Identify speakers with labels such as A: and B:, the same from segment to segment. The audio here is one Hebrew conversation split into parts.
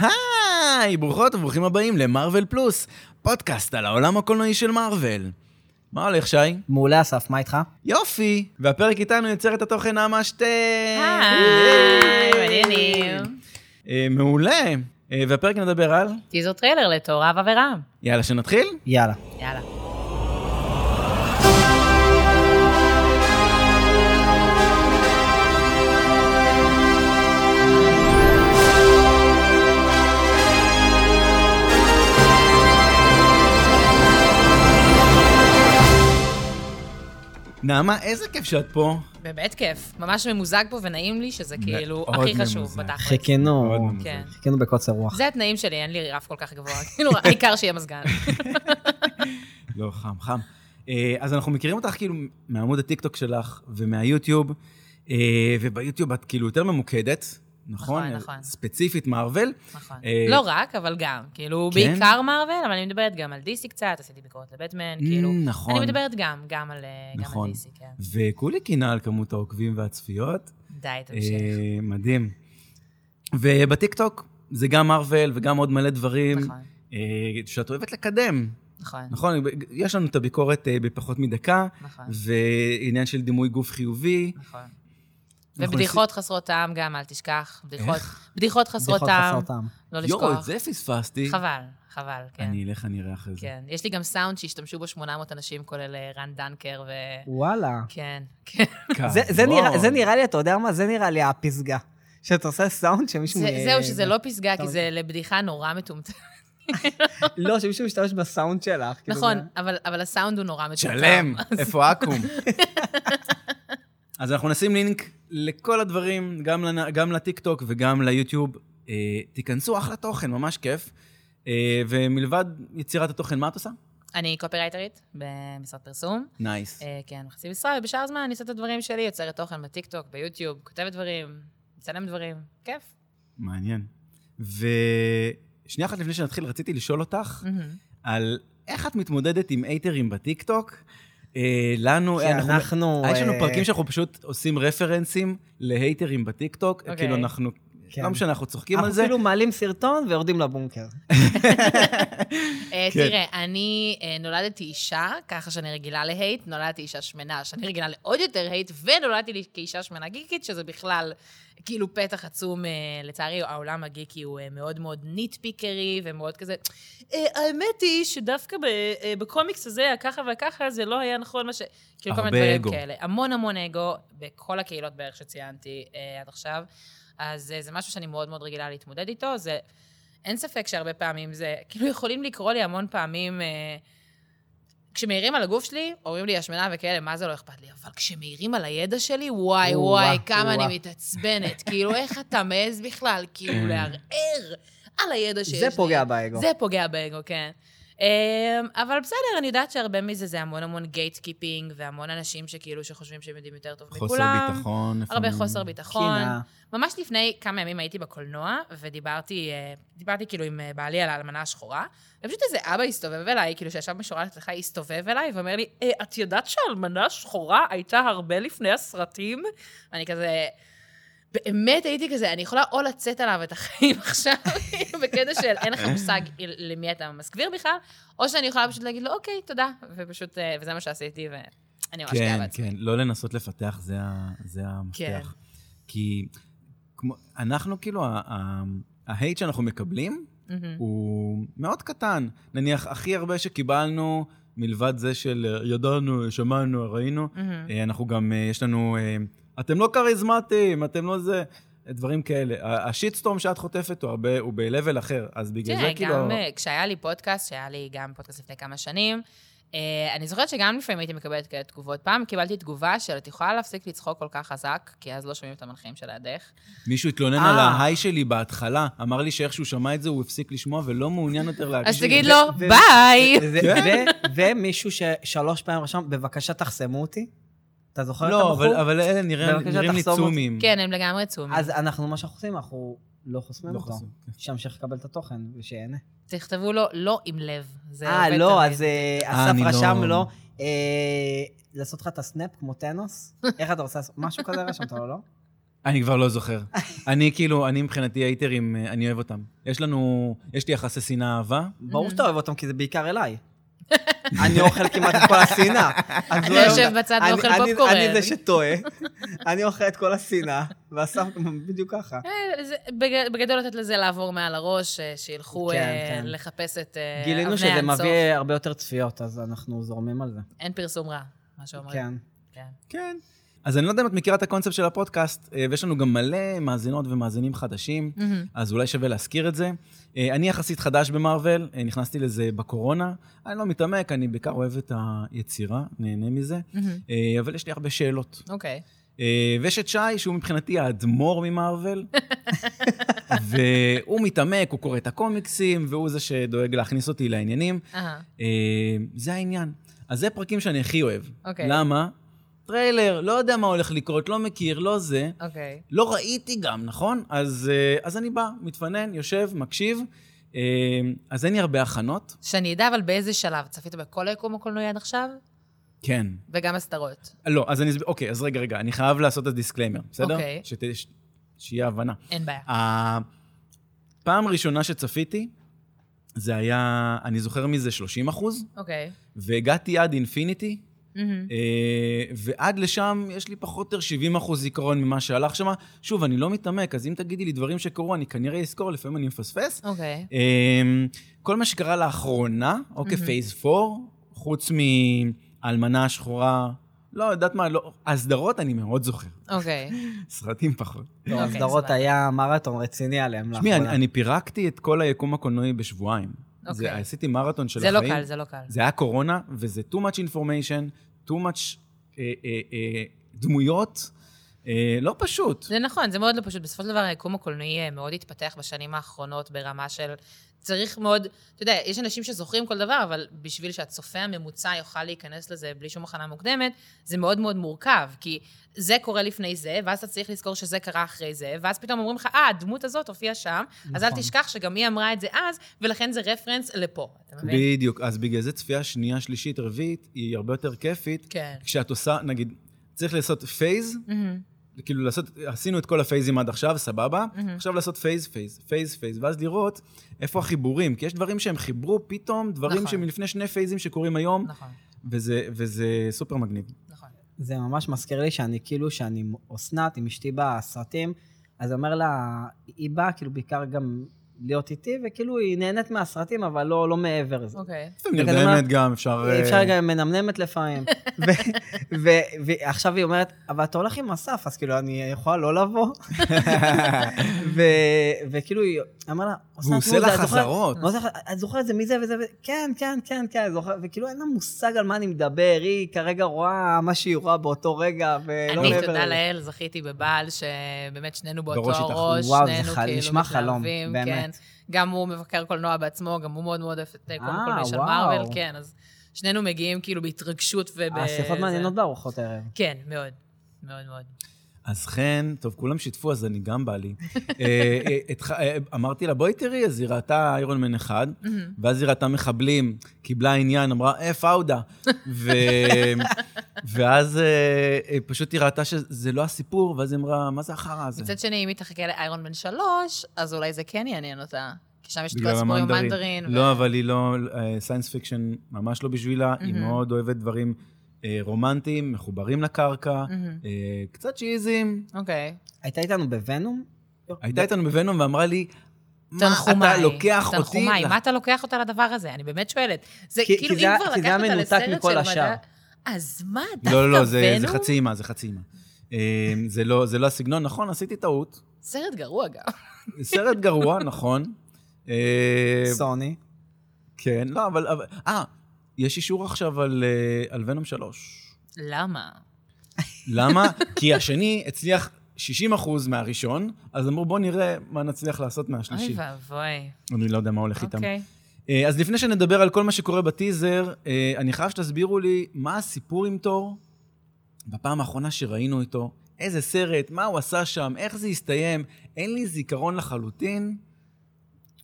A: היי, ברוכות וברוכים הבאים למרוויל פלוס, פודקאסט על העולם הקולנועי של מארוול. מה הולך, שי?
B: מעולה, אסף, מה איתך?
A: יופי! והפרק איתנו יוצרת התוכן נעמה שטיין.
C: היי, מעניינים.
A: אה, מעולה. אה, והפרק נדבר על?
C: טיזר טריילר לתוריו ורם.
A: יאללה, שנתחיל?
B: יאללה.
C: יאללה.
A: נעמה, איזה כיף שאת פה.
C: באמת כיף. ממש ממוזג פה ונעים לי שזה כאילו
A: מאוד
C: הכי חשוב
A: ממוזג.
C: בתכלס.
B: חיכינו,
A: מאוד ממוזג.
C: כן.
B: חיכינו בקוצר רוח.
C: זה התנאים שלי, אין לי רף כל כך גבוה. כאילו, העיקר שיהיה מזגן.
A: לא, חם, חם. אה, אז אנחנו מכירים אותך כאילו מעמוד הטיקטוק שלך ומהיוטיוב, אה, וביוטיוב את כאילו יותר ממוקדת, נכון?
C: נכון, נכון.
A: ספציפית מארוול.
C: נכון.
A: אה,
C: לא רק, אבל גם. כאילו,
A: כן?
C: בעיקר מארוול, אבל אני מדברת גם על דיסי קצת, עשיתי ביקורת לבטמן, כאילו.
A: Mm, נכון.
C: אני מדברת גם, גם על אה, גם
A: נכון.
C: על דיסי, כן.
A: וכולי קינה על כמות העוקבים והצפיות.
C: די,
A: אה,
C: תמשיך.
A: מדהים. ובטיקטוק זה גם מארוול וגם עוד מלא דברים
C: נכון,
A: אה, שאת אוהבת לקדם,
C: נכון,
A: נכון? יש לנו את הביקורת אה, בפחות מדקה,
C: נכון.
A: ועניין של דימוי גוף חיובי.
C: נכון.
A: אנחנו
C: ובדיחות חסרות טעם גם, אל תשכח. בדיחות-
A: איך?
C: בדיחות חסרות
B: בדיחות
C: טעם,
B: חסרות טעם.
C: לא
A: יואו, את
C: לשכוח.
A: זה פספסתי.
C: חבל, חבל, כן.
A: אני אלך, אני אראה אחרי זה.
C: כן. יש לי גם סאונד שהשתמשו בו 800 אנשים, כולל אה, רן דנקר ו...
B: וואלה.
A: אה,
C: כן, כן.
B: זה- זה
A: כבוד.
B: נראה- זה נראה לי, אתה יודע מה? זה נראה לי הפסגה. שאתה עושה סאונד שמישהו...
C: זה-
B: אה,
C: זהו, שזה לא פסגה, כי
B: טוב.
C: זה לבדיחה נורא מטומטמת.
A: כאילו,
B: לא, שמישהו משתמש בסאונד שלך. כאילו,
C: נכון,
B: זה-
C: אבל אבל הסאונד הוא נורא מטומטם.
A: שלם, איפה אקו"ם? אז אנחנו נשים לינק לכל הדברים, גם, לנ... גם לטיקטוק וגם ליוטיוב. אה, תיכנסו, אחלה תוכן, ממש כיף. אה, ומלבד יצירת התוכן, מה את עושה?
C: אני קופירייטרית במשרד פרסום.
A: נייס.
C: אה, כן, חצי משרה, ובשאר הזמן אני עושה את הדברים שלי, יוצרת תוכן בטיקטוק, ביוטיוב, כותבת דברים, מצלם דברים, כיף.
A: מעניין. ושנייה אחת לפני שנתחיל, רציתי לשאול אותך
C: מהמם.
A: על איך את מתמודדת עם אייטרים בטיקטוק. אה, לנו,
B: כי
A: אנחנו-
B: כן, אנחנו...
A: יש לנו
B: אה,
A: פרקים שאנחנו פשוט עושים רפרנסים להייטרים בטיקטוק,
C: אוקיי.
A: כאילו אנחנו,
B: כן.
A: לא משנה, אנחנו צוחקים על
B: אנחנו
A: זה.
B: כאילו מעלים סרטון ויורדים לבונקר.
C: אה,
A: כן.
C: תראה, אני אה, נולדתי אישה, ככה שאני רגילה להייט, נולדתי אישה שמנה, שאני רגילה לעוד יותר הייט, ונולדתי לי כאישה שמנה גיקית, שזה בכלל כאילו פתח עצום, אה, לצערי, העולם הגיקי הוא אה, מאוד מאוד ניטפיקרי ומאוד כזה. אה, האמת היא שדווקא ב- אה, בקומיקס הזה, הככה והככה, זה לא היה נכון מה ש... כאילו כל מיני
A: הרבה
C: דברים
A: אגו.
C: כאלה. המון המון אגו, בכל הקהילות בערך שציינתי אה, עד עכשיו. אז אה, זה משהו שאני מאוד מאוד רגילה להתמודד איתו, זה... אין ספק שהרבה פעמים זה... כאילו, יכולים לקרוא לי המון פעמים... אה, כשמעירים על הגוף שלי, אומרים לי השמנה וכאלה, מה זה לא אכפת לי? אבל כשמעירים על הידע שלי, וואי,
B: או-אה,
C: וואי, כמה
B: או-אה.
C: אני מתעצבנת. כאילו, איך אתה מעז בכלל, כאילו, לערער על הידע שיש לי?
B: זה פוגע באגו.
C: זה פוגע באגו, כן. אמ, אבל בסדר, אני יודעת שהרבה מזה זה המון המון גייט קיפינג, והמון אנשים שכאילו שחושבים שהם יודעים יותר טוב מכולם.
A: חוסר ביטחון.
C: הרבה
A: לפעמים.
C: חוסר ביטחון.
B: קינה.
C: ממש לפני כמה ימים הייתי בקולנוע, ודיברתי אה, דיברתי כאילו עם אה, בעלי על האלמנה השחורה, ופשוט איזה אבא הסתובב אליי, כאילו שישב משורה לצלחה, הסתובב אליי ואומר לי, "אה, את יודעת שהאלמנה השחורה הייתה הרבה לפני הסרטים? ואני כזה... באמת הייתי כזה, אני יכולה או לצאת עליו את החיים עכשיו, בקטע של אין לך מושג למי אתה מסגביר בכלל, או שאני יכולה פשוט להגיד לו, אוקיי, תודה, ופשוט, אה, וזה מה שעשיתי, ואני ממש גאה
A: כן,
C: בעצמי.
A: כן, לא לנסות לפתח, זה ה- זה המפתח.
C: כן.
A: כי כמו- אנחנו כאילו, ה- ה- ההייט שאנחנו מקבלים
C: מהמם.
A: הוא מאוד קטן. נניח, הכי הרבה שקיבלנו, מלבד זה של אה, ידענו, שמענו, ראינו,
C: מהמם.
A: אה, אנחנו גם, אה, יש לנו, אה, אתם לא כריזמטיים, אתם לא זה, דברים כאלה. ה- השיטסטורם שאת חוטפת הוא הרבה, הוא ב-level אחר, אז בגלל זה
C: תראה,
A: כאילו...
C: גם אה, כשהיה לי פודקאסט, שהיה לי גם פודקאסט לפני כמה שנים, אה, אני זוכרת שגם לפעמים הייתי מקבלת כאלה תגובות. פעם קיבלתי תגובה של, את יכולה להפסיק לצחוק כל כך חזק, כי אז לא שומעים את המנחים שלידך.
A: מישהו התלונן
B: אה.
A: על ההיי שלי בהתחלה, אמר לי שאיך שהוא שמע את זה, הוא הפסיק לשמוע ולא מעוניין יותר להקשיב.
C: אז תגיד לו,
B: ו-
C: ביי!
B: זה-
A: כן.
B: ו- ומישהו ששלוש פעמים רשם, בבקשה תחסמו אותי. אתה זוכר את
A: לא,
B: הבחור?
A: אבל, אבל אלה נראים,
B: בבקשה,
A: נראים לי
B: תחסום אותי.
A: צומים.
C: כן, הם לגמרי צומים.
B: אז אנחנו, מה שאנחנו עושים, אנחנו לא חוסמים
A: לא
B: אותו.
A: חסום.
B: שימשיך לקבל את התוכן ושיהנה.
C: תכתבו לו, לא עם לב. זה
B: אה,
C: עובד
B: לא,
C: תמיד.
B: אז אה,
A: אה,
B: אסף
A: אני
B: רשם
A: לא-
B: לו, אה, לעשות לך את הסנאפ כמו טנוס? איך אתה רוצה לעשות? משהו כזה רשמת לו, לא?
A: אני כבר לא זוכר. אני כאילו, אני מבחינתי הייטרים, אה, אני אוהב אותם. יש לנו, יש לי יחסי שנאה אהבה.
B: ברור שאתה אוהב אותם, כי זה בעיקר אליי. אני אוכל כמעט את כל השנאה. אז לא
C: אני
B: אוהב
C: יושב
B: אותה.
C: בצד
B: אני-
C: ואוכל
B: אני-
C: פופקורן.
B: אני זה שטועה, אני אוכל את כל השנאה, ואסף בדיוק ככה.
C: אה, זה- בג- בגדול לתת לזה לעבור מעל הראש, אה, שילכו
B: כן,
C: אה,
B: כן.
C: לחפש את אה, אבני
B: גילינו שזה
C: הנסוף.
B: מביא הרבה יותר צפיות, אז אנחנו זורמים על זה.
C: אין פרסום רע, מה שאומרים.
B: כן.
C: כן.
A: כן. אז אני לא יודע אם את מכירה את הקונספט של הפודקאסט, אה, ויש לנו גם מלא מאזינות ומאזינים חדשים,
C: מהמם.
A: אז אולי שווה להזכיר את זה. אה, אני יחסית חדש במארוול, אה, נכנסתי לזה בקורונה. אני לא מתעמק, אני בעיקר אוהב את היצירה, נהנה מזה,
C: מהמם.
A: אה, אבל יש לי הרבה שאלות.
C: אוקיי.
A: אה, ויש את שי, שהוא מבחינתי האדמו"ר ממארוול, והוא מתעמק, הוא קורא את הקומיקסים, והוא זה שדואג להכניס אותי לעניינים.
C: אהה.
A: אה, זה העניין. אז זה פרקים שאני הכי אוהב.
C: אוקיי.
A: למה? טריילר, לא יודע מה הולך לקרות, לא מכיר, לא זה.
C: אוקיי.
A: לא ראיתי גם, נכון? אז, אה, אז אני בא, מתפנן, יושב, מקשיב. אה, אז אין לי הרבה הכנות.
C: שאני אדע, אבל באיזה שלב? צפית בכל היקום הקולנועי עד עכשיו?
A: כן.
C: וגם הסדרות.
A: לא, אז אני... אסב- אוקיי, אז רגע, רגע, אני חייב לעשות את הדיסקליימר, בסדר?
C: אוקיי.
A: שת, ש, שיהיה הבנה.
C: אין בעיה.
A: הפעם הראשונה שצפיתי, זה היה, אני זוכר מזה 30 אחוז,
C: אוקיי.
A: והגעתי עד אינפיניטי,
C: מהמם.
A: אה, ועד לשם יש לי פחות או יותר 70 אחוז זיכרון ממה שהלך שם. שוב, אני לא מתעמק, אז אם תגידי לי דברים שקרו, אני כנראה אזכור, לפעמים אני מפספס.
C: אוקיי.
A: אה, כל מה שקרה לאחרונה, או כפייס 4, חוץ מהאלמנה השחורה, לא, יודעת מה, לא, הסדרות אני מאוד זוכר,
C: אוקיי.
A: סרטים פחות.
B: לא,
C: אוקיי,
B: הסדרות
C: סבבה.
B: היה מרתון רציני עליהם
A: תשמעי, אני,
B: לאחרונה.
A: אני פירקתי את כל היקום הקולנועי בשבועיים.
C: אוקיי.
A: זה, עשיתי מרתון של
C: זה
A: החיים.
C: לא קל, זה לא קל.
A: זה היה קורונה, וזה too much information, too much אה, אה, אה, דמויות, אה, לא פשוט.
C: זה נכון, זה מאוד לא פשוט. בסופו של דבר, היקום הקולנועי אה, מאוד התפתח בשנים האחרונות ברמה של... צריך מאוד, אתה יודע, יש אנשים שזוכרים כל דבר, אבל בשביל שהצופה הממוצע יוכל להיכנס לזה בלי שום הכנה מוקדמת, זה מאוד מאוד מורכב, כי זה קורה לפני זה, ואז אתה צריך לזכור שזה קרה אחרי זה, ואז פתאום אומרים לך, אה, הדמות הזאת הופיעה שם, אז אל
B: נכון.
C: תשכח שגם היא אמרה את זה אז, ולכן זה רפרנס לפה, אתה מבין?
A: בדיוק, אז בגלל זה צפייה שנייה, שלישית, רביעית, היא הרבה יותר כיפית.
C: כן.
A: כשאת עושה, נגיד, צריך לעשות פייז,
C: מהמם.
A: כאילו לעשות, עשינו את כל הפייזים עד עכשיו, סבבה,
C: מהמם.
A: עכשיו לעשות פייז, פייז, פייז, פייז, ואז לראות איפה החיבורים, כי יש דברים שהם חיברו פתאום, דברים
C: נכון.
A: שמלפני שני פייזים שקורים היום,
C: נכון,
A: וזה, וזה סופר מגניב.
C: נכון.
B: זה ממש מזכיר לי שאני כאילו, שאני עם אסנת עם אשתי בסרטים, אז אומר לה, היא באה כאילו בעיקר גם להיות איתי, וכאילו היא נהנית מהסרטים, אבל לא לא מעבר לזה.
C: אוקיי.
A: לפעמים
B: אתה יודע מה?
A: נרדמת גם, אפשר... אה,
B: אפשר גם מנמנמת לפעמים. ו- ו- ועכשיו היא אומרת, אבל אתה הולך עם אסף, אז כאילו, אני יכולה לא לבוא? ו- וכאילו, היא אמרה לה,
A: והוא
B: "אסנת,
A: עושה
B: נו,
A: לה
B: את זוכרת-
A: חזרות.
B: לא זוכרת- את זוכרת זה מזה וזה וזה, כן, כן, כן, כן, זוכרת, וכאילו אין לה מושג על מה אני מדבר, היא כרגע רואה מה שהיא רואה באותו רגע, ולא
C: אני,
B: לא מעבר
C: תודה
B: לזה.
C: לאל, זכיתי בבעל שבאמת שנינו באותו
A: בראש איתך.
C: הראש,
B: וואו, זה
C: שנינו
B: חל-
C: כאילו
B: נשמע חלום,
C: מתלהבים,
B: באמת.
C: כן. גם הוא מבקר קולנוע בעצמו, גם הוא מאוד מאוד אוהב את קולנוע
B: אה,
C: קולנועי של
B: וואו.
C: מרוויל, כן, אז שנינו מגיעים כאילו בהתרגשות וב...
B: השיחות
C: זה-
B: אה, מעניינות בארוחות הערב.
C: כן, מאוד. מאוד מאוד.
A: אז חן, טוב, כולם שיתפו, אז אני גם בא לי. אה, אה, התח- אה, אמרתי לה, בואי תראי, אז היא ראתה איירון מן אחד, ואז היא ראתה מחבלים, קיבלה עניין, אמרה, אה, פאודה. ו- ואז אה, אה, פשוט היא ראתה שזה לא הסיפור, ואז היא אמרה, מה זה החרא הזה?
C: מצד שני, אם היא תחכה לאיירון בן שלוש, אז אולי זה כן יעניין אותה. כי שם יש את כל
A: בגלל
C: הסיפור עם
A: המנדרין.
C: המנדרין. ו-
A: לא, אבל היא לא, סיינס פיקשן ממש לא בשבילה, היא
C: מהמם.
A: מאוד אוהבת דברים אה, רומנטיים, מחוברים לקרקע,
C: מהמם.
A: אה, קצת שיעיזים.
C: אוקיי.
B: הייתה איתנו בוונום?
A: הייתה איתנו בוונום ואמרה לי, מה
C: תנחומיי.
A: אתה לוקח אותי?
C: תנחומיי,
A: ל-
C: מה אתה לוקח אותה לדבר הזה? אני באמת שואלת. זה
B: כי-
C: כאילו,
B: כי
C: אם
B: זה-
C: כבר
B: כי זה
C: לקחת
B: היה
C: אותה
B: מנותק
C: לסרט
B: מכל
C: של מדע...
B: השאר.
C: אז מה, דווקא
A: לא, לא, זה, זה
C: ונום?
A: חצי אימה, זה חצי אימה. אה, זה, לא, זה לא הסגנון, נכון, עשיתי טעות.
C: סרט גרוע גם.
A: סרט גרוע, נכון. אה,
B: סוני.
A: כן, לא, אבל... אבל- אה, יש אישור עכשיו על, אה, על ונום 3.
C: למה?
A: למה? כי השני הצליח 60 אחוז מהראשון, אז אמרו, בואו נראה מה נצליח לעשות
C: אוי
A: מהשלישי.
C: ואבוי.
A: אני לא יודע מה הולך איתם.
C: אוקיי.
A: אה, אז לפני שנדבר על כל מה שקורה בטיזר, אה, אני חייב שתסבירו לי מה הסיפור עם תור בפעם האחרונה שראינו איתו, איזה סרט, מה הוא עשה שם, איך זה הסתיים, אין לי זיכרון לחלוטין.
C: אה.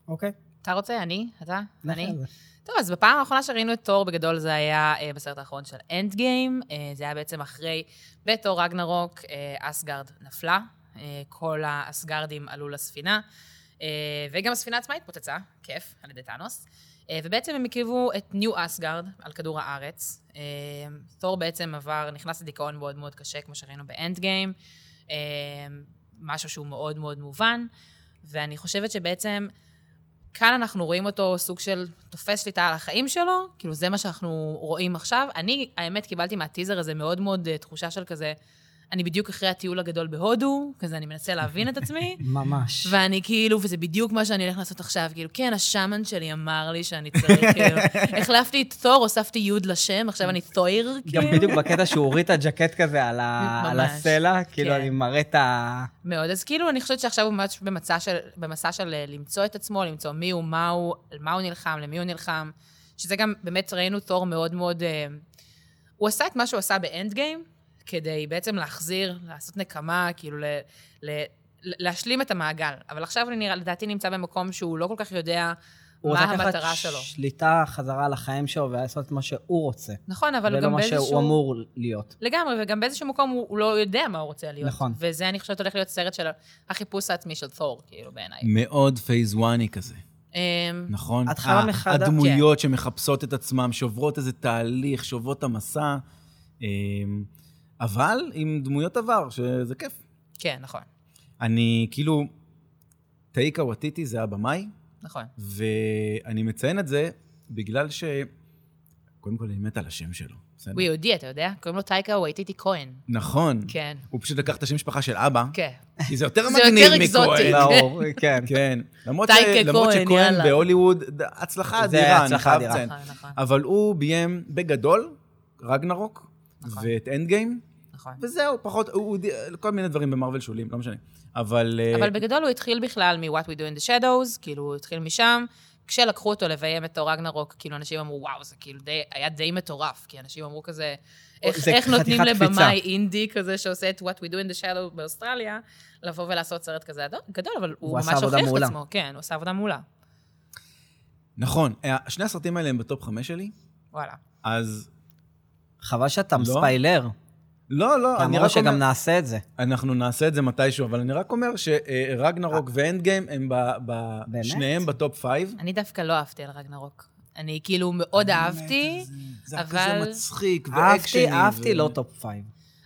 B: אוקיי.
C: אתה רוצה? אני? אתה? אני?
B: נכון.
C: טוב, אז בפעם האחרונה שראינו את תור בגדול זה היה אה, בסרט האחרון של אנד גיים. אה, זה היה בעצם אחרי, בתור רגנרוק, אה, אסגרד נפלה. אה, כל האסגרדים עלו לספינה, אה, וגם הספינה עצמה התפוצצה, כיף, על ידי טאנוס. אה, ובעצם הם הקריבו את ניו אסגרד על כדור הארץ. אה, תור בעצם עבר, נכנס לדיכאון מאוד מאוד קשה, כמו שראינו באנד גיים, אה, משהו שהוא מאוד מאוד מובן, ואני חושבת שבעצם... כאן אנחנו רואים אותו סוג של תופס שליטה על החיים שלו, כאילו זה מה שאנחנו רואים עכשיו. אני, האמת, קיבלתי מהטיזר הזה מאוד מאוד אה, תחושה של כזה, אני בדיוק אחרי הטיול הגדול בהודו, כזה אני מנסה להבין את עצמי,
B: ממש.
C: ואני כאילו, וזה בדיוק מה שאני הולך לעשות עכשיו, כאילו, כן, השאמן שלי אמר לי שאני צריך, כאילו, החלפתי את תור, הוספתי יוד לשם, עכשיו אני תויר,
B: גם
C: כאילו.
B: בדיוק בקטע שהוא הוריד את הג'קט כזה על ה-
C: ממש,
B: על הסלע, כאילו
C: כן.
B: אני מראה את ה...
C: מאוד. אז כאילו, אני חושבת שעכשיו הוא ממש במצע של, במסע של אה, למצוא את עצמו, למצוא מי הוא, מה הוא, על מה הוא נלחם, למי הוא נלחם, שזה גם, באמת ראינו תור מאוד מאוד... אה, הוא עשה את מה שהוא עשה באנד גיים, כדי בעצם להחזיר, לעשות נקמה, כאילו, ל, ל, ל- להשלים את המעגל. אבל עכשיו אני נראה, לדעתי נמצא במקום שהוא לא כל כך יודע
B: הוא
C: מה
B: רוצה לקחת
C: המטרה שלו.
B: שליטה חזרה על החיים שלו ולעשות את מה שהוא רוצה.
C: נכון, אבל הוא
B: ולא
C: גם
B: לא מה
C: באיזשהו...
B: שהוא אמור להיות.
C: לגמרי, וגם באיזשהו מקום הוא, הוא לא יודע מה הוא רוצה להיות.
B: נכון.
C: וזה, אני חושבת, הולך להיות סרט של החיפוש העצמי של תור, כאילו, בעיניי.
A: מאוד פייז וואני כזה,
C: אמ,
A: נכון?
B: התחלה
A: ה-
B: מחדש.
C: אה,
A: הדמויות
C: כן.
A: שמחפשות את עצמם, שעוברות איזה תהליך, שעוברות את המסע, אה, אבל עם דמויות עבר, שזה כיף.
C: כן, נכון.
A: אני כאילו, טאיקה וטיטי זה הבמאי,
C: נכון.
B: כן.
A: ואני מציין את זה בגלל ש... קודם כל, אני מת על השם שלו. בסדר?
C: הוא יהודי, אתה יודע? קוראים לו טייקה וייטיטי כהן.
A: נכון.
C: כן.
A: הוא פשוט לקח את השם משפחה של אבא,
C: כן.
A: כי זה יותר
C: זה יותר
A: מגניב
C: אקזוטי.
A: מכהן.
B: ברור, כן.
A: כן. למרות ש-
C: טייקה
A: למרות
C: כהן,
A: שכהן
C: יאללה.
A: בהוליווד, ד- הצלחה
B: זה
A: אדירה, אני
B: הצלחה
A: חייב
B: אדירה.
A: לציין.
C: נכון, נכון.
A: אבל הוא ביים בגדול, רגנרוק,
C: נכון.
A: ואת אנד גיים,
C: נכון.
A: וזהו, פחות, הוא הוא די- כל מיני דברים במרוויל שוליים, לא משנה. אבל... אה,
C: אבל בגדול הוא התחיל בכלל מ-What We Do in the Shadows, כאילו, הוא התחיל משם. כשלקחו אותו לביים את תור רגנרוק, כאילו, אנשים אמרו, וואו, זה כאילו די, היה די מטורף, כי אנשים אמרו כזה, איך,
B: זה
C: איך נותנים
B: חתיכת
C: לבמאי
B: קפיצה."
C: אינדי כזה שעושה את What We Do in the Shadow באוסטרליה, לבוא ולעשות סרט כזה אדום- גדול, אבל הוא,
B: הוא עשה
C: ממש
B: עבודה
C: הוכיח את
B: מעולה.
C: עצמו. כן, הוא עשה עבודה מעולה.
A: נכון, אה, שני הסרטים האלה הם בטופ חמש שלי,
C: וואלה.
A: אז...
B: חבל שאתה
A: לא.
B: מספיילר.
A: לא, לא, אני
B: אמרו
A: רק אומר...
B: שגם נעשה את זה.
A: אנחנו נעשה את זה מתישהו, אבל אני רק אומר שרגנרוק ואנד גיים הם ב... ב-
B: באמת?
A: שניהם בטופ פייב.
C: אני דווקא לא אהבתי על רגנרוק. אני כאילו מאוד אהבתי.
A: זה היה
C: אבל-
A: כזה מצחיק
B: אהבתי,
A: ואקשני.
B: אהבתי,
A: ו-
B: לא טופ פייב.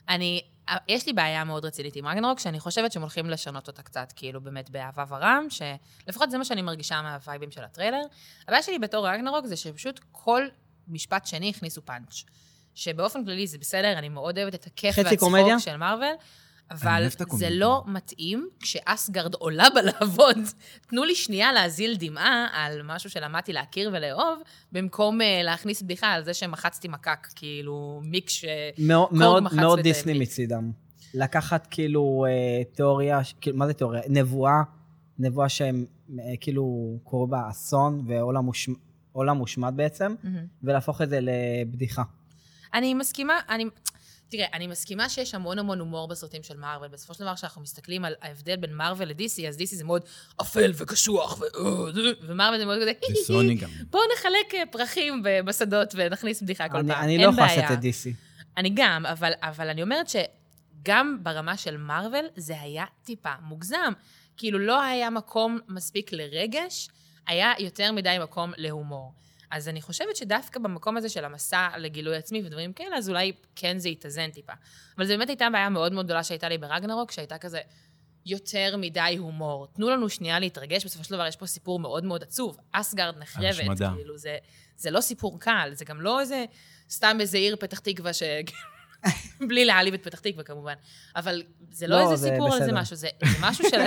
C: אני, אה, יש לי בעיה מאוד רצינית עם רגנרוק, שאני חושבת שהם הולכים לשנות אותה קצת, כאילו באמת באהבה ורם, שלפחות זה מה שאני מרגישה מהווייבים של הטריילר. הבעיה שלי בתור רגנרוק זה שפשוט כל משפט שני הכניסו פאנץ'. שבאופן כללי זה בסדר, אני מאוד אוהבת את הכיף
B: חצי
C: והצחוק
B: קומדיה?
C: של מארוול, אבל
A: אוהב את
C: זה
A: הקומדיה.
C: לא מתאים כשאסגרד עולה בלהבות. תנו לי שנייה להזיל דמעה על משהו שלמדתי להכיר ולאהוב, במקום אה, להכניס בדיחה על זה שמחצתי מקק, כאילו מיק ש...
B: מאוד- מאוד
C: מחץ
B: מאוד
C: וזה
B: דיסני
C: הביא.
B: מצידם. לקחת כאילו אה, תיאוריה, ש- כאילו, מה זה תיאוריה? נבואה, נבואה שהם אה, כאילו קורה בה אסון ועולם מושמ- עולם מושמד בעצם, ולהפוך את זה לבדיחה.
C: אני מסכימה, אני... תראה, אני מסכימה שיש המון המון הומור בסרטים של מארוול. בסופו של דבר, כשאנחנו מסתכלים על ההבדל בין מארוול לדיסי, אז דיסי זה מאוד אפל וקשוח, ו... ומארוול זה מאוד כזה...
A: זה סוני גם.
C: בואו נחלק אה, פרחים ב- בשדות ונכניס בדיחה כל
B: אני
C: פעם.
B: אני
C: אין
B: לא יכול
C: בעיה.
B: לעשות את דיסי.
C: אני גם, אבל, אבל אני אומרת שגם ברמה של מארוול זה היה טיפה מוגזם. כאילו לא היה מקום מספיק לרגש, היה יותר מדי מקום להומור. אז אני חושבת שדווקא במקום הזה של המסע לגילוי עצמי ודברים כאלה, אז אולי כן זה יתאזן טיפה. אבל זו באמת הייתה בעיה מאוד מאוד גדולה שהייתה לי ברגנרוק, שהייתה כזה יותר מדי הומור. תנו לנו שנייה להתרגש, בסופו של דבר יש פה סיפור מאוד מאוד עצוב. אסגרד נחרבת,
A: השמדה.
C: כאילו זה, זה לא סיפור קל, זה גם לא איזה, סתם איזה עיר פתח תקווה ש... בלי להעליב את פתח תקווה כמובן, אבל זה לא,
B: לא,
C: איזה
B: זה
C: סיפור, אלא זה
B: בסדר.
C: משהו, זה, זה משהו של...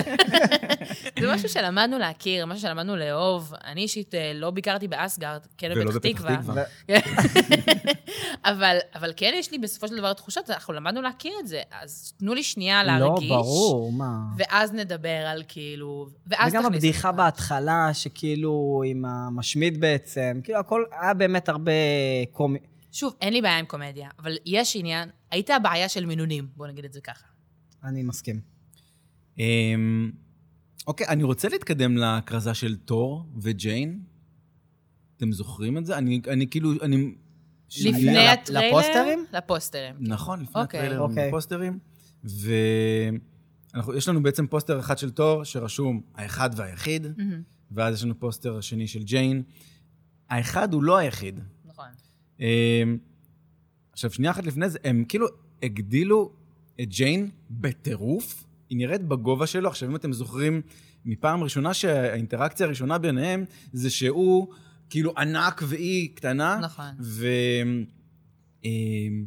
C: זה משהו שלמדנו להכיר, משהו שלמדנו לאהוב. אני אישית אה, לא ביקרתי באסגרד, כן
A: ולא
C: בפתח
A: בפתח
C: תקווה.
A: תקווה.
C: אבל, אבל כן יש לי בסופו של דבר תחושות, אנחנו למדנו להכיר את זה, אז תנו לי שנייה
B: לא,
C: להרגיש.
B: ברור, מה.
C: ואז נדבר על כאילו... ואז
B: וגם
C: תכניס
B: הבדיחה
C: אותה.
B: בהתחלה, שכאילו עם המשמיד בעצם, כאילו הכל היה באמת הרבה קומי...
C: שוב, אין לי בעיה עם קומדיה, אבל יש עניין, הייתה בעיה של מינונים, בוא נגיד את זה ככה.
B: אני מסכים.
A: אמ, אוקיי, אני רוצה להתקדם להכרזה של תור וג'יין. אתם זוכרים את זה? אני אני כאילו, אני...
C: לפני
B: לפ-
C: הטריילר...
B: לפוסטרים?
C: לפוסטרים.
A: נכון, לפני
C: אוקיי.
A: הטריילר
B: אוקיי.
A: עם הפוסטרים. ו... אנחנו, יש לנו בעצם פוסטר אחד של תור, שרשום האחד והיחיד,
C: מהמם.
A: ואז יש לנו פוסטר שני של ג'יין. האחד הוא לא היחיד.
C: נכון.
A: אמ, עכשיו, שנייה אחת לפני זה, הם כאילו הגדילו את ג'יין בטירוף, היא נראית בגובה שלו. עכשיו, אם אתם זוכרים, מפעם ראשונה שהאינטראקציה הראשונה ביניהם, זה שהוא כאילו ענק והיא
B: אה?
A: קטנה.
C: נכון.
A: ו... אמ,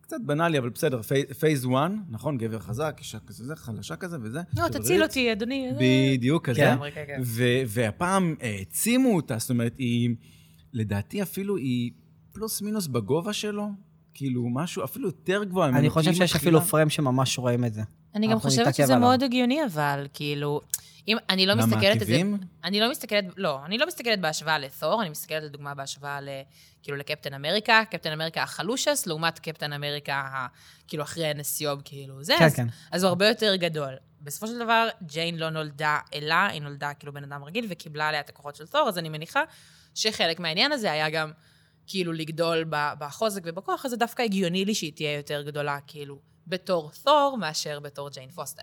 A: קצת בנאלי, אבל בסדר, פייז 1, נכון? גבר חזק, אישה כזה, זה, חלשה כזה וזה.
C: לא, תציל אותי, אדוני.
A: בדיוק כזה.
C: לגמרי, כן, כן.
A: ו- והפעם העצימו אותה, זאת אומרת, היא, לדעתי אפילו היא פלוס מינוס בגובה שלו, כאילו משהו אפילו יותר גבוה. ממנו,
B: אני
A: כי
B: חושב
A: היא
B: שיש
A: כאילו מתחילה-
B: אפילו פריים שממש רואים את זה.
C: אני גם
B: אנחנו
C: חושבת
B: נתעכב
C: שזה
B: עליו.
C: מאוד הגיוני, אבל כאילו... אם אני לא
A: מה,
C: מסתכלת את זה...
A: מעקיבים?
C: אני לא מסתכלת... לא, אני לא מסתכלת בהשוואה לתור, אני מסתכלת לדוגמה בהשוואה ל... כאילו לקפטן אמריקה, קפטן אמריקה החלושס, לעומת קפטן אמריקה, ה, כאילו אחרי הנסיוב, כאילו זה.
B: כן,
C: אז,
B: כן.
C: אז הוא הרבה יותר גדול. בסופו של דבר, ג'יין לא נולדה אלה, היא נולדה כאילו בן אדם רגיל, וקיבלה עליה את הכוחות של תור, אז אני מניחה שחלק מהעניין הזה היה גם כאילו לגדול ב- בחוזק ובכוח, אז זה דווקא הגיוני לי שהיא תהיה יותר גדולה, כאילו, בתור תור, מאשר בתור ג'יין פוסטר.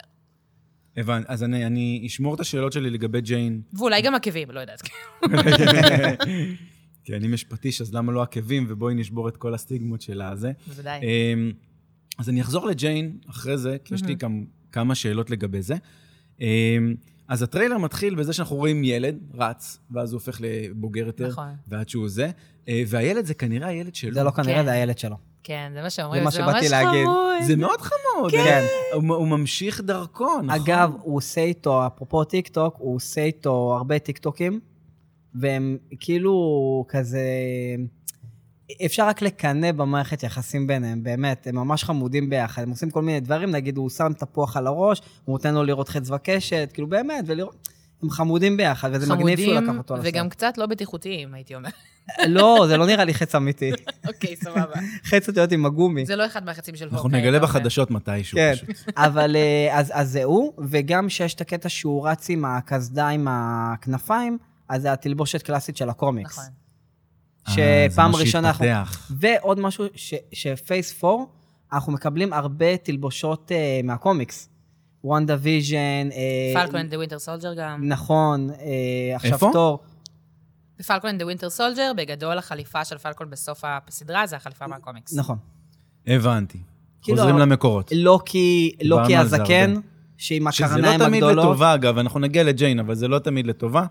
A: הבנתי, אז אני, אני אשמור את השאלות שלי לגבי ג'יין.
C: ואולי גם עקבים, לא יודעת.
A: כי אני משפטיש, אז למה לא עקבים, ובואי נשבור את כל הסטיגמות של הזה.
B: אה,
C: בוודאי.
A: אמ, אז אני אחזור לג'יין אחרי זה, כי יש לי גם כמה שאלות לגבי זה. אמ, אז הטריילר מתחיל בזה שאנחנו רואים ילד רץ, ואז הוא הופך לבוגר יותר,
C: נכון.
A: ועד שהוא זה, אה, והילד זה כנראה הילד שלו.
B: זה לא כנראה,
C: כן.
B: זה הילד שלו.
C: כן, זה מה שאומרים,
B: זה מה
C: זה ממש
B: שבאתי להגיד.
C: חמוד.
A: זה מאוד חמוד.
B: כן.
A: הוא, הוא ממשיך דרכו, נכון?
B: אגב, הוא עושה איתו, אפרופו טיק טוק, הוא עושה איתו הרבה טיק טוקים, והם כאילו כזה... אפשר רק לקנא במערכת יחסים ביניהם, באמת, הם ממש חמודים ביחד, הם עושים כל מיני דברים, נגיד הוא שם תפוח על הראש, הוא נותן לו לראות חץ וקשת, כאילו באמת, ולראות... הם חמודים ביחד, וזה מגניב שהוא
C: חמודים,
B: לקח אותו לשם.
C: וגם קצת לא בטיחותיים, הייתי אומרת.
B: לא, זה לא נראה לי חץ אמיתי.
C: אוקיי, סבבה.
B: חץ אותי עם הגומי.
C: זה לא אחד מהחצים של
A: אנחנו
C: הוקאי,
A: נגלה
C: אתה אומר.
A: בחדשות מתישהו
B: כן.
A: פשוט.
B: אבל אה, אז, אז זה הוא, וגם שיש את הקטע שהוא רץ עם הקסדה עם הכנפיים, אז זה התלבושת קלאסית של הקומיקס.
C: נכון.
A: אה, זה
B: שפעם
A: מה
B: ראשונה אנחנו...
A: שהתפתח.
B: ועוד משהו, ש- שפייס 4, אנחנו מקבלים הרבה תלבושות אה, מהקומיקס. וונדה ויז'ן, אה,
C: פלקון אנד ווינטר סולג'ר גם.
B: נכון, אה, עכשיו
A: איפה?
B: תור.
C: בפלקון אנד ווינטר סולג'ר, בגדול החליפה של פלקון בסוף הסדרה זה החליפה מהקומיקס.
B: נכון.
A: הבנתי.
B: כאילו,
A: חוזרים
B: אבל-
A: למקורות.
B: לוקי, לוקי
A: דיברנו על זה
B: הזקן,
A: הרבה.
B: שעם
A: שזה לא
B: הקרניים
A: תמיד
B: הגדולות.
A: לטובה, אגב, אנחנו נגיע לג'יין, אבל זה לא תמיד לטובה.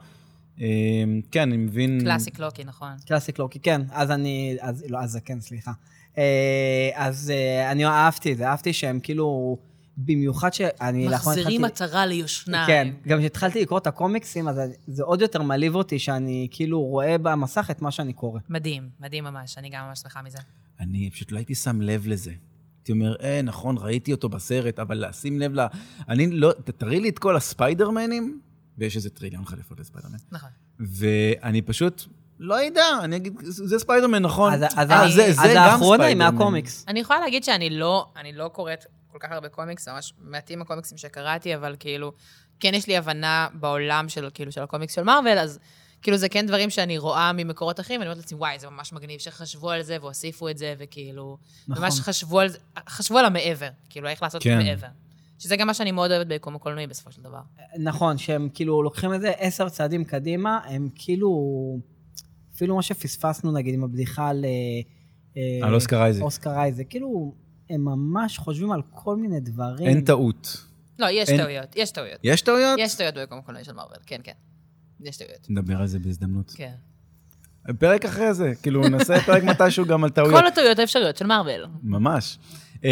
A: אמ, כן, אני מבין...
C: קלאסיק לוקי, נכון.
B: קלאסיק לוקי, כן. אז אני, אז, לא, אז זקן, סליחה. אה, אז אה, אני אהבתי את זה, אהבתי שהם כאילו, במיוחד שאני
C: מחזירים
B: התחלתי-
C: עטרה ליושנה.
B: כן, גם כשהתחלתי לקרוא את הקומיקסים, אז זה עוד יותר מעליב אותי שאני כאילו רואה במסך את מה שאני קורא.
C: מדהים, מדהים ממש, אני גם ממש שמחה מזה.
A: אני פשוט לא הייתי שם לב לזה. הייתי אומר, אה, נכון, ראיתי אותו בסרט, אבל לשים לב ל... אני לא... ת- תראי לי את כל הספיידרמנים, ויש איזה טריליון חליפות לספיידרמן.
C: נכון.
A: ואני פשוט לא אדע, אני אגיד, זה ספיידרמן, נכון?
B: אז- אז
A: אה,
B: אני-
A: זה- זה
B: אז
A: גם
B: האחרונה היא
A: ספיידרמן.
B: מהקומיקס.
C: אני יכולה להגיד שאני לא, אני לא קוראת כל כך הרבה קומיקס, ממש מעטים הקומיקסים שקראתי, אבל כאילו, כן יש לי הבנה בעולם של, כאילו, של הקומיקס של מארוול, אז כאילו זה כן דברים שאני רואה ממקורות אחרים, ואני אומרת לעצמי, וואי, זה ממש מגניב שחשבו על זה והוסיפו את זה, וכאילו, נכון. ממש חשבו על זה, חשבו על המעבר, כאילו, איך לעשות
A: כן.
C: כן. מעבר. שזה גם מה שאני מאוד אוהבת ביקום הקולנועי בסופו של דבר.
B: נכון, שהם כאילו לוקחים את זה עשר צעדים קדימה, הם כאילו, אפילו מה שפספסנו נגיד עם הבדיחה על... אה, אה,
A: על אוסקר אייזק.
B: אוסקר אייזק, כאילו, הם ממש חושבים על כל מיני דברים.
A: אין טעות.
C: לא, יש
A: אין-
C: טעויות, יש טעויות.
A: יש טעויות?
C: יש טעויות ביקום הקולנועי של מארוול, כן, כן. יש טעויות.
A: נדבר על זה בהזדמנות.
C: כן.
A: פרק אחרי זה, כאילו, נעשה פרק מתישהו גם על טעויות.
C: כל הטעויות האפשריות של מארוול.
A: ממש. אמ,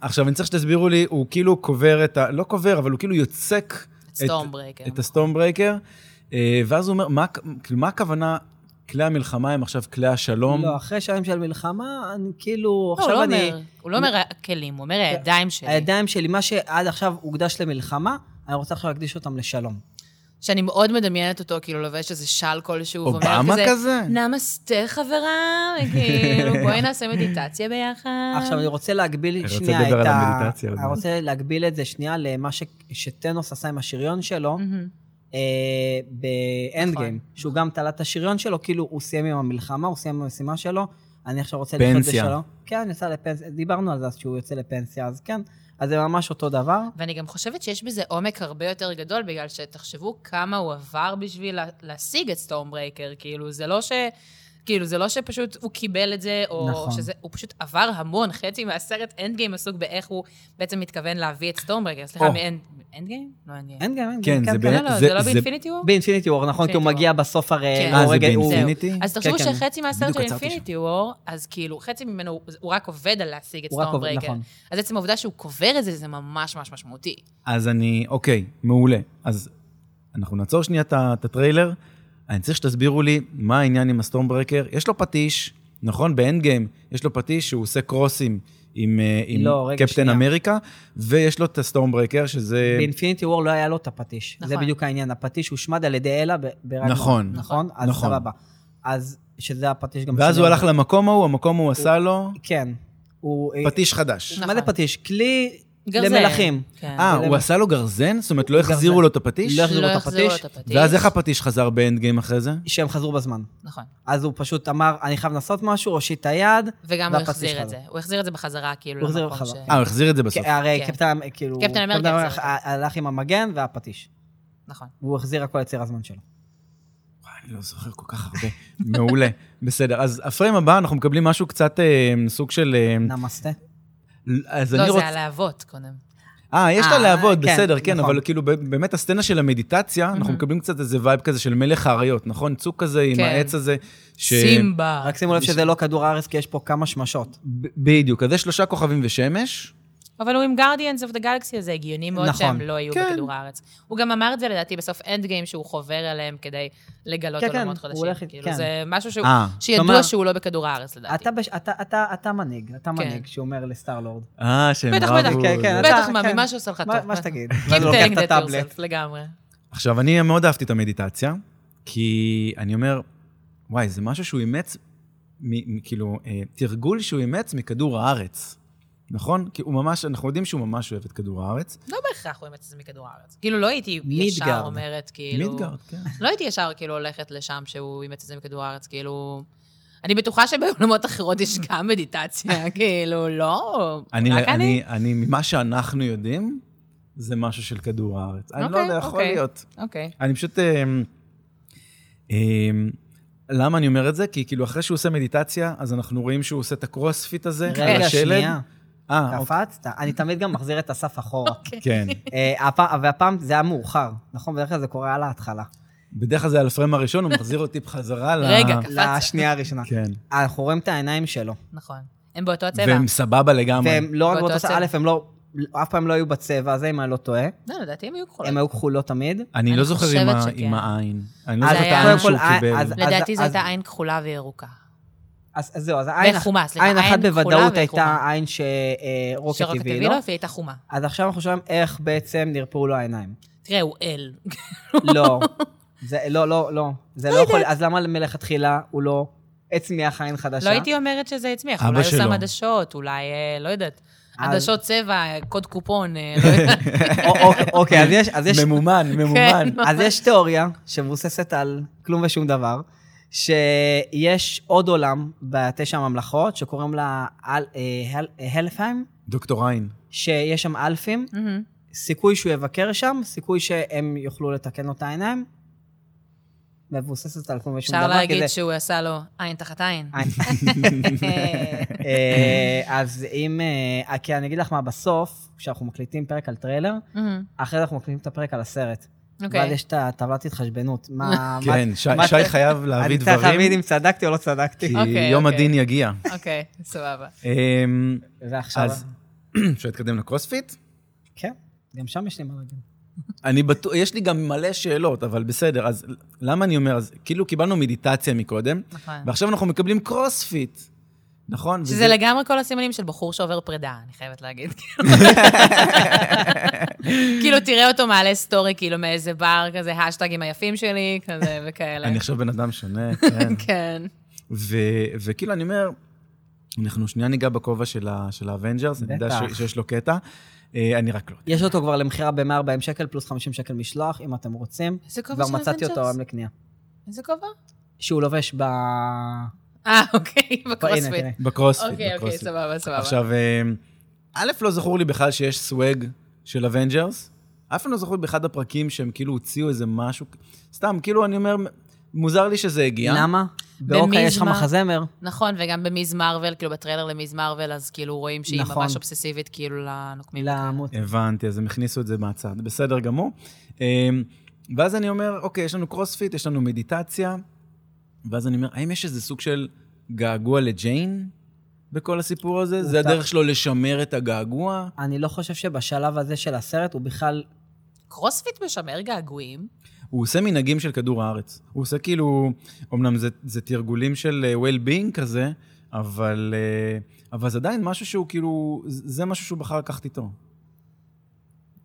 A: עכשיו, אני צריך שתסבירו לי, הוא כאילו קובר את ה... לא קובר, אבל הוא כאילו יוצק...
C: את
B: כן,
C: Stormbreaker.
B: נכון.
A: את הסטום ברייקר, ואז הוא אומר, מה, כאילו, מה הכוונה, כלי המלחמה הם עכשיו כלי השלום?
B: לא, אחרי שנים של מלחמה, אני כאילו,
C: לא, הוא
B: עכשיו
C: לא
B: אני...
C: אומר, הוא לא אומר הכלים, הוא אומר הידיים שלי.
B: הידיים שלי, מה שעד עכשיו הוקדש למלחמה, אני רוצה עכשיו להקדיש אותם לשלום.
C: שאני מאוד מדמיינת אותו, כאילו, לובש איזה של כלשהו, ואומר
A: אובמה כזה?
C: נמסטה חברה, כאילו, בואי נעשה מדיטציה ביחד.
B: עכשיו, אני רוצה
A: אני
B: להגביל
A: רוצה
B: שנייה את
A: לדבר על
B: ה...
A: המדיטציה עוד
B: אני
A: מעט.
B: רוצה להגביל את זה שנייה למה ש- שטנוס עשה עם השריון שלו
C: מהמם.
B: אה, באנד
C: נכון.
B: גיים, שהוא גם תלה את השריון שלו, כאילו הוא סיים עם המלחמה, הוא סיים עם המשימה שלו, אני עכשיו רוצה לחיות
A: פנסיה.
B: בשלום. כן, אני יוצא לפנסיה, דיברנו על זה אז שהוא יוצא לפנסיה, אז כן, אז זה ממש אותו דבר.
C: ואני גם חושבת שיש בזה עומק הרבה יותר גדול, בגלל שתחשבו כמה הוא עבר בשביל לה- להשיג את סטורם ברייקר. כאילו, זה לא ש... כאילו, זה לא שפשוט הוא קיבל את זה, או
B: נכון.
C: נכון. שזה... הוא פשוט עבר המון. חצי מהסרט אנד גיים עסוק באיך הוא בעצם מתכוון להביא את סטורם ברייקר. סליחה,
A: או.
C: מאנד... אנד גיים? לא אנד גיים.
B: אין גם, אין
A: כן,
B: גם,
A: זה
B: כן,
C: לא,
B: כן.
C: לא, לא, זה,
A: זה-
C: לא
A: זה-
C: באינפיניטי וור?
B: באינפיניטי וור, נכון, כי הוא
C: Infinity War.
B: מגיע בסוף הרי...
C: כן.
B: הוא
A: אה, זה
B: רגע- הוא-
A: באינפיניטי?
C: אז תחשבו
B: כן, כן.
C: שחצי מהסרט של
A: בדיוק עצרתי
C: אינפיניטי וור, אז כאילו, חצי ממנו, הוא- הוא רק עובד על להשיג את
B: הוא רק
C: סטורם
B: עובד,
C: ברייקר.
B: נכון.
A: כן.
C: אז עצם העובדה שהוא קובר את זה, זה ממש ממש משמעותי.
A: אז אני, אוקיי, מעולה. אז אנחנו נעצור שנייה את ה- את הטריילר. אני צריך שתסבירו לי מה העניין עם הסטורמברקר. יש לו פטיש, נכון? באנד גיים יש לו פטיש שהוא עושה קרוסים עם, אה, עם
B: לא, רגע,
A: קפטן
B: שנייה.
A: אמריקה, ויש לו את הסטורמברקר, שזה...
B: באינפיניטי וור לא היה לו את הפטיש.
C: נכון.
B: זה בדיוק העניין, הפטיש הושמד על ידי אלה ב- ברדיו.
A: נכון.
B: נכון? אז
A: נכון.
B: סבבה. אז שזה הפטיש גם...
A: ואז
B: שלי.
A: הוא הלך למקום ההוא, המקום הוא עשה לו
B: כן. הוא...
A: פטיש חדש.
B: מה זה
C: נכון.
B: פטיש? כלי
C: גרזן.
B: למלכים.
C: כן.
A: אה,
B: זה
A: הוא
B: לב-
A: עשה לו גרזן? זאת אומרת, לא
B: גרזן.
A: החזירו לו את הפטיש?
B: לא החזירו
C: לא
B: את
C: יחזירו
B: הפטיש,
C: לו את הפטיש.
A: ואז איך הפטיש חזר באנד גיים אחרי זה?
B: שהם חזרו בזמן.
C: נכון.
B: אז הוא פשוט אמר, אני חייב לעשות משהו, הושיט את היד.
C: וגם הוא
B: והפטיש
C: החזיר את
B: חזר.
C: זה. הוא החזיר את זה בחזרה, כאילו,
B: הוא החזיר
C: למקום ש...
B: בחזרה.
A: אה, הוא החזיר את זה בסוף.
B: כי הרי
C: כן.
B: קפטן, כאילו...
C: קפטן אמריקה
B: קפטן
C: החזיר
B: הלך- הלך עם המגן והפטיש.
C: נכון.
B: והוא החזיר הכל לציר הזמן שלו.
A: אני לא זוכר כל כך הרבה. מעולה. בסדר, אז הפריים הבא, אנחנו מקבלים משהו קצת אה, סוג של... אה,
B: נמסטה.
A: אז אני
C: לא, זה
A: רוצה...
C: הלהבות קודם.
A: אה, יש לה
B: אה,
A: להבות,
B: כן,
A: בסדר, כן,
B: נכון.
A: אבל כאילו ב- באמת הסצנה של המדיטציה, אנחנו מקבלים קצת איזה וייב כזה של מלך האריות, נכון? צוק כזה עם
C: כן.
A: העץ הזה. ש-
C: סימבה.
B: רק שימו לב שזה לא כדור הארץ, כי יש פה כמה שמשות.
A: ב- בדיוק, אז יש שלושה כוכבים ושמש.
C: אבל הוא עם גארדיאנס אוף דה גלקסי, אז זה הגיוני מאוד
B: נכון.
C: שהם לא יהיו
A: כן.
C: בכדור הארץ. הוא גם אמר את זה לדעתי בסוף אנד גיים שהוא חובר אליהם כדי לגלות
B: כן,
C: עולמות
B: כן,
C: חדשים.
B: הוא הולך-
C: כאילו,
B: כן.
C: זה משהו שהוא-
A: אה,
C: שידוע
B: כלומר-
C: שהוא לא בכדור הארץ, לדעתי.
B: אתה בש- אתה- אתה- אתה מנהיג, אתה
C: כן.
B: מנהיג שאומר לסטארלורד.
A: אה, שהם
C: בטח,
A: רבו.
C: בטח.
B: כן, כן, אתה-
C: בטח, מה, ממה שעושה לך
B: מה-
C: טוב.
B: מה שתגיד.
C: Keep
B: ואז הוא לוקח
C: telling
B: את
C: that
B: הטאבלט.
C: yourself, לגמרי.
A: עכשיו, אני מאוד אהבתי את המדיטציה, כי אני אומר, וואי, זה משהו שהוא אימץ, מ- מ- כאילו, אה, תרגול שהוא אימץ מכדור הארץ, נכון? כי הוא ממש, אנחנו יודעים שהוא ממש אוהב את כדור הארץ.
C: לא בהכרח הוא אימץ את זה מכדור הארץ. כאילו, לא הייתי ישר
B: מידגרד.
C: אומרת, כאילו...
A: מידגרד, כן.
C: לא הייתי ישר כאילו הולכת לשם שהוא אימץ את זה מכדור הארץ, כאילו... אני בטוחה שבעולמות אחרות יש גם מדיטציה, כאילו, לא?
A: אני,
C: רק
A: אני, אני, ממה שאנחנו יודעים, זה משהו של כדור הארץ. אני לא
C: אוקיי,
A: יודע, יכול
C: אוקיי.
A: להיות.
C: אוקיי.
A: אני פשוט... אמ, אמ, למה אני אומר את זה? כי כאילו, אחרי שהוא עושה מדיטציה, אז אנחנו רואים שהוא עושה את הקרוספיט הזה, על
B: רגע,
A: השלד.
B: שנייה.
A: כן. אה, אוקיי,
B: קפצת? אני תמיד גם מחזיר את הסף אחורה.
A: כן.
C: אוקיי.
B: אה, הפ- והפעם זה היה מאוחר, נכון? בדרך כלל זה קורה על ההתחלה.
A: בדרך כלל זה על הפריים הראשון, הוא מחזיר אותי בחזרה ל...
C: רגע, קפצת.
B: לשנייה הראשונה.
A: כן.
B: אנחנו רואים את העיניים שלו.
C: נכון. הם באותו הצבע.
A: והם סבבה לגמרי.
B: והם לא רק
C: באותו
B: באותו צבע,
C: הצבע.
B: א', הם לא, אף פעם לא היו בצבע הזה, אם אני לא טועה.
C: לא, לדעתי הם היו כחולים.
B: הם היו כחולות תמיד.
A: אני לא
C: אני
A: זוכר עם
C: חושבת
A: ה-
C: שכן.
A: עם העין. אני לא
B: אז
A: זוכר את
C: היה-
A: העין
C: קודם אה,
A: שהוא
B: כל,
A: קיבל.
B: אז-
C: לדעתי זו
B: אז-
C: הייתה עין כחולה וירוקה.
B: אז אז זהו, אז העין אח-
C: וחומה, סליחה.
B: עין אחת
C: כחולה
B: בוודאות הייתה אה,
C: וחומה.
B: עין שרוקט
C: שרוקט
B: הביא
C: הביא
B: לו.
C: לו, והיא לא, הייתה חומה.
B: לא? אז עכשיו אנחנו שואלים איך בעצם נרפאו לו העיניים.
C: תראה, הוא אל.
B: לא, זה לא, לא, לא. זה לא יכול, אז למה מלכתחילה הוא לא הצמיח עין חדשה?
C: לא הייתי אומרת שזה הצמיח.
A: אבא
C: אולי הוא
A: שלו.
C: שם עדשות, אולי, אה, לא יודעת.
B: אז-
C: עדשות צבע, קוד קופון, אה, לא יודעת.
B: או- אוקיי, אוקיי, אז יש- אז יש
A: ממומן,
C: כן.
A: ממומן.
B: אז יש תיאוריה שמבוססת על כלום ושום דבר, שיש עוד עולם בתשע הממלכות שקוראים לה אל- אה, הל- אה, הלפהיים,
A: דוקטור עין.
B: שיש שם אלפים,
C: מהמם.
B: סיכוי שהוא יבקר שם, סיכוי שהם יוכלו לתקן לו את העיניים, מבוססת על כלום ושום דבר.
C: אפשר להגיד
B: כדי-
C: שהוא עשה לו עין תחת עין.
B: אה, אה, אז אם... אה, כי אני אגיד לך מה, בסוף, כשאנחנו מקליטים פרק על טריילר,
C: מהמם.
B: אחרי זה אנחנו מקליטים את הפרק על הסרט. ואז
C: אוקיי.
B: יש את הטבלת התחשבנות. מה... מה-
A: כן, שי-
B: מה-
A: שי חייב להביא
B: אני צריך להבין
A: דברים,
B: אם צדקתי או לא צדקתי.
A: כי
C: אוקיי,
A: יום
C: אוקיי.
A: הדין יגיע.
C: אוקיי, סבבה.
A: אמ,
B: ועכשיו...
A: אז, אפשר להתקדם לקרוספיט?
B: כן, גם שם יש לי מה להגיד.
A: אני בטוח, יש לי גם מלא שאלות, אבל בסדר, אז למה אני אומר, אז כאילו קיבלנו מדיטציה מקודם,
C: נכון.
A: ועכשיו אנחנו מקבלים קרוספיט, נכון?
C: שזה
A: וזה-
C: לגמרי כל הסימנים של בחור שעובר פרידה, אני חייבת להגיד. כאילו, תראה אותו מעלה סטורי, כאילו, מאיזה בר, כזה, האשטגים היפים שלי, כזה, וכאלה.
A: אני עכשיו בן אדם שונה, כן.
C: כן.
A: ו- וכאילו, אני אומר, אנחנו שנייה ניגע בכובע של ה- של האבנג'רס, אני יודע
B: בטח.
A: ש- שיש לו קטע, אה, אני רק לא.
B: יש אותו כבר למכירה ב-140 שקל פלוס 50 שקל משלוח, אם אתם רוצים.
C: איזה כובע
B: כבר
C: של
B: מצאתי אותו היום
C: אבנג'רס?
B: לקנייה.
C: איזה כובע?
B: שהוא לובש ב...
C: אה, אוקיי,
B: הנה,
C: בקרוספיט.
B: תראה.
A: בקרוספיט,
C: אוקיי, אוקיי,
A: בקרוספיט.
C: סבבה, סבבה.
A: עכשיו, אה, א', לא זכור לי בכלל שיש סוואג של אבנג'רס. אף פעם לא זכור לי באחד הפרקים שהם כאילו הוציאו איזה משהו. סתם, כאילו, אני אומר, מוזר לי שזה הגיע.
B: למה? באוקיי יש לך
D: במיזמה.
B: מחזמר.
C: נכון, וגם במיז מרוויל, כאילו בטריילר למיז מרוויל, אז כאילו רואים שהיא
B: נכון.
C: ממש אובססיבית, כאילו לנוקמים.
B: לעמוד.
A: הבנתי, אז הם הכניסו את זה מהצד, בסדר גמור. אמ, ואז אני אומר, אוקיי, יש לנו קרוספיט, יש לנו מדיטציה, ואז אני אומר, האם יש איזה סוג של געגוע לג'יין בכל הסיפור הזה? זה
B: אותה.
A: הדרך שלו לשמר את הגעגוע?
B: אני לא חושב שבשלב הזה של הסרט הוא בכלל...
C: קרוספיט משמר געגועים.
A: הוא עושה מנהגים של כדור הארץ. הוא עושה כאילו, אמנם זה, זה תרגולים של אה, well-being כזה, אבל, אה, אבל זה עדיין משהו שהוא כאילו, זה משהו שהוא בחר לקחת איתו.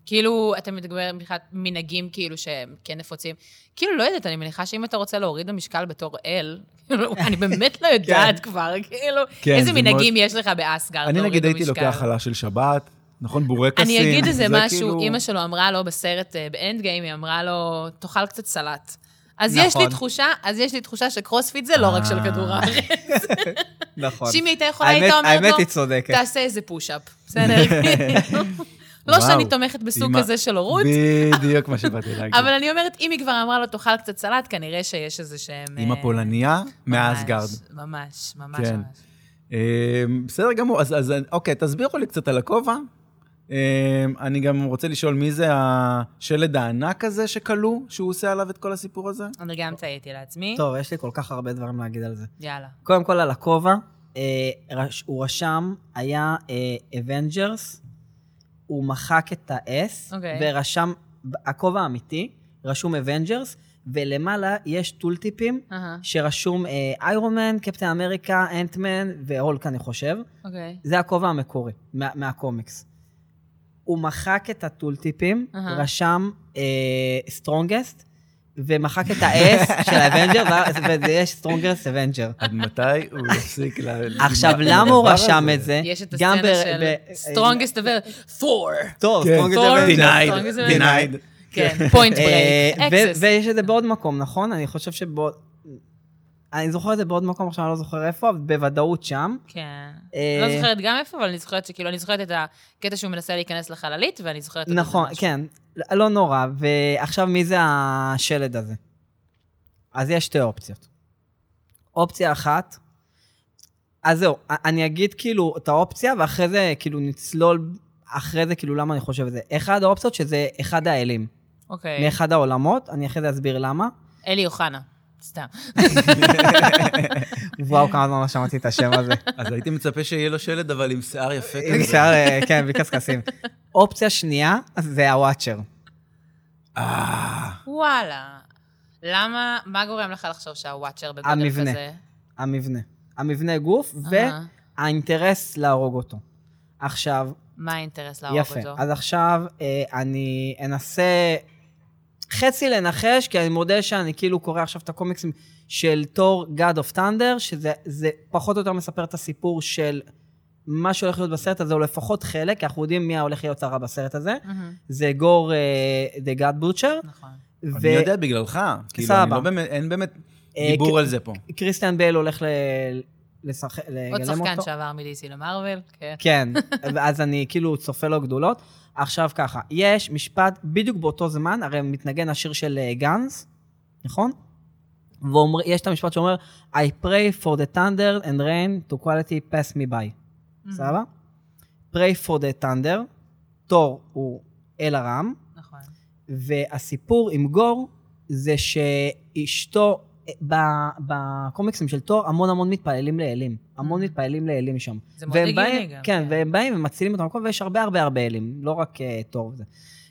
C: כאילו, אתה מדבר מבחינת מנהגים כאילו שהם כן נפוצים. כאילו, לא יודעת, אני מניחה שאם אתה רוצה להוריד במשקל בתור אל, כאילו, אני באמת לא יודעת כבר, כאילו,
A: כן,
C: איזה
A: זה
C: מנהגים יש לך באסגרד
A: אני
C: להוריד
A: נגיד הייתי
C: במשקל?
A: לוקח חלה של שבת, נכון? בורקסים.
C: אני אגיד איזה
A: זה
C: משהו,
A: כאילו-
C: אימא שלו אמרה לו בסרט, אה, באנד גיים, היא אמרה לו, תאכל קצת סלט. אז יש
B: נכון.
C: לי תחושה, אז יש לי תחושה שקרוספיט זה לא רק של
A: אה.
C: כדור הארץ.
B: נכון.
C: שאם היא הייתה יכולה, הייתה אומרת לו,
B: צודקת.
C: תעשה איזה פוש-אפ, בסדר? כאילו. לא
A: וואו,
C: שאני תומכת בסוג
A: אימא-
C: כזה של הורות,
A: בדיוק מה שבאתי להגיד.
C: אבל אני אומרת, אם היא כבר אמרה לו, תאכל קצת סלט, כנראה שיש איזה שהם...
A: עם
C: אה,
A: הפולניה
C: ממש,
A: מאסגרד.
C: ממש, ממש
A: כן.
C: ממש.
A: אה, בסדר גמור, אז, אז אוקיי, תסבירו לי קצת על הכובע. אה, אני גם רוצה לשאול מי זה השלד הענק הזה שכלוא, שהוא עושה עליו את כל הסיפור הזה?
C: אני גם טעיתי לעצמי.
B: טוב, יש לי כל כך הרבה דברים להגיד על זה.
C: יאללה.
B: קודם כל על הכובע, אה, רש- הוא רשם, היה אבנג'רס, הוא מחק את ה-S,
C: אוקיי.
B: ורשם, הכובע האמיתי, רשום אבנג'רס, ולמעלה יש טולטיפים
C: אהה,
B: שרשום אה, איירון מן, קפטן אמריקה, אנטמן והולק, אני חושב.
C: אוקיי.
B: זה הכובע המקורי, מה, מהקומיקס. הוא מחק את הטולטיפים,
C: אהה.
B: רשם סטרונגסט, ומחק את ה-S של האבנג'ר, וזה יש סטרונגסט אבנג'ר.
A: עד מתי הוא יפסיק ל...
B: עכשיו,
A: לדבר
B: למה הוא
A: הזה?
B: רשם את זה?
C: יש את
B: אה, גם
C: הסצנה
B: ב-
C: של
B: ב-
C: סטרונגסט דבר, פור.
B: טוב,
A: כן.
B: סטרונגסט
C: Thor.
B: אבנג'ר.
A: Denied,
C: Strongest Avenger.
A: denied.
C: כן, פוינט
B: אה,
C: ברייק,
B: ו-
C: אקסס.
B: ויש את זה בעוד מקום, נכון? אני חושב שבעוד... אני זוכר את זה בעוד מקום, עכשיו אני לא זוכר איפה, אבל בוודאות שם.
C: כן.
B: אה,
C: לא זוכרת גם איפה, אבל אני זוכרת שכאילו, אני זוכרת את הקטע שהוא מנסה להיכנס לחללית, ואני זוכרת... את זה
B: נכון,
C: ממש.
B: כן. לא- לא נורא. ועכשיו, מי זה השלד הזה? אז יש שתי אופציות. אופציה אחת, אז זהו, א- אני אגיד כאילו את האופציה, ואחרי זה כאילו נצלול אחרי זה כאילו למה אני חושב את זה. אחד האופציות שזה אחד האלים,
C: אוקיי.
B: מאחד העולמות, אני אחרי זה אסביר למה.
C: אלי אוחנה. סתם.
B: וואו, כמה זמן לא שמעתי את השם הזה.
A: אז הייתי מצפה שיהיה לו שלד, אבל עם שיער יפה
B: אם
A: כזה.
B: אפשר, אה, כן, בלי קשקשים. אופציה שנייה, זה הוואצ'ר.
A: אה,
C: וואלה. למה, מה גורם לך לחשוב שהוואצ'ר בגודל כזה?
B: המבנה. המבנה. המבנה גוף,
C: אהה.
B: והאינטרס להרוג אותו. עכשיו,
C: מה האינטרס להרוג אותו?
B: יפה. אז עכשיו אה, אני אנסה חצי לנחש, כי אני מודה שאני כאילו קורא עכשיו את הקומיקס של תור God of Thunder, שזה זה פחות או יותר מספר את הסיפור של מה שהולך להיות בסרט הזה, או לפחות חלק, כי אנחנו יודעים מי הולך להיות הרע בסרט הזה.
C: מהמם.
B: זה גור אה, The God Butcher.
C: נכון.
A: אני יודע בגללך. כאילו, אני
B: סבבה.
A: לא באמת- אין באמת
B: אה,
A: דיבור
B: כ-
A: על זה פה.
B: קריסטיאן בייל הולך ל... לשחק... לגלם
C: עוד
B: אותו.
C: שחקן שעבר מ-DC למרוויל, כן.
B: כן, ואז אני כאילו צופה לו גדולות. עכשיו ככה, יש משפט בדיוק באותו זמן, הרי מתנגן השיר של אה, גנץ, נכון? ויש את המשפט שאומר, I pray for the thunder and rain to quality pass me by. סבבה? pray for the thunder, תור הוא אל הרם,
C: נכון.
B: והסיפור עם גור זה שאשתו, אה, ב- בקומיקסים של תור, המון המון מתפללים לאלים. המון
C: Mhm.
B: מתפללים לאלים שם.
C: זה מאוד
B: והם
C: הגיוני
B: באים-
C: גם.
B: כן, והם באים ומצילים את המקום, ויש הרבה הרבה הרבה אלים, לא רק אה, תור וזה.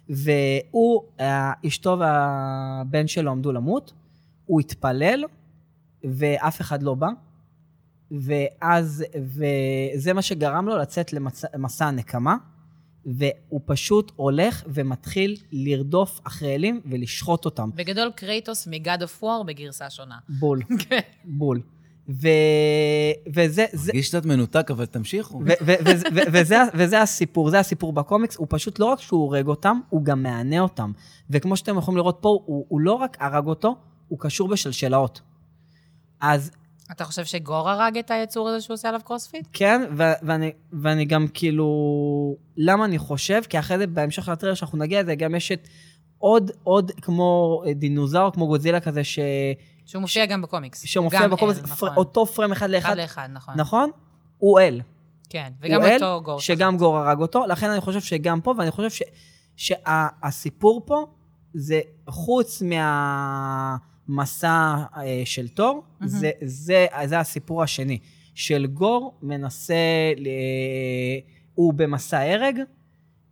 B: והוא, אה, אשתו והבן שלו עמדו למות, הוא התפלל, ואף אחד לא בא. ואז, וזה מה שגרם לו לצאת למסע הנקמה, והוא פשוט הולך ומתחיל לרדוף אחרי אלים ולשחוט אותם.
C: בגדול קרייטוס מגד אוף וור בגרסה שונה.
B: בול,
C: כן.
B: בול. ו... וזה... זה-
A: מרגיש קצת מנותק, אבל תמשיכו.
B: ו- ו- ו- ו- וזה, וזה הסיפור, זה הסיפור בקומיקס, הוא פשוט לא רק שהוא הורג אותם, הוא גם מענה אותם. וכמו שאתם יכולים לראות פה, הוא, הוא לא רק הרג אותו, הוא קשור בשלשלאות. אז
C: אתה חושב שגור הרג את היצור הזה שהוא עושה עליו קרוספיט?
B: כן, ו- ואני, ואני גם כאילו... למה אני חושב? כי אחרי זה, בהמשך לטריילר שאנחנו נגיע לזה, גם יש את עוד, עוד כמו אה, דינוזאור, כמו גוזילה כזה, ש...
C: שהוא מופיע גם בקומיקס.
B: שמופיע
C: גם
B: במקום
C: אל,
B: הזה,
C: נכון.
B: פר- אותו פריים אחד לאחד,
C: אחד לאחד, נכון.
B: נכון? הוא אל.
C: כן, וגם
B: הוא אל,
C: אותו גור.
B: שגם גור הרג אותו, לכן אני חושב שגם פה, ואני חושב ש, שהסיפור פה זה חוץ מהמסע אה, של תור, mm-hmm.
C: מהמם.
B: זה, זה, זה הסיפור השני. של גור מנסה, ל- הוא במסע הרג,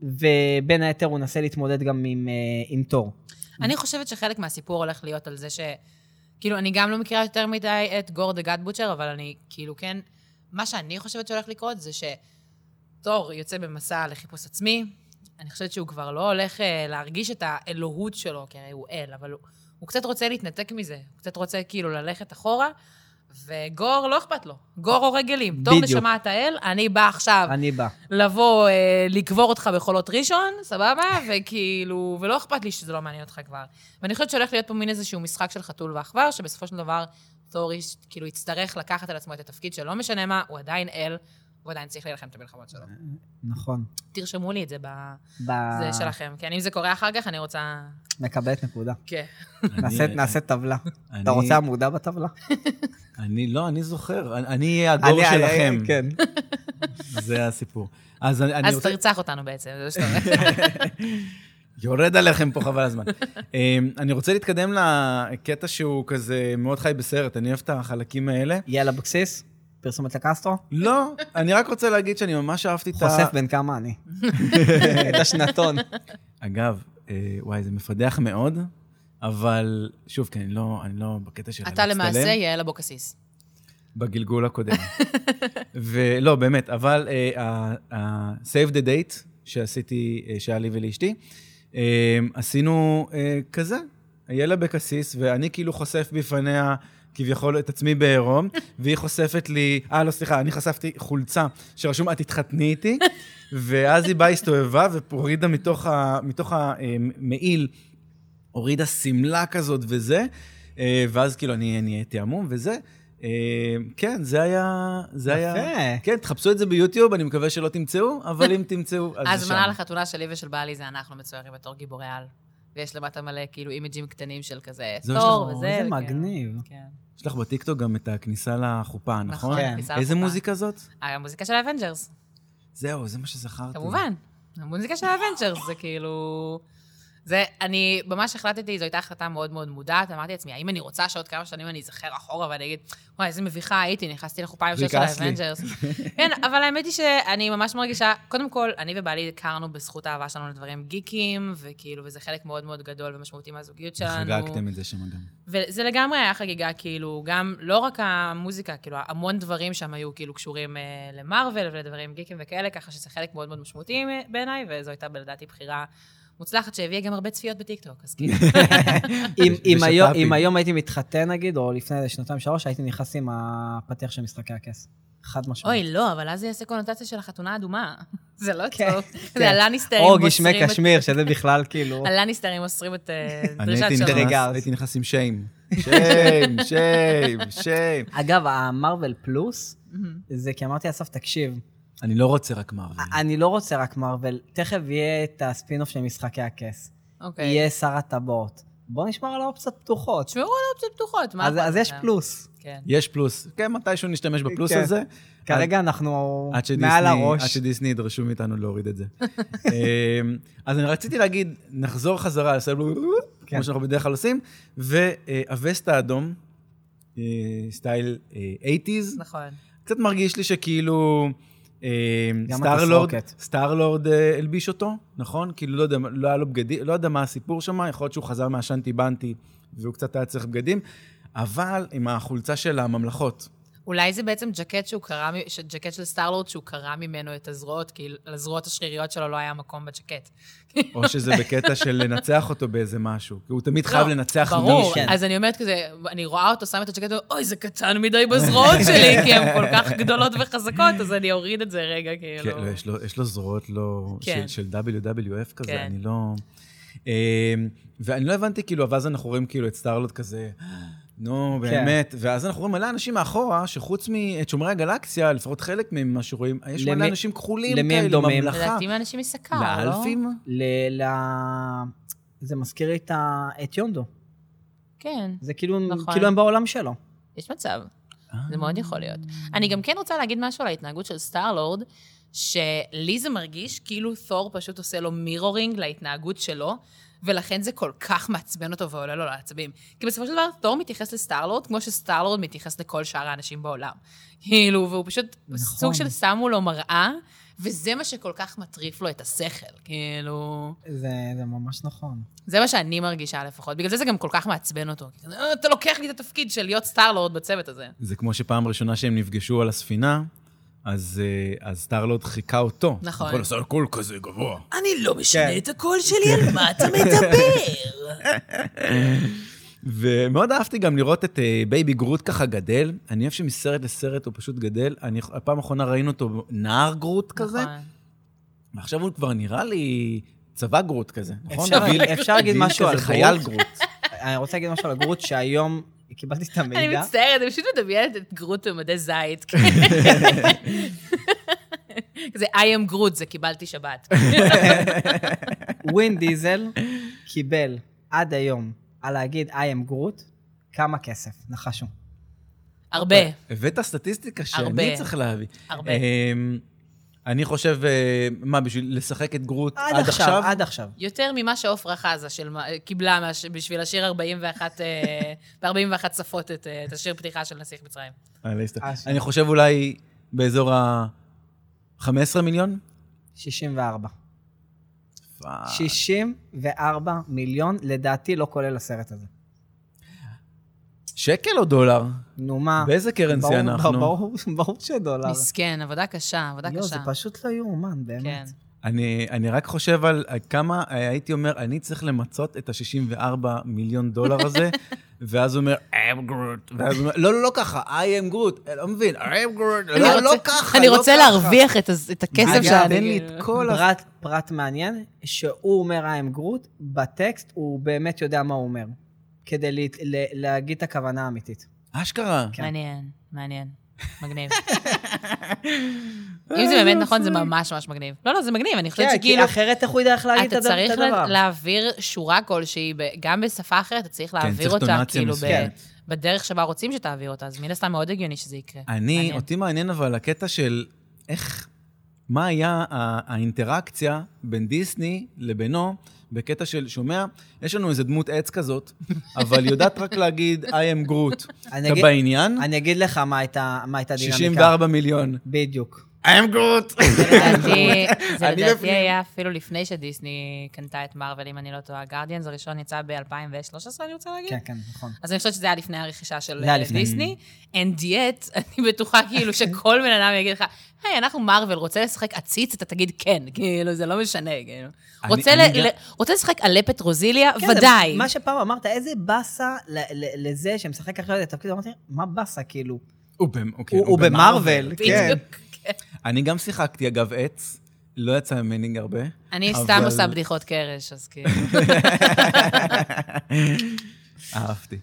B: ובין היתר הוא מנסה להתמודד גם עם, אה, עם תור.
C: אני חושבת שחלק מהסיפור הולך להיות על זה ש... כאילו, אני גם לא מכירה יותר מדי את גור דה גאד בוטשר, אבל אני, כאילו, כן... מה שאני חושבת שהולך לקרות זה שתור יוצא במסע לחיפוש עצמי. אני חושבת שהוא כבר לא הולך אה, להרגיש את האלוהות שלו, כי הרי הוא אל, אבל הוא, הוא קצת רוצה להתנתק מזה. הוא קצת רוצה כאילו ללכת אחורה, וגור לא אכפת לו. גור הורג אלים. תור
B: בדיוק.
C: נשמה אתה אל, אני בא עכשיו
B: אני בא.
C: לבוא, אה, לקבור אותך בחולות ראשון, סבבה? וכאילו, ולא אכפת לי שזה לא מעניין אותך כבר. ואני חושבת שהולך להיות פה מין איזשהו משחק של חתול ועכבר, שבסופו של דבר תור יש- כאילו יצטרך לקחת על עצמו את התפקיד שלא משנה מה, הוא עדיין אל, הוא עדיין צריך להילחם את המלחמות שלו.
B: נכון.
C: תרשמו לי את זה
A: אה.
B: ב-
C: בזה שלכם, כן, אם זה קורה אחר כך, אני רוצה...
B: מקבלת נקודה.
C: כן.
B: נעשה- נעשה טבלה.
A: אני-
B: אתה רוצה עמודה בטבלה?
A: אני, לא, אני זוכר. אני- אני אהיה הגור
B: אני- אני-
A: שלכם.
B: כן.
A: זה הסיפור. אז אני אני
C: אז
A: רוצה...
C: תרצח אותנו בעצם, זה מה שאתה אומר.
A: יורד עליכם פה, חבל הזמן. אמ, אני רוצה להתקדם לקטע שהוא כזה מאוד חי בסרט, אני אוהב את החלקים האלה.
B: יאללה אבקסיס, פרסומת לקסטרו.
A: לא, אני רק רוצה להגיד שאני ממש אהבתי את ה...
B: חושף בן כמה אני. את השנתון.
A: אגב, אה, וואי, זה מפדח מאוד, אבל שוב, כי אני לא, אני לא בקטע של
C: אתה
A: להצטלם.
C: למעשה יעל אבוקסיס.
A: בגלגול הקודם. ולא, באמת, אבל אה, ה- ה- Save the Date שעשיתי, אה, שהיה לי ולאשתי, אה, עשינו אה, כזה, איילה אבקסיס, ואני כאילו חושף בפניה כביכול את עצמי בעירום, והיא חושפת לי, אה, לא, סליחה, אני חשפתי חולצה שרשום, את תתחתני איתי, ואז היא באה, הסתובבה, והורידה מתוך ה- אה, מתוך המעיל, הורידה שמלה כזאת וזה, אה, ואז כאילו אני אני הייתי המום וזה. אה, כן, זה היה... זה היה...
B: יפה.
A: כן, תחפשו את זה ביוטיוב, אני מקווה שלא תמצאו, אבל אם תמצאו, אז זה שם.
C: ההזמנה לחתונה שלי ושל בעלי זה אנחנו מצוירים בתור גיבורי על. ויש למטה מלא כאילו אימג'ים קטנים של כזה
A: זה מה
C: תור
A: שאנחנו-
C: וזה.
B: זה
C: וכאילו,
B: מגניב.
C: כן.
A: יש לך בטיקטוק גם את הכניסה לחופה, נכון?
C: נכון,
B: כן.
C: הכניסה
A: איזה
C: לחופה.
A: מוזיקה זאת?
C: המוזיקה של האבנג'רס,
A: זהו, זה מה שזכרתי.
C: כמובן. המוזיקה של האבנג'רס זה כאילו... זה, אני ממש החלטתי, זו הייתה החלטה מאוד מאוד מודעת, אמרתי לעצמי, האם אני רוצה שעוד כמה שנים אני אזכר אחורה ואני אגיד, וואי, איזה מביכה הייתי, נכנסתי לחופה עם שיר של
A: וכעס לי."
C: האבנג'רס. כן, אבל האמת היא שאני ממש מרגישה, קודם כל, אני ובעלי הכרנו בזכות האהבה שלנו לדברים גיקים, וכאילו, וזה חלק מאוד מאוד גדול ומשמעותי מהזוגיות שלנו.
A: חגגתם את זה שם גם.
C: וזה לגמרי היה חגיגה, כאילו, גם לא רק המוזיקה, כאילו, המון דברים שם היו כאילו קשורים אה, למרוויל ולדברים גיקים וכאלה, ככה שזה חלק מאוד מאוד משמעותי אה, בעיניי, וזו הייתה לדעתי בחירה מוצלחת, שהביאה גם הרבה צפיות בטיקטוק, אז כאילו,
B: אם- אם
A: ושת"פים.
B: היום- אם היום הייתי מתחתן נגיד, או לפני איזה שנתיים שלוש, הייתי נכנס עם הפתיח של משחקי הכס. חד משמעית.
C: אוי, לא, אבל אז זה יעשה קונוטציה של החתונה האדומה. זה לא
B: כן,
C: טוב.
B: כן.
C: זה הלניסטרים
B: או גשמי
C: מוסרים את...
B: קשמיר, שזה בכלל כאילו...
C: הלניסטרים מוסרים את אה,
A: אני
C: דרישת
A: הייתי
C: שלום.
A: נכנס-
B: רגע, אז-
A: הייתי נכנס עם שיים. שיים, שיים, שיים.
B: אגב, המרוויל פלוס,
C: מהמם.
B: זה כי אמרתי, אסף, תקשיב,
A: אני לא רוצה רק מרוויל.
B: אני לא רוצה רק מרוויל, תכף יהיה את הספינוף של משחקי הכס.
C: אוקיי.
B: יהיה שר הטבעות. בוא נשמר על האופציות פתוחות.
C: תשמעו על אופציות פתוחות, מה...
B: אז
C: אכפת
B: אז יש
C: לכם?
B: פלוס.
C: כן.
A: יש פלוס. כן, מתישהו נשתמש בפלוס
B: כן.
A: הזה.
B: כרגע אנחנו
A: עד שדיסני,
B: נכון. מעל הראש.
A: עד שדיסני ידרשו מאיתנו להוריד את זה. אמ, אז אני רציתי להגיד, נחזור חזרה על סלבלו,
B: כן.
A: כמו שאנחנו בדרך כלל עושים, והווסט האדום, אה, סטייל אה, 80's,
C: נכון.
A: קצת מרגיש לי שכאילו... אמ,
B: גם
A: סטארלורד,
B: התסרוקת.
A: סטארלורד אה, הלביש אותו, נכון? כאילו, לא יודע, לא היה לו בגדים, לא יודע מה הסיפור שם, יכול להיות שהוא חזר מהשנטי בנטי והוא קצת היה צריך בגדים, אבל עם החולצה של הממלכות.
C: אולי זה בעצם ג'קט שהוא קרע, מ- ש- ג'קט של סטארלורד שהוא קרע ממנו את הזרועות, כי לזרועות השריריות שלו לא היה מקום בג'קט.
A: או שזה בקטע של לנצח אותו באיזה משהו. כי הוא תמיד חייב
C: לא,
A: לנצח מישהו.
C: ברור,
B: כן.
C: אז אני אומרת כזה, אני רואה אותו שם את הג'קט, ואומר, אוי, זה קטן מדי בזרועות שלי, כי הן כל כך גדולות וחזקות, אז אני אוריד את זה רגע,
A: כן,
C: כאילו.
A: לא, יש לו- יש לו זרועות לא...
C: כן.
A: של- של WWF
C: כן.
A: כזה, אני לא... אמ, ואני לא הבנתי, כאילו, אבל אז אנחנו רואים כאילו את סטארלוט כזה, נו,
B: כן.
A: באמת. ואז אנחנו רואים מלא אנשים מאחורה, שחוץ מאת שומרי הגלקסיה, לפחות חלק ממה שרואים, יש מלא
B: למי-
A: אנשים כחולים
B: למי הם
A: כאלה,
B: דומים?
A: בממלכה.
C: לדעתי מאנשים מסקר, לא?
A: לאלפים?
B: ל... ל... זה מזכיר לי את, ה... את יונדו.
C: כן,
B: זה כאילו,
C: נכון.
B: כאילו הם בעולם שלו.
C: יש מצב.
A: אה.
C: זה מאוד יכול להיות. אני גם כן רוצה להגיד משהו על ההתנהגות של סטארלורד, שלי זה מרגיש כאילו תור פשוט עושה לו מירורינג להתנהגות שלו, ולכן זה כל כך מעצבן אותו ועולה לו לעצבים. כי בסופו של דבר, תור מתייחס לסטארלורד כמו שסטארלורד מתייחס לכל שאר האנשים בעולם. כאילו, והוא פשוט
B: נכון.
C: סוג של שמו לו מראה, וזה מה שכל כך מטריף לו את השכל, כאילו...
B: זה, זה ממש נכון.
C: זה מה שאני מרגישה לפחות. בגלל זה זה גם כל כך מעצבן אותו. כי כזה, "אה, אתה לוקח לי את התפקיד של להיות סטארלורד בצוות הזה.
A: זה כמו שפעם ראשונה שהם נפגשו על הספינה, אז אה, אז סטארלורד חיכה אותו.
C: נכון.
A: כל עשה קול כזה גבוה.
C: אני לא
B: כן.
C: משנה את הקול שלי, על מה אתה מדבר?
A: ומאוד אהבתי גם לראות את אה, בייבי גרוט ככה גדל. אני אוהב שמסרט לסרט הוא פשוט גדל. אני, הפעם האחרונה ראינו אותו נער גרוט כזה,
B: נכון.
A: ועכשיו הוא כבר נראה לי צבא גרוט כזה, נכון?
B: אפשר-
A: הביל-
B: אפשר להגיד
A: הביל
B: משהו על
A: כזה,
B: גרוט?
A: חייל גרוט.
B: אני רוצה להגיד משהו על הגרות שהיום קיבלתי את
C: אני
B: המידע.
C: מצטערת, אני פשוט מדמיינת את גרוט במדי זית. זה I am גרוט, זה קיבלתי שבת.
B: ווין דיזל קיבל עד היום על להגיד I am גרוט כמה כסף, נחשו.
C: הרבה.
A: אוקיי. הבאת סטטיסטיקה שאני
C: הרבה.
A: צריך להביא.
C: הרבה.
A: אמ, אני חושב, אה, מה, בשביל לשחק את גרוט
B: עד עכשיו, עד עכשיו.
C: יותר ממה שעופרה חזה של מה- אה, קיבלה מה- בשביל השיר 41, אה, ב-41 שפות את אה, את השיר פתיחה של נסיך מצרים.
A: אה, לא הסתכל.
B: אה, ש-
A: אני חושב אולי באזור ה-15 מיליון?
B: 64.
A: פאק.
B: 64 מיליון, לדעתי לא כולל הסרט הזה.
A: שקל או דולר?
B: נו מה?
A: באיזה
B: אה. ברור-
A: קרנסי אנחנו?
B: ברור- ברור שדולר.
C: מסכן, עבודה קשה, עבודה
B: יואו, זה
C: קשה.
B: פשוט לא יאומן,
C: כן.
B: באמת.
A: אני אני רק חושב על כמה, אה, הייתי אומר, אני צריך למצות את ה-64 מיליון דולר הזה, ואז הוא אומר, I am גרוט. ואז הוא אומר, לא, לא, לא ככה, I am גרוט. לא מבין, I am גרוט.
C: אני
A: לא,
C: רוצה-
A: לא ככה,
C: אני
A: לא
C: רוצה
A: ככה.
C: להרוויח את הז- את הכסף
B: אגב,
C: שאני...
A: תן לי את כל ה...
B: פרט, פרט מעניין, שהוא אומר I am גרוט, בטקסט הוא באמת יודע מה הוא אומר, כדי להת- ל- להגיד את הכוונה האמיתית.
A: אשכרה.
B: כן.
C: מעניין, מעניין. מגניב. אם זה באמת נכון, זה ממש ממש מגניב. לא, לא, זה מגניב, אני חושבת
B: אה, כן, כי
C: שכאילו...
B: אחרת איך הוא ידע איך להגיד את
C: אתה
B: הדבר?
C: צריך
B: את הדבר?
C: לה- להעביר שורה כלשהי, ב- גם בשפה אחרת, אתה צריך להעביר
A: כן, צריך
C: אותה,
A: טונציה
C: כאילו, ב-
A: מסוימת.
B: כן.
C: בדרך שבה רוצים שתעביר אותה, אז מן הסתם מאוד הגיוני שזה יקרה.
A: אני,
C: מעניין.
A: אותי מעניין אבל הקטע של איך, מה היה ה- האינטראקציה בין דיסני לבינו, בקטע של, שומע, יש לנו איזה דמות עץ כזאת, אבל יודעת רק להגיד, I am גרוט.
B: אני
A: אתה
B: אגיד-
A: בעניין?
B: אני אגיד לך מה הייתה מה הייתה הדינמיקה.
A: 64 מיליון.
B: בדיוק.
A: I am גרוט.
C: לדעתי- זה
B: לא
A: אני לא
C: לדעתי
A: בפנים.
C: היה אפילו לפני שדיסני קנתה את מארוול, אם אני לא טועה. גרדיאנס הראשון יצא ב-2013, אני רוצה להגיד.
B: כן, כן, נכון.
C: אז אני חושבת שזה היה לפני הרכישה של
B: זה היה
C: אה,
B: לפני.
C: דיסני. And yet, אני בטוחה כאילו שכל בן אדם יגיד לך, היי, אנחנו מארוול, רוצה לשחק עציץ? אתה תגיד כן, כאילו, זה לא משנה, כאילו.
A: אני-
C: רוצה
A: אני
C: ל-
A: גם-
C: ל- רוצה לשחק עלפת רוזיליה?
B: כן,
C: ודאי.
B: זה מה שפעם אמרת, איזה באסה ל- ל- לזה שמשחק עכשיו את התפקיד, אמרתי, מה באסה, כאילו?
A: הוא במ- אוקיי,
B: הוא הוא במרוויל, כן.
C: בדיוק.
A: אני גם שיחקתי, אגב, עץ. לא יצא ממני הרבה.
C: אני
A: אבל-
C: סתם עושה בדיחות קרש, אז כאילו.
A: אהבתי.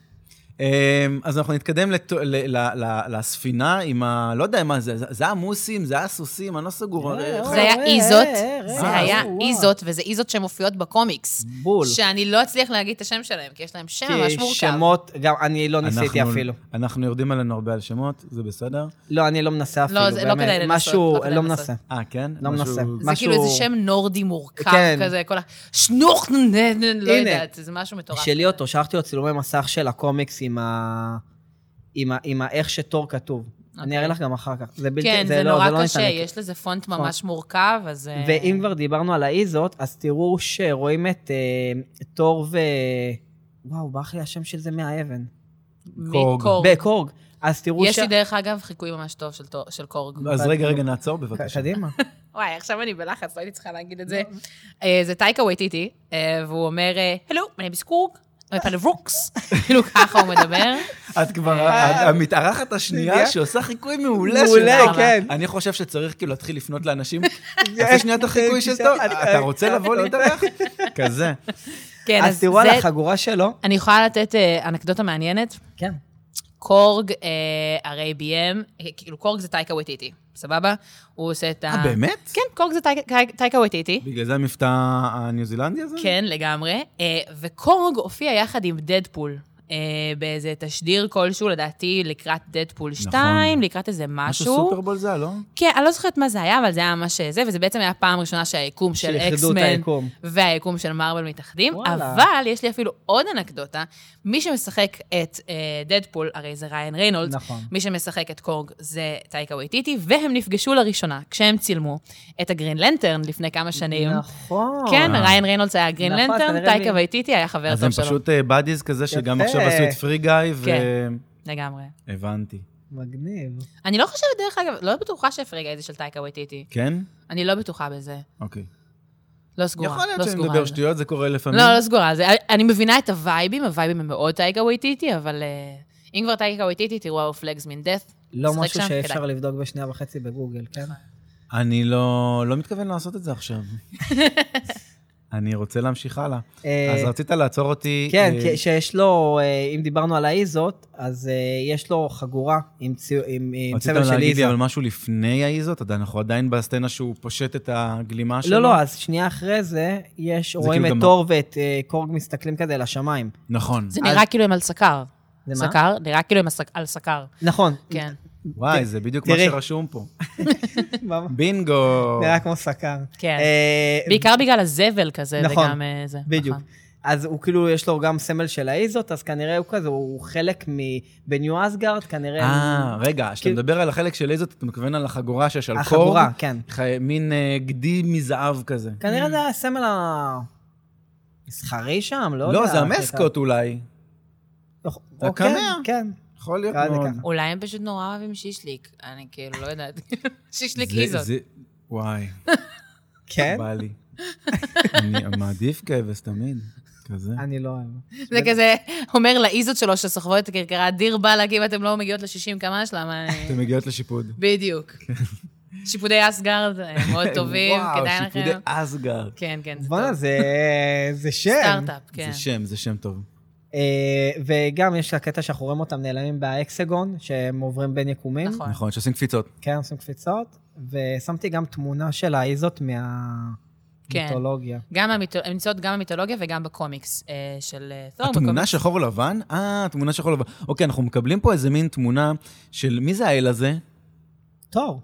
A: אמ, אז אנחנו נתקדם לת- ל- ל- ל- לספינה עם ה... לא יודע מה זה, זה זה המוסים, זה הסוסים, אני לא סגור.
B: אה,
A: איך-
C: זה היה
B: אה,
C: איזות,
B: אה, אה,
C: זה
A: אה,
C: היה
B: וואו.
C: איזות, וזה איזות שמופיעות בקומיקס.
B: בול.
C: שאני לא אצליח להגיד את השם שלהם, כי יש להם שם ממש
B: כי
C: מורכב.
B: שמות, גם אני לא ניסיתי
A: אנחנו-
B: אפילו.
A: אנחנו יורדים עלינו הרבה על שמות, זה בסדר?
B: לא, אני לא מנסה אפילו,
C: לא, זה- לא
B: באמת.
C: כדאי לנסות,
B: משהו,
C: לא כדאי
B: לא
C: לנסות.
B: מנסה.
A: אה, כן?
B: לא
A: משהו-
B: מנסה.
C: זה
B: משהו-
C: כאילו איזה שם נורדי מורכב
B: כן.
C: כזה, כל ה... שנוכנן, לא
B: הנה.
C: יודעת, זה משהו מטורף.
B: שלי אותו, שלחתי לו צילומי מסך של הקומיקס עם ה... עם ה... עם ה... איך שתור כתוב. אני אראה לך גם אחר כך. זה בלתי...
C: אוקיי. כן, זה נכון.
B: לא- לא
C: נורא
B: ניתן
C: קשה,
B: לק-
C: יש לזה פונט ממש מורכב, אז... אה,
B: ואם כבר דיברנו על האיזות, אז תראו שרואים את אה, תור ו... וואו, ברח לי השם של זה מהאבן.
A: קורג.
C: מקורג.
B: בקורג. אז תראו
C: יש לי דרך אגב חיקוי ממש טוב של תור- של קורג.
A: אז
B: אבל-
A: רגע, רגע, נעצור
B: ק-
A: בבקשה.
B: קדימה.
C: וואי, עכשיו אני בלחץ, לא הייתי צריכה להגיד את זה. אה, זה טייקה וייטיטי, אה, והוא אומר, הלו, אני בסקורג, פלברוקס. כאילו ככה הוא מדבר.
A: את כבר את המתארחת השנייה
B: בדיוק.
A: שעושה חיקוי מעולה של
B: אה, מעולה,
A: טרה.
B: כן.
A: אני חושב שצריך כאילו להתחיל לפנות
B: כן,
A: לאנשים, תעשה שנייה את החיקוי של טוב,
B: אני- אה.
A: אתה רוצה לבוא להתארח? כזה.
D: כן,
B: אז תראו על החגורה שלו.
C: אני יכולה לתת אה, אנקדוטה מעניינת.
B: כן.
C: קורג, אה, הרי ביים, אה, כאילו קורג זה טייקה וטיטי, סבבה? הוא עושה את ה...
A: אה, באמת?
C: כן, קורג זה טייקה- טייקה- טייקה וטיטי.
A: בגלל זה המבטא הניו זילנדי הזה?
C: כן, לגמרי. אה, וקורג הופיע יחד עם דדפול. אה, באיזה תשדיר כלשהו, לדעתי, לקראת
B: נכון.
C: דדפול 2, לקראת איזה משהו.
A: משהו סופרבול זה, היה, לא?
C: כן, אני לא זוכרת מה זה היה, אבל זה היה ממש אה, זה, וזה בעצם היה פעם ראשונה שהיקום של
B: שאיחדו את
C: אקסמן
B: היקום.
C: והיקום של מארוול מתאחדים,
B: וואלה.
C: אבל יש לי אפילו עוד אנקדוטה. מי שמשחק את אה, דדפול, הרי זה ריין ריינולדס,
B: נכון.
C: מי שמשחק את קורג זה טייקה וייטיטי, והם נפגשו לראשונה כשהם צילמו את הגרין לנטרן לפני כמה שנים.
B: נכון.
C: כן,
A: אה.
C: ריין ריינולדס היה הגרין
B: נכון,
C: לנטרן,
B: כנראה
C: טייקה
B: מי-
C: וייטיטי היה חבר
A: אז הם
C: טוב שלו.
A: פשוט אה, בדיז כזה, שגם
B: יפה.
A: עכשיו עשו את פרי גיא, ו...
C: כן. לגמרי.
A: הבנתי.
B: מגניב.
C: אני לא חושבת, דרך אגב, לא בטוחה שפריגה זה של טייקה וייטיטי.
A: כן?
C: אני לא בטוחה בזה.
A: אוקיי.
C: לא סגורה, לא
A: יכול להיות
C: סגורה.
A: שאני
C: על
A: מדבר
C: זה.
A: שטויות, זה קורה לפעמים.
C: לא, לא סגורה על זה. אני מבינה את הווייבים, הווייבים הם מאוד טייגה וייטיטי, אבל אה, אם כבר טייגה וייטיטי, תראו Our Flags Mean Death.
B: לא
C: משחק
B: משהו שאי
C: שם, כדאי.
B: אפשר לבדוק בשנייה וחצי בגוגל, כן?
A: אני לא, לא מתכוון לעשות את זה עכשיו. אני רוצה להמשיך הלאה.
B: אה,
A: אז רצית לעצור אותי.
B: כן,
A: אה,
B: כי- שיש לו, אה, אם דיברנו על האיזות, אז אה, יש לו חגורה עם צי- עם- עם
A: רצית
B: צבע של
A: להגיד לי
B: איזו.
A: אבל משהו לפני האיזות, עדיין- אנחנו עדיין בסצנה שהוא פושט את הגלימה שלו.
B: לא, לא, אז שנייה אחרי זה, יש, רואים
A: כאילו
B: את
A: גם-
B: תור ואת אה, קורג מסתכלים כזה לשמיים.
A: נכון.
C: זה
B: אז-
C: נראה כאילו הם על סקר.
B: זה מה?
C: סקר? נראה כאילו הם על סק- על סקר.
B: נכון.
C: כן.
A: וואי, זה בדיוק מה
B: תראי.
A: שרשום פה.
B: מה-
A: בינגו.
B: נראה כמו סקר.
C: כן.
B: אה,
C: בעיקר בגלל הזבל כזה,
B: נכון,
C: וגם אה, זה.
B: בדיוק.
C: נכון.
B: אז הוא כאילו, יש לו גם סמל של האיזות, אז כנראה הוא כזה, הוא חלק מ... בניו אסגרד, כנראה...
A: אה, רגע, כשאתה
B: כאילו-
A: מדבר על החלק של איזות, אתה מתכוון על החגורה שיש על קור?
B: החגורה, כן.
A: ח- מין אה, גדי מזהב כזה.
B: כנראה זה הסמל המסחרי שם, לא יודע.
A: לא, זה המסקוט אולי.
B: יכול-
A: אתה
B: או כן,
A: קמה.
B: כן.
A: יכול להיות
B: ככה זה
A: מאוד.
B: ככה.
C: אולי הם פשוט נורא אוהבים שישליק. אני כאילו לא יודעת. שישליק
A: זה-
C: איזות.
A: זה- וואי,
B: כן?
A: בא לי. אני מעדיף כבש תמיד, כזה.
B: אני לא אוהב.
C: זה כזה אומר לאיזות שלו שסוחבות את הכרכרה, דיר באלק, אם אתם לא מגיעות ל-60 קמ"ש, למה אני...
A: אתן מגיעות לשיפוד.
C: בדיוק. שיפודי אסגרד אה, מאוד טובים, כדאי
A: וואו, שיפודי
C: לכם.
A: אסגרד.
C: כן, כן, זה
B: בואנה,
C: טוב.
B: זה זה שם.
C: סטארט-אפ, כן. נכון.
A: זה שם, זה שם טוב.
B: אה, וגם יש הקטע שאנחנו רואים אותם נעלמים בהקסגון, שהם עוברים בין יקומים.
C: נכון.
A: נכון, שעושים קפיצות.
B: כן, עושים קפיצות. ושמתי גם תמונה של האיזות
C: כן.
B: מהמיתולוגיה.
C: גם המיתו- הן נמצאות גם במיתולוגיה וגם בקומיקס אה, של אה, תור.
A: התמונה
C: בקומיקס-
A: שחור לבן? אה, תמונה שחור לבן. אוקיי, אנחנו מקבלים פה איזה מין תמונה של מי זה האל הזה?
B: תור,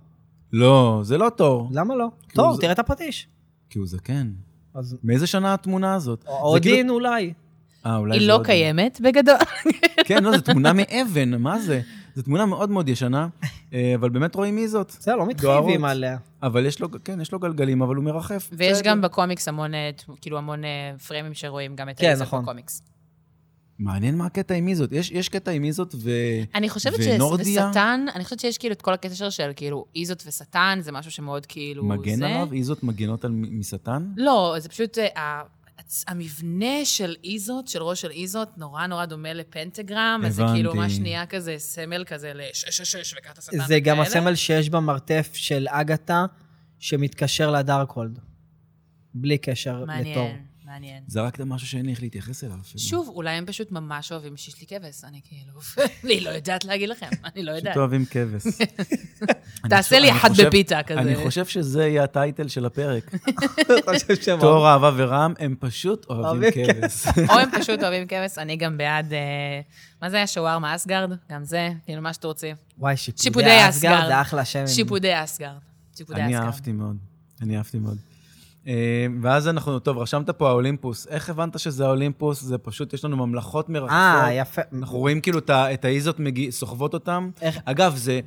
A: לא, זה לא תור,
B: למה לא?
A: הוא
B: תור,
A: זה-
B: תראה את הפטיש.
A: כי הוא זקן.
B: אז
A: מאיזה שנה התמונה הזאת? זה כאילו-
B: אודין אולי.
A: אה, אולי
C: היא
A: זה
C: לא
A: עוד-
C: קיימת בגדול.
A: כן, לא, זו תמונה מאבן, מה זה? זו תמונה מאוד מאוד ישנה, אה, אבל באמת רואים מי זאת.
B: בסדר, לא מתחייבים
A: גוערות.
B: עליה.
A: אבל יש לו, כן, יש לו גלגלים, אבל הוא מרחף.
C: ויש
A: בסדר.
C: גם בקומיקס המון, אה, ת- כאילו המון אה, פריימים שרואים גם את
B: כן,
C: אליסה
B: נכון.
C: בקומיקס.
A: מעניין מה הקטע עם מי זאת. יש, יש קטע עם מי זאת, ו...
C: אני חושבת
A: ונורדיה?
C: ששטן, אני חושבת שיש כאילו את כל הקשר של כאילו איזות ושטן, זה משהו שמאוד כאילו...
A: מגן
C: זה.
A: עליו? היא זאת מגנות על מ- משטן?
C: לא, זה פשוט... אה, ה- הצ- המבנה של איזות, של ראש של איזות, נורא נורא דומה לפנטגרם, אז זה כאילו
A: הבנתי.
C: ממש נהיה כזה סמל כזה ל-666 וכת השטן.
B: זה גם
C: וכאלה.
B: הסמל שיש במרתף של אגתה, שמתקשר לדארקולד. בלי קשר לתור.
C: מעניין, מעניין.
A: זרקת משהו שאין לי איך להתייחס אליו. אפילו.
C: שוב, לא אולי הם פשוט ממש אוהבים שיש לי כבש, אני כאילו... אני לא יודעת להגיד לכם, אני לא
A: פשוט
C: יודעת.
A: אוהבים כבש. אני
C: תעשה
A: חושב-
C: לי
A: אני
C: אחת
A: חושב-
C: בפיתה כזה.
A: אני חושב שזה יהיה הטייטל של הפרק.
B: אני חושב שמאוד.
A: תואר אהבה ורם, הם פשוט
B: אוהבים
A: אוהבים כבש.
C: או הם פשוט אוהבים כבש, אני גם בעד... אה, מה זה היה? שווארמה אסגרד? גם זה, כאילו, מה שאתם רוצים.
B: וואי, שיפודי,
C: שיפודי
B: אסגרד.
C: אסגרד.
B: זה אחלה שם.
C: שיפודי אסגרד. שיפודי
A: אני
C: אסגרד.
A: אהבתי מאוד. אני אהבתי מאוד. אה, ואז אנחנו, טוב, רשמת פה האולימפוס. איך הבנת שזה האולימפוס? זה פשוט, יש לנו ממלכות מרחפות.
B: אה, יפה.
A: אנחנו רואים כאילו את ה- את האיזות מגיע- סוחבות אותם.
B: איך-
A: אגב, זה,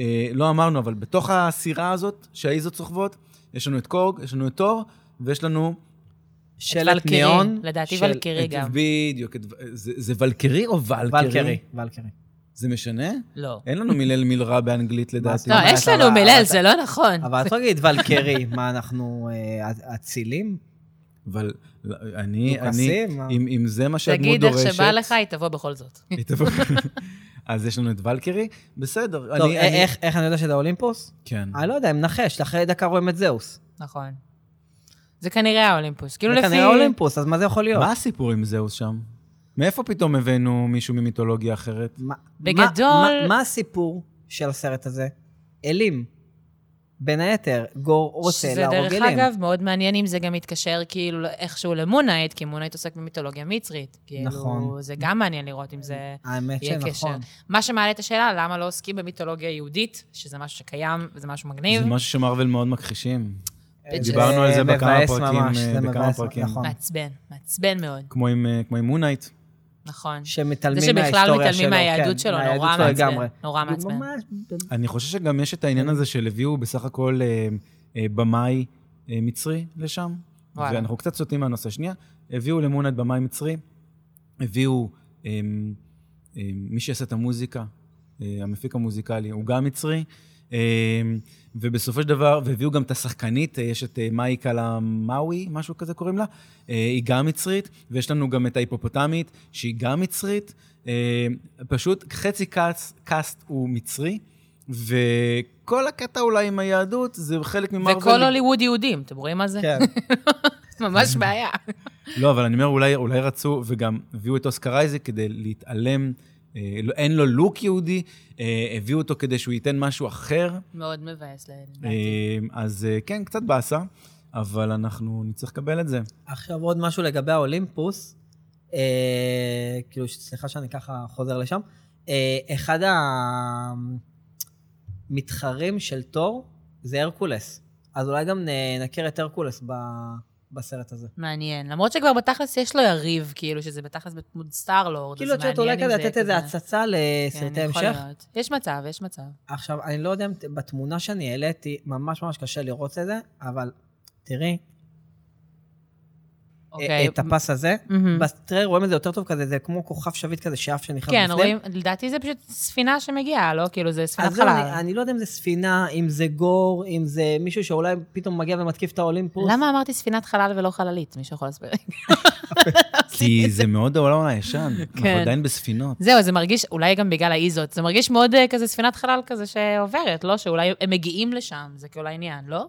A: אה, לא אמרנו, אבל בתוך הסירה הזאת שהאיזות סוחבות, יש לנו את קורג, יש לנו את תור, ויש לנו...
B: שלט
C: ולקירי,
B: ניאון.
C: לדעתי
B: של-
C: ולקירי
A: את-
C: גם.
A: בדיוק. את- זה זה ולקרי או ולקרי?
B: ולקרי. ולקרי.
A: זה משנה?
C: לא.
A: אין לנו מילל מיל רע באנגלית, לדעתי.
C: לא,
B: אבל
C: יש
B: אתה-
C: לנו
B: אבל-
C: מלל,
B: אבל-
C: זה לא נכון.
B: אבל את לא תגיד ולקרי, מה, אנחנו אה, אצילים?
A: אבל לא, אני, אני,
B: דוכסים, מה?
A: אם- אם זה מה שהדמות
C: תגיד איך
A: דורשת...
C: שבא לך, היא תבוא בכל זאת.
A: היא תבוא. אז יש לנו את ולקרי, בסדר.
B: טוב,
A: אני-
B: אה,
A: אני-
B: איך- אה, לא איך אני יודע שזה האולימפוס?
A: כן.
B: אני לא יודע, הם נחש, אחרי דקה רואים את זהוס.
C: נכון. זה כנראה האולימפוס. כאילו
B: זה
C: לפי...
B: כנראה אולימפוס, אז מה זה יכול להיות?
A: מה הסיפור עם זהוס שם? מאיפה פתאום הבאנו מישהו ממיתולוגיה אחרת?
B: מה-
C: בגדול-
B: מה- מה- מה הסיפור של הסרט הזה? אלים. בין היתר, גור רוצה
C: שזה
B: להרוג
C: דרך
B: אלים.
C: אגב מאוד מעניין אם זה גם מתקשר כאילו איכשהו למונייט, כי מונייט עוסק במיתולוגיה מצרית. כאילו,
B: נכון.
C: זה גם מעניין לראות אם זה...
B: האמת
C: יהיה
B: שנכון.
C: קשר. מה שמעלה את השאלה, למה לא עוסקים במיתולוגיה יהודית, שזה משהו שקיים וזה משהו מגניב.
A: זה משהו שמרוויל מאוד מכחישים.
C: זה
A: דיברנו על זה בכמה
B: אה, מבאס
A: פרקים,
B: ממש,
A: אה,
B: זה
A: בכמה
B: מבאס,
A: פרקים.
B: נכון.
C: מעצבן, מעצבן מאוד,
A: כמו עם, אה, כמו עם מונייט.
C: נכון. זה
B: שמתעלמים מההיסטוריה
C: שבכלל
B: שלו.
C: מתעלמים
B: כן,
C: מהיהדות שלו, נורא
B: מהיהדות שלו לגמרי.
C: מעצבן. נורא
B: הוא
C: מעצבן.
B: ממש-
A: אני חושב שגם יש את העניין הזה של הביאו בסך הכל אה, אה, במאי אה, מצרי לשם.
C: וואלה.
A: ואנחנו קצת סוטים מהנושא. שנייה, הביאו למונייט במאי מצרי, הביאו אה, אה, מי שעשה את המוזיקה, אה, המפיק המוזיקלי, הוא גם מצרי. אה, ובסופו של דבר, והביאו גם את השחקנית, אה, יש את אה, מאי קלאמאווי, משהו כזה קוראים לה, אה, היא גם מצרית, ויש לנו גם את ההיפופוטמית, שהיא גם מצרית. אה, פשוט חצי קאסט, קאסט הוא מצרי, וכל הקטע אולי עם היהדות, זה חלק ממרוויל.
C: וכל הוליווד יהודים, אתם רואים מה זה?
B: כן.
C: ממש בעיה.
A: לא, אבל אני אומר, אולי, אולי רצו, וגם הביאו את אוסקר אייזק כדי להתעלם, אה, לא- אין לו לוק יהודי, אה, הביאו אותו כדי שהוא ייתן משהו אחר.
C: מאוד מבאס לילדים.
A: אה, אז אה, כן, קצת באסה, אבל אנחנו נצטרך לקבל את זה.
B: עכשיו עוד משהו לגבי האולימפוס, אה, כאילו, ש- סליחה שאני ככה חוזר לשם, אה, אחד המתחרים של תור זה הרקולס, אז אולי גם נ- נכיר את הרקולס ב, בסרט הזה.
C: מעניין. למרות שכבר בתכלס יש לו יריב, כאילו, שזה בתכלס בדמות סטארלורד, אז
B: כאילו,
C: מעניין
B: את יודעת,
C: אם זה...
B: אולי כדי לתת איזה
C: כזה-
B: הצצה
C: כן,
B: לסרטי
C: יכול
B: המשך.
C: להיות. יש מצב, יש מצב.
B: עכשיו, אני לא יודע אם ת- בתמונה שאני העליתי, ממש ממש קשה לראות את זה, אבל תראי,
C: אוקיי. Mm.
B: את הפס הזה,
C: מהמם.
B: בטריילר רואים את זה יותר טוב כזה, זה כמו כוכב שביט כזה, שאף שנכנס
C: כן,
B: בפנים.
C: רואים, לדעתי זה פשוט ספינה שמגיעה, לא? כאילו, זה ספינת
B: אז לא,
C: חלל.
B: אני, אני לא יודע אם זה ספינה, אם זה גור, אם זה מישהו שאולי פתאום מגיע ומתקיף את האולימפוס.
C: למה אמרתי ספינת חלל ולא חללית? מישהו יכול להסביר לי?
A: כי זה מאוד העולם הישן, אנחנו
C: אוקיי. כן.
A: עדיין בספינות.
C: זהו, זה מרגיש, אולי גם בגלל האיזות, זה מרגיש מאוד אה, כזה ספינת חלל כזה שעוברת, לא? שאולי הם מגיעים לשם, זה כאילו העניין, לא?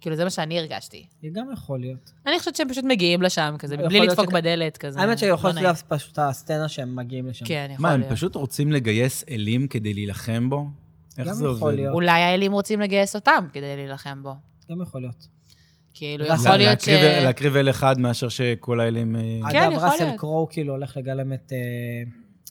C: כאילו, זה מה שאני הרגשתי.
B: זה גם יכול להיות.
C: אני חושבת שהם פשוט מגיעים לשם, כזה,
B: יכול
C: בלי
B: להיות
C: לדפוק
B: שכ-
C: בדלת, כזה.
B: האמת שיכול
C: לא נעים.
B: להיות פשוט הסצנה שהם מגיעים לשם.
C: כן, יכול
A: מה,
C: להיות.
A: הם פשוט רוצים לגייס אלים כדי להילחם בו? איך
B: גם
A: זה
B: יכול
A: עובד?
B: להיות.
C: אולי האלים רוצים לגייס אותם כדי להילחם בו.
B: גם יכול להיות.
C: כאילו,
B: לה-
C: יכול להיות ש...
A: להקריב- להקריב אל אחד מאשר שכל האלים... אה,
C: כן,
B: אגב,
C: יכול
B: ראסל
C: להיות.
B: קרואו כאילו הולך לגלם את אה,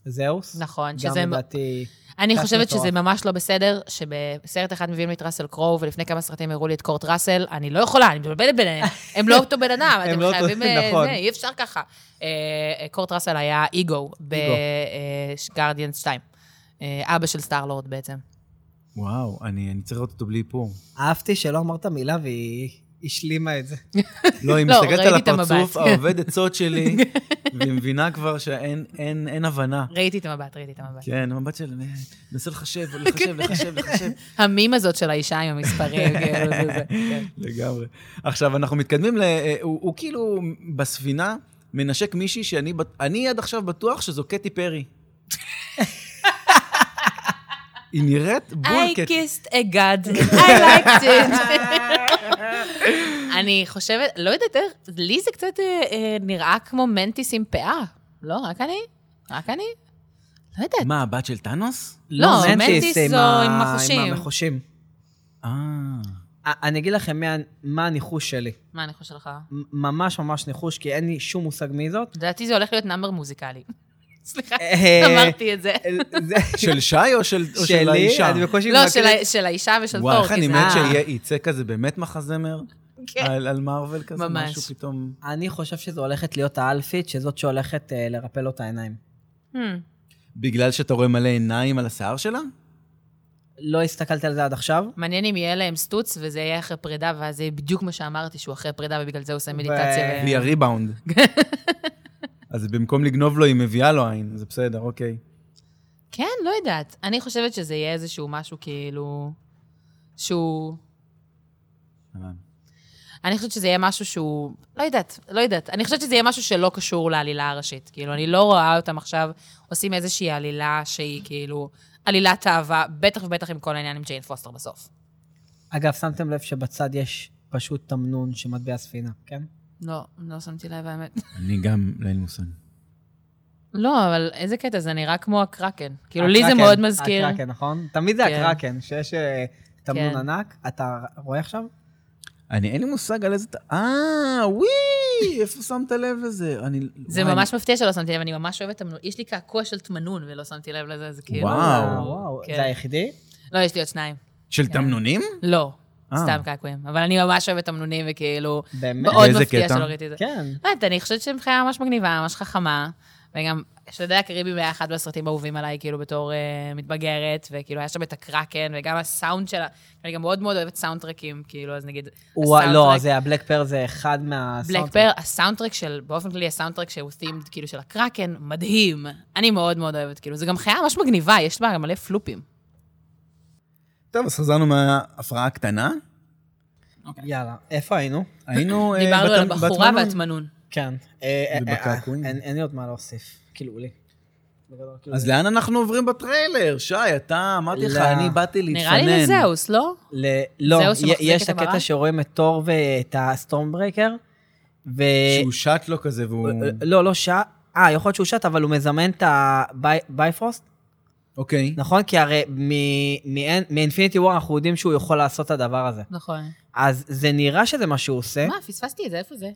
B: זהוס.
C: נכון,
B: גם
C: שזה...
B: לדעתי...
C: אני
B: קאסט
C: חושבת
B: מטורף.
C: שזה ממש לא בסדר, שבסרט אחד מביאים לי את ראסל קרואו, ולפני כמה סרטים הראו לי את קורט ראסל, אני לא יכולה, אני מבלבלת ביניהם. הם לא אותו בן אדם,
B: הם
C: אתם
B: לא אותו-
C: חייבים... אה,
B: נכון.
C: זה, אי אפשר ככה. אה, אה, קורט ראסל היה איגו בגרדיאנס 2. אה, אבא של סטארלורד בעצם.
A: וואו, אני אני צריך לראות אותו בלי איפור.
B: אהבתי שלא אמרת מילה והיא השלימה את זה.
A: לא, היא
C: לא,
A: מסתכלת
C: ראיתי
A: על
C: את המבט.
A: הפרצוף, העובד עצות שלי, והיא מבינה כבר שאין אין- אין הבנה.
C: ראיתי את המבט, ראיתי את המבט.
A: כן, המבט של... "אה, מנסה לחשב, לחשב, לחשב, לחשב.
C: המים הזאת של האישה עם המספרים, כאילו, זה זה. כן.
A: לגמרי. עכשיו, אנחנו מתקדמים ל... אה, הוא הוא כאילו בספינה מנשק מישהי שאני בט- אני עד עכשיו בטוח שזו קטי פרי. היא נראית בול
C: I
A: קטי.
C: kissed a god, I liked it. אני חושבת, לא יודעת איך, לי זה קצת אה, אה, נראה כמו מנטיס עם פאה. לא, רק אני? רק אני? לא יודעת.
A: מה, הבת של טאנוס?
C: לא,
B: מנטיס
C: מנטיס זו
B: ה-
C: עם החושים.
B: עם המחושים.
A: אה,
B: א- אני אגיד לכם מה- מה הניחוש שלי.
C: מה הניחוש שלך?
B: מ- ממש ממש ניחוש, כי אין לי שום מושג מי זאת.
C: לדעתי זה הולך להיות נאמבר מוזיקלי. סליחה,
B: אה,
C: אמרתי את זה.
B: זה
A: של שי או של או של
B: שלי,
A: האישה?
B: אני בקושי...
C: לא,
B: מכיר-
C: של ה- של האישה ושל
A: אה, וואי,
C: תור,
A: איך אני
C: כי זה...
A: מת
B: אה.
A: שיצא כזה באמת מחזמר?
C: כן.
A: על על מארוול כזה?
C: ממש.
A: משהו פתאום...
B: אני חושב שזו הולכת להיות האלפית, שזאת שהולכת אה, לרפא לו את העיניים.
A: אה.
C: Hmm.
A: בגלל שאתה רואה מלא עיניים על השיער שלה?
B: לא הסתכלתי על זה עד עכשיו.
C: מעניין אם יהיה להם סטוץ, וזה יהיה אחרי פרידה, ואז זה יהיה בדיוק מה שאמרתי, שהוא אחרי פרידה, ובגלל זה הוא עושה מדיטציה. ו-
A: והיא הריבאונד. אז במקום לגנוב לו, היא מביאה לו עין, זה בסדר, אוקיי.
C: כן, לא יודעת. אני חושבת שזה יהיה איזשהו משהו כאילו... שהוא...
A: אהלן.
C: אני חושבת שזה יהיה משהו שהוא... לא יודעת, לא יודעת. אני חושבת שזה יהיה משהו שלא קשור לעלילה הראשית. כאילו, אני לא רואה אותם עכשיו עושים איזושהי עלילה שהיא כאילו... עלילת אהבה, בטח ובטח עם כל העניין עם ג'יין פוסטר בסוף.
B: אגב, שמתם לב שבצד יש פשוט תמנון שמטבע ספינה, כן?
C: לא, לא שמתי לב, האמת.
A: אני גם, אין לי מושג.
C: לא, אבל איזה קטע, זה נראה כמו הקרקן. כאילו, לי
B: הקרקן,
C: זה מאוד מזכיר.
B: הקרקן, נכון? תמיד זה
C: כן.
B: הקרקן, שיש אה, תמנון
C: כן.
B: ענק. אתה רואה עכשיו?
A: אני, אין לי מושג על איזה... ת- אה, וואי, איפה שמת לב לזה? אני...
C: זה
A: וואי,
C: ממש מפתיע שלא שמתי לב, אני ממש אוהבת תמנון. יש לי קעקוע של תמנון ולא שמתי לב לזה, זה כאילו...
A: וואו.
B: אה, וואו.
C: כן.
B: זה היחידי?
C: לא, יש לי עוד שניים.
A: של
C: כן.
A: תמנונים?
C: לא,
A: אה.
C: סתם קעקועים. אבל אני ממש אוהבת תמנונים, וכאילו...
B: באמת?
C: מאוד
A: באיזה
C: מפתיע
A: קטע?
C: שלא ראיתי את זה.
B: כן.
C: באמת, אני חושבת שהם חיה ממש מגניבה, ממש חכמה, וגם, שאתה יודע, קריבים היה אחד מהסרטים האהובים עליי, כאילו, בתור אה, מתבגרת, וכאילו, היה שם את הקרקן, וגם הסאונד שלה, אני גם מאוד מאוד אוהבת סאונדטרקים, כאילו, אז נגיד,
B: הוא- לא,
C: הסאונדטרק-
B: זה הבלק פר זה אחד מה...
C: בלק פר, הסאונדטרק של, באופן כללי, הסאונדטרק שהוא תימד, כאילו, של הקרקן, מדהים. אני מאוד מאוד אוהבת, כאילו, זה גם חיה ממש מגניבה, יש בה גם מלא פלופים.
A: טוב, אז חזרנו מההפרעה הקטנה.
B: יאללה, איפה היינו?
A: היינו... אה,
C: דיברנו על
A: בתמ-
C: הבחורה
A: בתמנון.
C: והתמנון.
B: כן. אה, אה,
A: ובקעקועים.
B: אה, אין אין לי עוד מה להוסיף. כאילו, לי. בגדול, כאילו,
A: אז לאן אנחנו עוברים בטריילר? שי, אתה, אמרתי לך,
B: לא.
A: אני באתי להתפנן.
C: נראה לי לזהוס, לא?
B: ל... לא,
C: זהו שמחזיק
B: י- יש
C: את
B: את
C: המראה?
B: הקטע שרואים את תור ואת הסטורם ברייקר, ו...
A: שהוא שט לו כזה והוא...
B: לא, לא שעה. אה, יכול להיות שהוא שט, אבל הוא מזמן את הבייפרוסט,
A: אוקיי.
B: נכון? כי הרי מאינפיניטי וור אנחנו יודעים שהוא יכול לעשות את הדבר הזה.
C: נכון.
B: אז זה נראה שזה מה שהוא עושה.
C: מה, פספסתי את זה, איפה זה?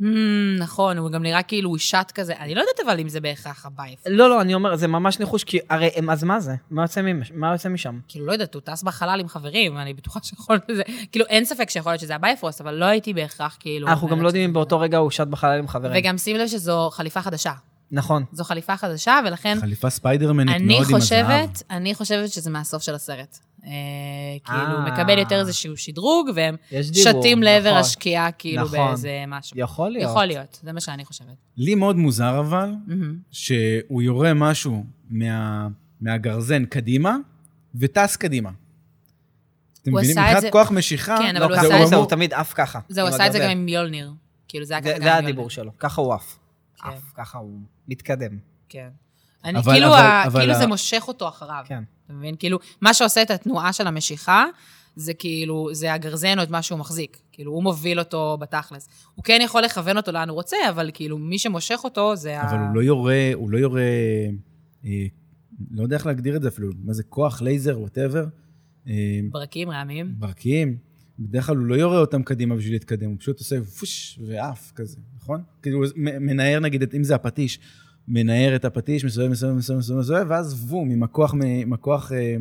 C: Hmm, נכון, הוא גם נראה כאילו הוא שט כזה. אני לא יודעת אבל אם זה בהכרח הבייף.
B: לא, לא, אני אומר, זה ממש ניחוש, כי הרי, הם- אז מה זה? מה יוצא ממש- מה יוצא משם?
C: כאילו, לא יודעת, הוא טס בחלל עם חברים, אני בטוחה שיכול להיות שזה... כאילו, אין ספק שיכול להיות שזה הבייפרוסט, אבל לא הייתי בהכרח כאילו...
B: אנחנו גם
C: אומרת
B: לא יודעים אם
C: שזה-
B: באותו רגע הוא שט בחלל עם חברים.
C: וגם שים לב שזו חליפה חדשה.
B: נכון.
C: זו חליפה חדשה, ולכן
A: חליפה ספיידרמנית מאוד
B: לא
C: כן. אני
A: עם הזהב.
C: חושבת, אני חושבת שזה מהסוף של הסרט. אה, כאילו, הוא
B: אה.
C: מקבל יותר איזשהו שדרוג, והם
B: יש דיבור,
C: שתים לעבר
B: נכון.
C: השקיעה, כאילו,
B: נכון.
C: באיזה משהו.
B: יכול להיות.
C: יכול להיות, זה מה שאני חושבת.
A: לי מאוד מוזר אבל,
C: מהמם.
A: שהוא יורה משהו מה, מהגרזן קדימה, וטס קדימה. אתם
C: הוא
A: מבינים?
C: עשה את
A: מבחינת
C: זה-
A: כוח משיכה,
C: כן, אבל
B: לא,
C: הוא
B: ככה הוא
C: עשה את זה-
B: עושה, הוא תמיד עף ככה. לא
C: זהו, הוא עשה את זה גם
B: הגרזן.
C: עם מיולניר. כאילו, זה היה ככה
B: זה-
C: גם עם
B: זה
C: מיולניר.
B: הדיבור שלו, ככה הוא עף.
C: כן.
B: עף, ככה הוא מתקדם.
C: כן. אני,
A: אבל-
C: כאילו,
A: אבל-
C: ה-
A: אבל
C: כאילו
A: ה-
C: זה מושך אותו אחריו.
B: כן.
C: אתה מבין? כאילו, מה שעושה את התנועה של המשיכה, זה כאילו, זה הגרזן או את מה שהוא מחזיק. כאילו, הוא מוביל אותו בתכלס. הוא כן יכול לכוון אותו לאן הוא רוצה, אבל כאילו, מי שמושך אותו זה
A: אבל
C: ה...
A: הוא לא יורה, הוא לא יורה, אה, לא יודע איך להגדיר את זה אפילו, מה זה, כוח, לייזר, וואטאבר, אה,
C: ברקים, רעמים.
A: ברקיעים. בדרך כלל הוא לא יורה אותם קדימה בשביל להתקדם, הוא פשוט עושה פוש ועף כזה, נכון? כאילו, הוא מ- מנער נגיד, את- אם זה הפטיש, מנער את הפטיש, מסובב, מסובב, מסובב, מסובב, מסובב, ואז וום, עם הכוח, מ- עם הכוח, אה,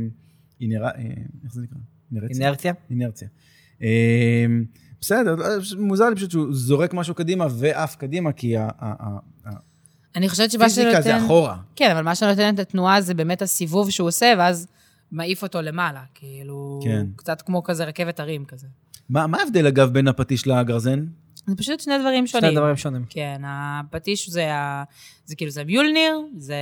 A: אינרה, אה, איך זה נקרא? אינרציה.
B: אינרציה?
A: אינרציה. אה, בסדר, לא, מוזר לי פשוט שהוא זורק משהו קדימה ועף קדימה, כי ה- ה- ה-
C: אני חושבת שמה
A: הפיזיקה זה
C: שנותן...
A: אחורה.
C: כן, אבל מה שנותן את התנועה זה באמת הסיבוב שהוא עושה, ואז מעיף אותו למעלה. כאילו,
A: כן.
C: קצת כמו כזה רכבת הרים כזה.
A: מה מה ההבדל, אגב, בין הפטיש לגרזן?
C: זה פשוט שני דברים שונים.
B: שני דברים שונים.
C: כן, הפטיש זה, ה... זה כאילו, זה מיולניר, זה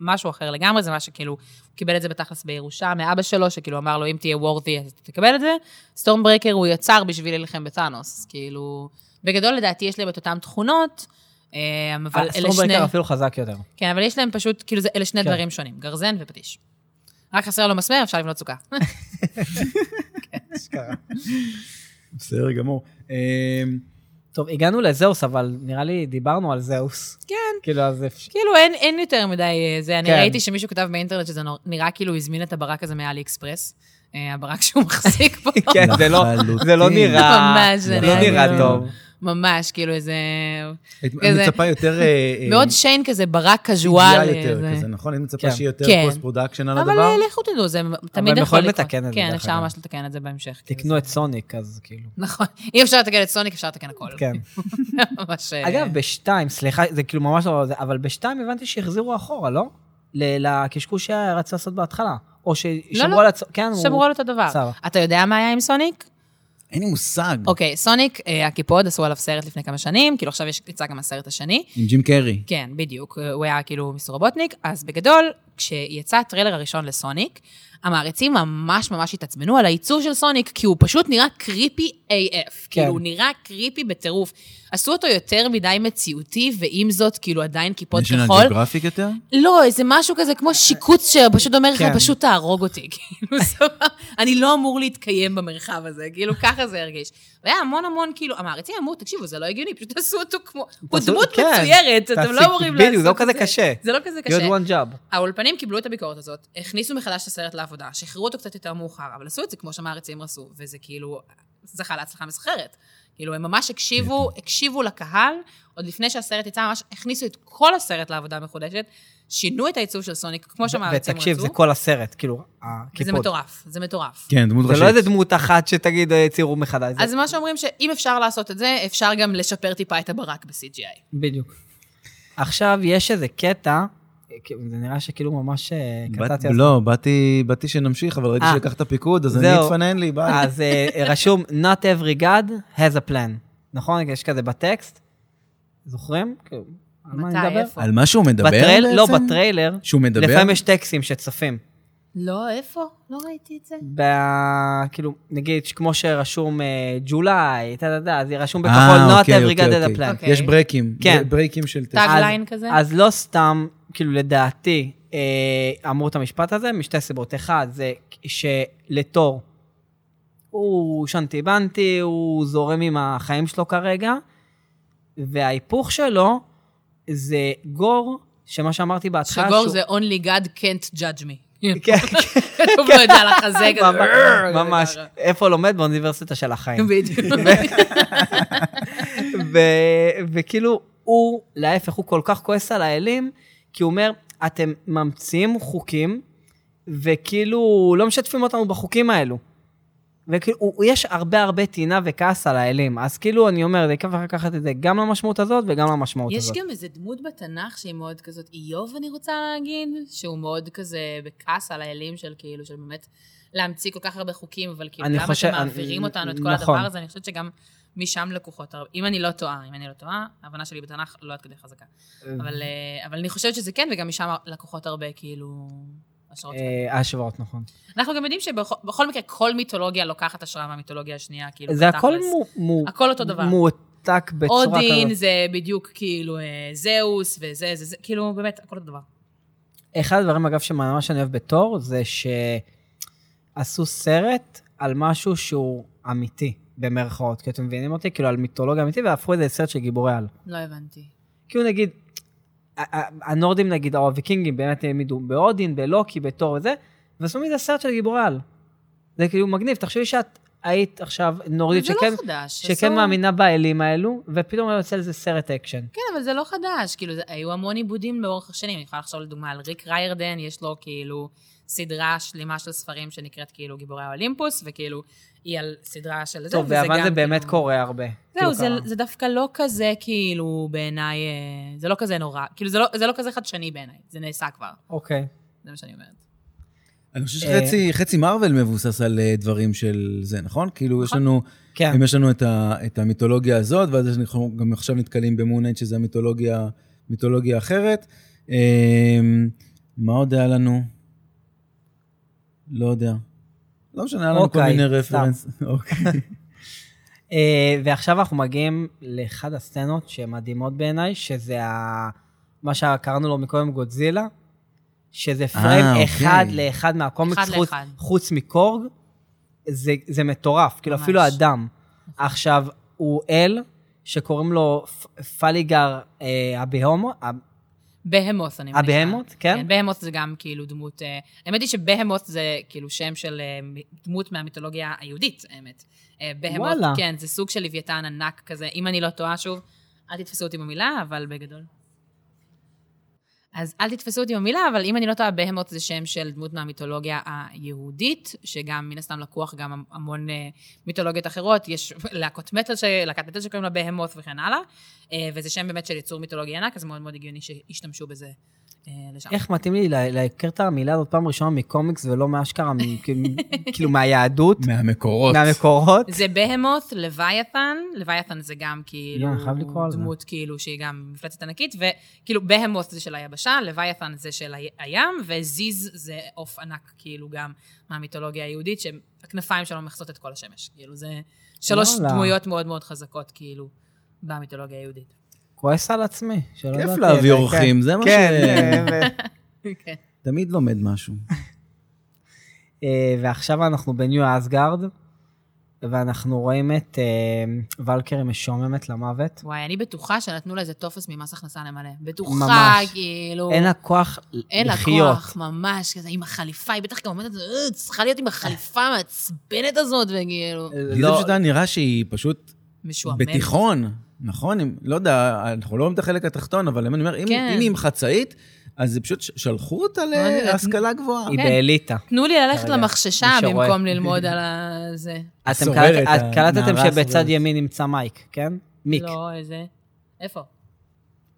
C: משהו אחר לגמרי, זה מה שכאילו, הוא קיבל את זה בתכלס בירושה מאבא שלו, שכאילו אמר לו, אם תהיה וורדי, אז תקבל את זה. סטורם ברייקר הוא יצר בשביל להילחם בטאנוס, כאילו... בגדול, לדעתי, יש להם את אותן תכונות, אה, אבל אלה שני...
B: הסטרומברקר אפילו חזק יותר.
C: כן, אבל יש להם פשוט, כאילו, זה, אלה שני
B: כן.
C: דברים שונים, גרזן ופטיש. רק חסר לו מסמר, אפשר לבנות סוכה.
A: בסדר גמור. אה,
B: טוב, הגענו לזהוס, אבל נראה לי דיברנו על זהוס. כן. כאילו, אז אפשר...
C: כאילו, אין, אין יותר מדי אה, זה. אני
B: כן.
C: ראיתי שמישהו כתב באינטרנט שזה נור- נראה כאילו הוא הזמין את הברק הזה מאלי אקספרס, אה, הברק שהוא מחזיק פה.
B: כן, זה לא- זה לא
A: לחלוטין.
B: נראה...
C: ממש,
B: זה
C: זה
B: לא
C: נראה כאילו-
B: נראה טוב.
C: ממש, כאילו איזה...
B: אה,
A: היית
C: כזה.
A: מצפה יותר... אה, אה,
C: מאוד שיין כזה, ברק
A: CGI
C: קזואל.
A: יותר
C: איזה-
A: כזה, נכון? היית מצפה
B: כן.
A: שיהיה יותר
C: כן.
A: פוסט פרודקשן על
C: אבל
A: הדבר?
C: אה, לכו תדעו, זה תמיד
B: נכון, הם
C: יכול
B: יכולים
C: לקרות.
B: לתקן את זה,
C: כן,
B: דרך
C: אפשר
B: אגב.
C: ממש לתקן את זה בהמשך. כאילו,
B: תקנו
C: זה-
B: את סוניק, אז כאילו.
C: נכון. אי אפשר לתקן את סוניק, אפשר לתקן הכל.
B: כן.
C: ממש... אה,
B: אגב, בשתיים, סליחה, זה כאילו ממש לא... זה, אבל בשתיים הבנתי שהחזירו אחורה, לא? ל- לקשקוש שרצו לעשות בהתחלה. או
C: לא,
B: ששמרו
C: לא.
B: על הצ... כן, הוא...
C: שמרו על אותו דבר.
B: סבבה.
C: אתה יודע מה היה עם סוניק?
A: אין לי מושג.
C: אוקיי, סוניק, אה, הקיפוד, עשו עליו סרט לפני כמה שנים, כאילו עכשיו יש- יצא גם הסרט השני.
A: עם ג'ים קרי.
C: אה, כן, בדיוק. הוא היה כאילו מיסטר רובוטניק, אז בגדול, כשיצא הטריילר הראשון לסוניק, המעריצים ממש ממש התעצבנו על העיצוב של סוניק, כי הוא פשוט נראה קריפי AF.
B: כן.
C: כאילו, הוא נראה קריפי בטירוף. עשו אותו יותר מדי מציאותי, ועם זאת, כאילו, עדיין כיפות
A: National
C: כחול.
A: Geographic יותר?
C: לא, איזה משהו כזה כמו שיקוץ שפשוט אומר לך,
B: כן.
C: פשוט תהרוג אותי. כאילו, סבבה, אני לא אמור להתקיים במרחב הזה, כאילו, ככה זה הרגיש. והיה המון המון, כאילו, המעריצים אמרו, תקשיבו, זה לא הגיוני, פשוט תעשו אותו כמו... הוא
B: תעשו-
C: דמות
B: כן.
C: מצוירת, אתם לא
B: תעשי-
C: אמורים לעשות את זה.
B: בדיוק, זה לא כזה קשה.
C: זה לא כזה
B: You
C: קשה.
B: had one job.
C: האולפנים קיבלו את הביקורת הזאת, הכניסו מחדש את הסרט לעבודה, שחררו אותו קצת יותר מאוחר, אבל עשו את זה כמו שהמעריצים רצו, וזה כאילו, זכה להצלחה מסחררת. כאילו, הם ממש הקשיבו, הקשיבו לקהל, עוד לפני שהסרט יצא, ממש הכניסו את כל הסרט לעבודה מחודשת, שינו את העיצוב של סוניק, כמו שהמעריצים רצו,
B: ותקשיב, זה כל הסרט, כאילו, הכיפות.
C: וזה מטורף, זה מטורף.
A: כן, דמות
B: זה לא איזה
A: ראשית.
B: דמות אחת שתגיד, אה, ציירו מחדש. זה-
C: אז מה שאומרים שאם אפשר לעשות את זה, אפשר גם לשפר טיפה את הברק ב-CGI.
B: בדיוק. עכשיו, יש איזה קטע, אה, כאילו, זה נראה שכאילו ממש אה,
A: בת-
B: קטעתי על זה.
A: לא, באתי באתי שנמשיך, אבל ראיתי
B: אה.
A: שלקחת פיקוד, אז אני
B: זהו.
A: אתפנן לי, ביי.
B: אז אה, רשום, Not every God has a plan. נכון? יש כזה בטקסט? זוכרים? כאילו, על מה אני
C: מתי,
B: מדבר?
C: איפה?
A: על מה שהוא מדבר
B: בטרייל-
A: בעצם? אה,
B: לא, בטריילר.
A: שהוא מדבר?
B: לפעמים יש טקסטים שצפים.
C: לא, איפה? לא ראיתי את זה.
B: ב... כאילו, נגיד, כמו שרשום אה, ג'ולי, טה טה טה, אז זה רשום
A: אה,
B: בכחול, not
A: אוקיי,
B: every
A: אוקיי,
B: god had a
A: אוקיי.
B: plan.
C: אוקיי.
A: יש ברייקים,
B: כן.
A: ברייקים של טקסט.
C: טאג
B: אז-
C: ליין כזה?
B: אז לא סתם, כאילו, לדעתי, אה, אמרו את המשפט הזה משתי סיבות. אחד, זה שלתור, הוא שנתי בנתי, הוא זורם עם החיים שלו כרגע, וההיפוך שלו זה גור, שמה שאמרתי בהתחלה,
C: שגור
B: שהוא-
C: זה only God can't judge me.
B: כן,
C: כתוב לו את זה אה, על החזה כזה.
B: ממש,
C: "ארר",
B: ממש,
C: כזה.
B: איפה לומד? באוניברסיטה של החיים.
C: בדיוק.
B: ו- וכאילו, הוא, להפך, הוא כל כך כועס על האלים, כי הוא אומר, אתם ממציאים חוקים, וכאילו לא משתפים אותנו בחוקים האלו. וכאילו, הוא- יש הרבה הרבה טינה וכעס על האלים, אז כאילו, אני אומר, זה כיף לקחת את זה גם למשמעות הזאת וגם למשמעות
C: יש
B: הזאת.
C: גם איזה דמות בתנ"ך שהיא מאוד כזאת איוב, אני רוצה להגיד, שהוא מאוד כזה בכעס על האלים של כאילו, של באמת להמציא כל כך הרבה חוקים, אבל כאילו,
B: אני
C: למה
B: חושב-
C: אתם מעבירים
B: אני-
C: אותנו את כל
B: נכון.
C: הדבר הזה? אני חושבת שגם משם לקוחות, הרבה- אם אני לא טועה, אם אני לא טועה, ההבנה שלי בתנ"ך לא עד כדי חזקה.
B: כן.
C: אבל אה, אבל אני חושבת שזה כן, וגם משם לקוחות הרבה, כאילו, השערות שלהם.
B: אה, ההשוואות, נכון.
C: אנחנו גם יודעים שבכל מקרה, כל מיתולוגיה לוקחת השראה מהמיתולוגיה השנייה, כאילו,
B: זה הכל
C: בתכלס.
B: מו- מו-
C: הכל אותו דבר.
B: מועתק בצורה כזאת.
C: אודין זה בדיוק כאילו אה, זהוס וזה, זה, זה, כאילו באמת, הכל אותו דבר.
B: אחד הדברים, אגב, שממש אני אוהב בתור, זה שעשו סרט על משהו שהוא אמיתי, במרכאות. כי אתם מבינים אותי? כאילו, על מיתולוגיה אמיתית, והפכו את זה לסרט של גיבורי על.
C: לא הבנתי.
B: כאילו, נגיד, ה- ה- הנורדים, נגיד, או הוויקינגים, באמת העמידו באודין, בלוקי, בתור וזה, ועשו מזה סרט של גיבורי על. זה כאילו מגניב. תחשבי שאת היית עכשיו נורדית
C: זה
B: שכן,
C: לא חדש.
B: שכן
C: עשו-
B: מאמינה באלים האלו, ופתאום יוצא לזה סרט אקשן.
C: כן, אבל זה לא חדש. כאילו, זה, היו המון עיבודים לאורך השנים. אני יכולה לחשוב לדוגמה על ריק ריירדן, יש לו כאילו סדרה שלמה של ספרים שנקראת כאילו גיבורי האולימפוס, וכאילו היא על סדרה של זה.
B: טוב,
C: וזה
B: ביוון
C: גם,
B: זה באמת
C: כאילו-
B: קורה הרבה.
C: זהו,
B: כאילו,
C: זה,
B: כמה.
C: זה דווקא לא כזה כאילו בעיניי, אה, זה לא כזה נורא. כאילו, זה לא, זה לא כזה חדשני בעיניי, זה נעשה כבר,
B: אוקיי.
C: זה מה שאני אומרת.
A: אני חושב
B: אה.
A: שחצי חצי מארוול מבוסס על אה, דברים של זה, נכון? כאילו, יש
C: נכון.
A: לנו...
B: כן.
A: אם יש לנו את, ה, את המיתולוגיה הזאת, ואז אנחנו גם עכשיו נתקלים במונייט, שזה המיתולוגיה, מיתולוגיה אחרת. אמ, מה עוד היה לנו? לא יודע. לא משנה, היה לנו כל
B: אוקיי,
A: מיני
B: סתם.
A: רפרנס. אוקיי.
B: אה, ועכשיו אנחנו מגיעים לאחד הסצנות שהן מדהימות בעיניי, שזה ה... מה שקראנו לו מקודם גודזילה, שזה פריים
A: אוקיי.
B: אחד לאחד מהקומיקס,
C: אחד
B: חוץ,
C: לאחד.
B: חוץ מקורג, זה, זה מטורף, כאילו
C: ממש.
B: אפילו אדם. עכשיו, הוא אל, שקוראים לו פ- פליגר אה, הבהומו, הב-
C: בהמות, אני מניחה.
B: הבהמות, כן?
C: בהמות זה גם כאילו דמות... אה, האמת היא שבהמות זה כאילו שם של אה, מ- דמות מהמיתולוגיה היהודית, האמת. אה, בהמות,
B: וואלה.
C: כן, זה סוג של לוויתן ענק כזה. אם אני לא טועה, שוב, אל תתפסו אותי במילה, אבל בגדול. אז אל תתפסו אותי במילה, אבל אם אני לא טועה, בהמות זה שם של דמות מהמיתולוגיה היהודית, שגם מן הסתם לקוח גם המון אה, מיתולוגיות אחרות, יש להקות מטאל, ש- להקת מטאל שקוראים לה בהמות וכן הלאה, אה, וזה שם באמת של יצור מיתולוגי ענק, אז מאוד מאוד הגיוני שהשתמשו בזה
D: אה, לשם.
B: איך מתאים לי לה- להכיר את המילה הזאת פעם ראשונה מקומיקס ולא מאשכרה, מ- כאילו- כאילו מהיהדות,
A: מהמקורות.
B: מהמקורות?
C: זה בהמות, לוויתן, לוויתן זה גם כאילו,
B: לא, אני חייב לקרוא על זה.
C: דמות כאילו שהיא גם מפלצת ענקית, וכאילו בהמות זה של היבשה, לוויתן זה של הי- הים, וזיז זה עוף ענק כאילו גם מהמיתולוגיה היהודית, שהכנפיים שלו מכסות את כל השמש, כאילו זה שלוש
B: וואלה.
C: דמויות מאוד מאוד חזקות כאילו במיתולוגיה היהודית.
B: כועס על עצמי, שלא
A: כיף
B: ידעתי,
A: להביא
B: אבל
A: אורחים,
B: כן.
A: זה מה
B: כן,
A: ש-
B: אה,
C: כן.
A: תמיד לומד משהו.
B: ו- אה, ועכשיו אנחנו בניו אסגרד, ואנחנו רואים את אה, ולקרי משוממת למוות.
C: וואי, אני בטוחה שנתנו לה איזה טופס ממס הכנסה למלא. בטוחה,
B: ממש.
C: כאילו...
B: אין לה כוח
C: אין לה
B: לחיות.
C: כוח, ממש, כזה עם החליפה, היא בטח גם עומדת, "אה, צריכה להיות עם החליפה המעצבנת הזאת, וכאילו...
A: לי
B: לא,
A: זה פשוט היה נראה שהיא פשוט
C: משועמם.
A: בתיכון, נכון? אם- לא יודע, אנחנו לא רואים את החלק התחתון, אבל אם אני אומר, אם
C: כן.
A: אם היא עם חצאית, אז זה פשוט ש- שלחו אותה
C: יודעת.
A: להשכלה גבוהה.
B: היא
C: כן.
B: באליטה.
C: תנו לי ללכת
B: כרגע,
C: למחששה
B: מי שרואה.
C: במקום ללמוד על ה- זה.
B: אתם
A: הסוררת,
B: קלט- את קלטתם
A: הנערה
B: שבצד
A: הסוררת.
B: ימין נמצא מייק, כן? מיק.
C: לא, איזה... איפה?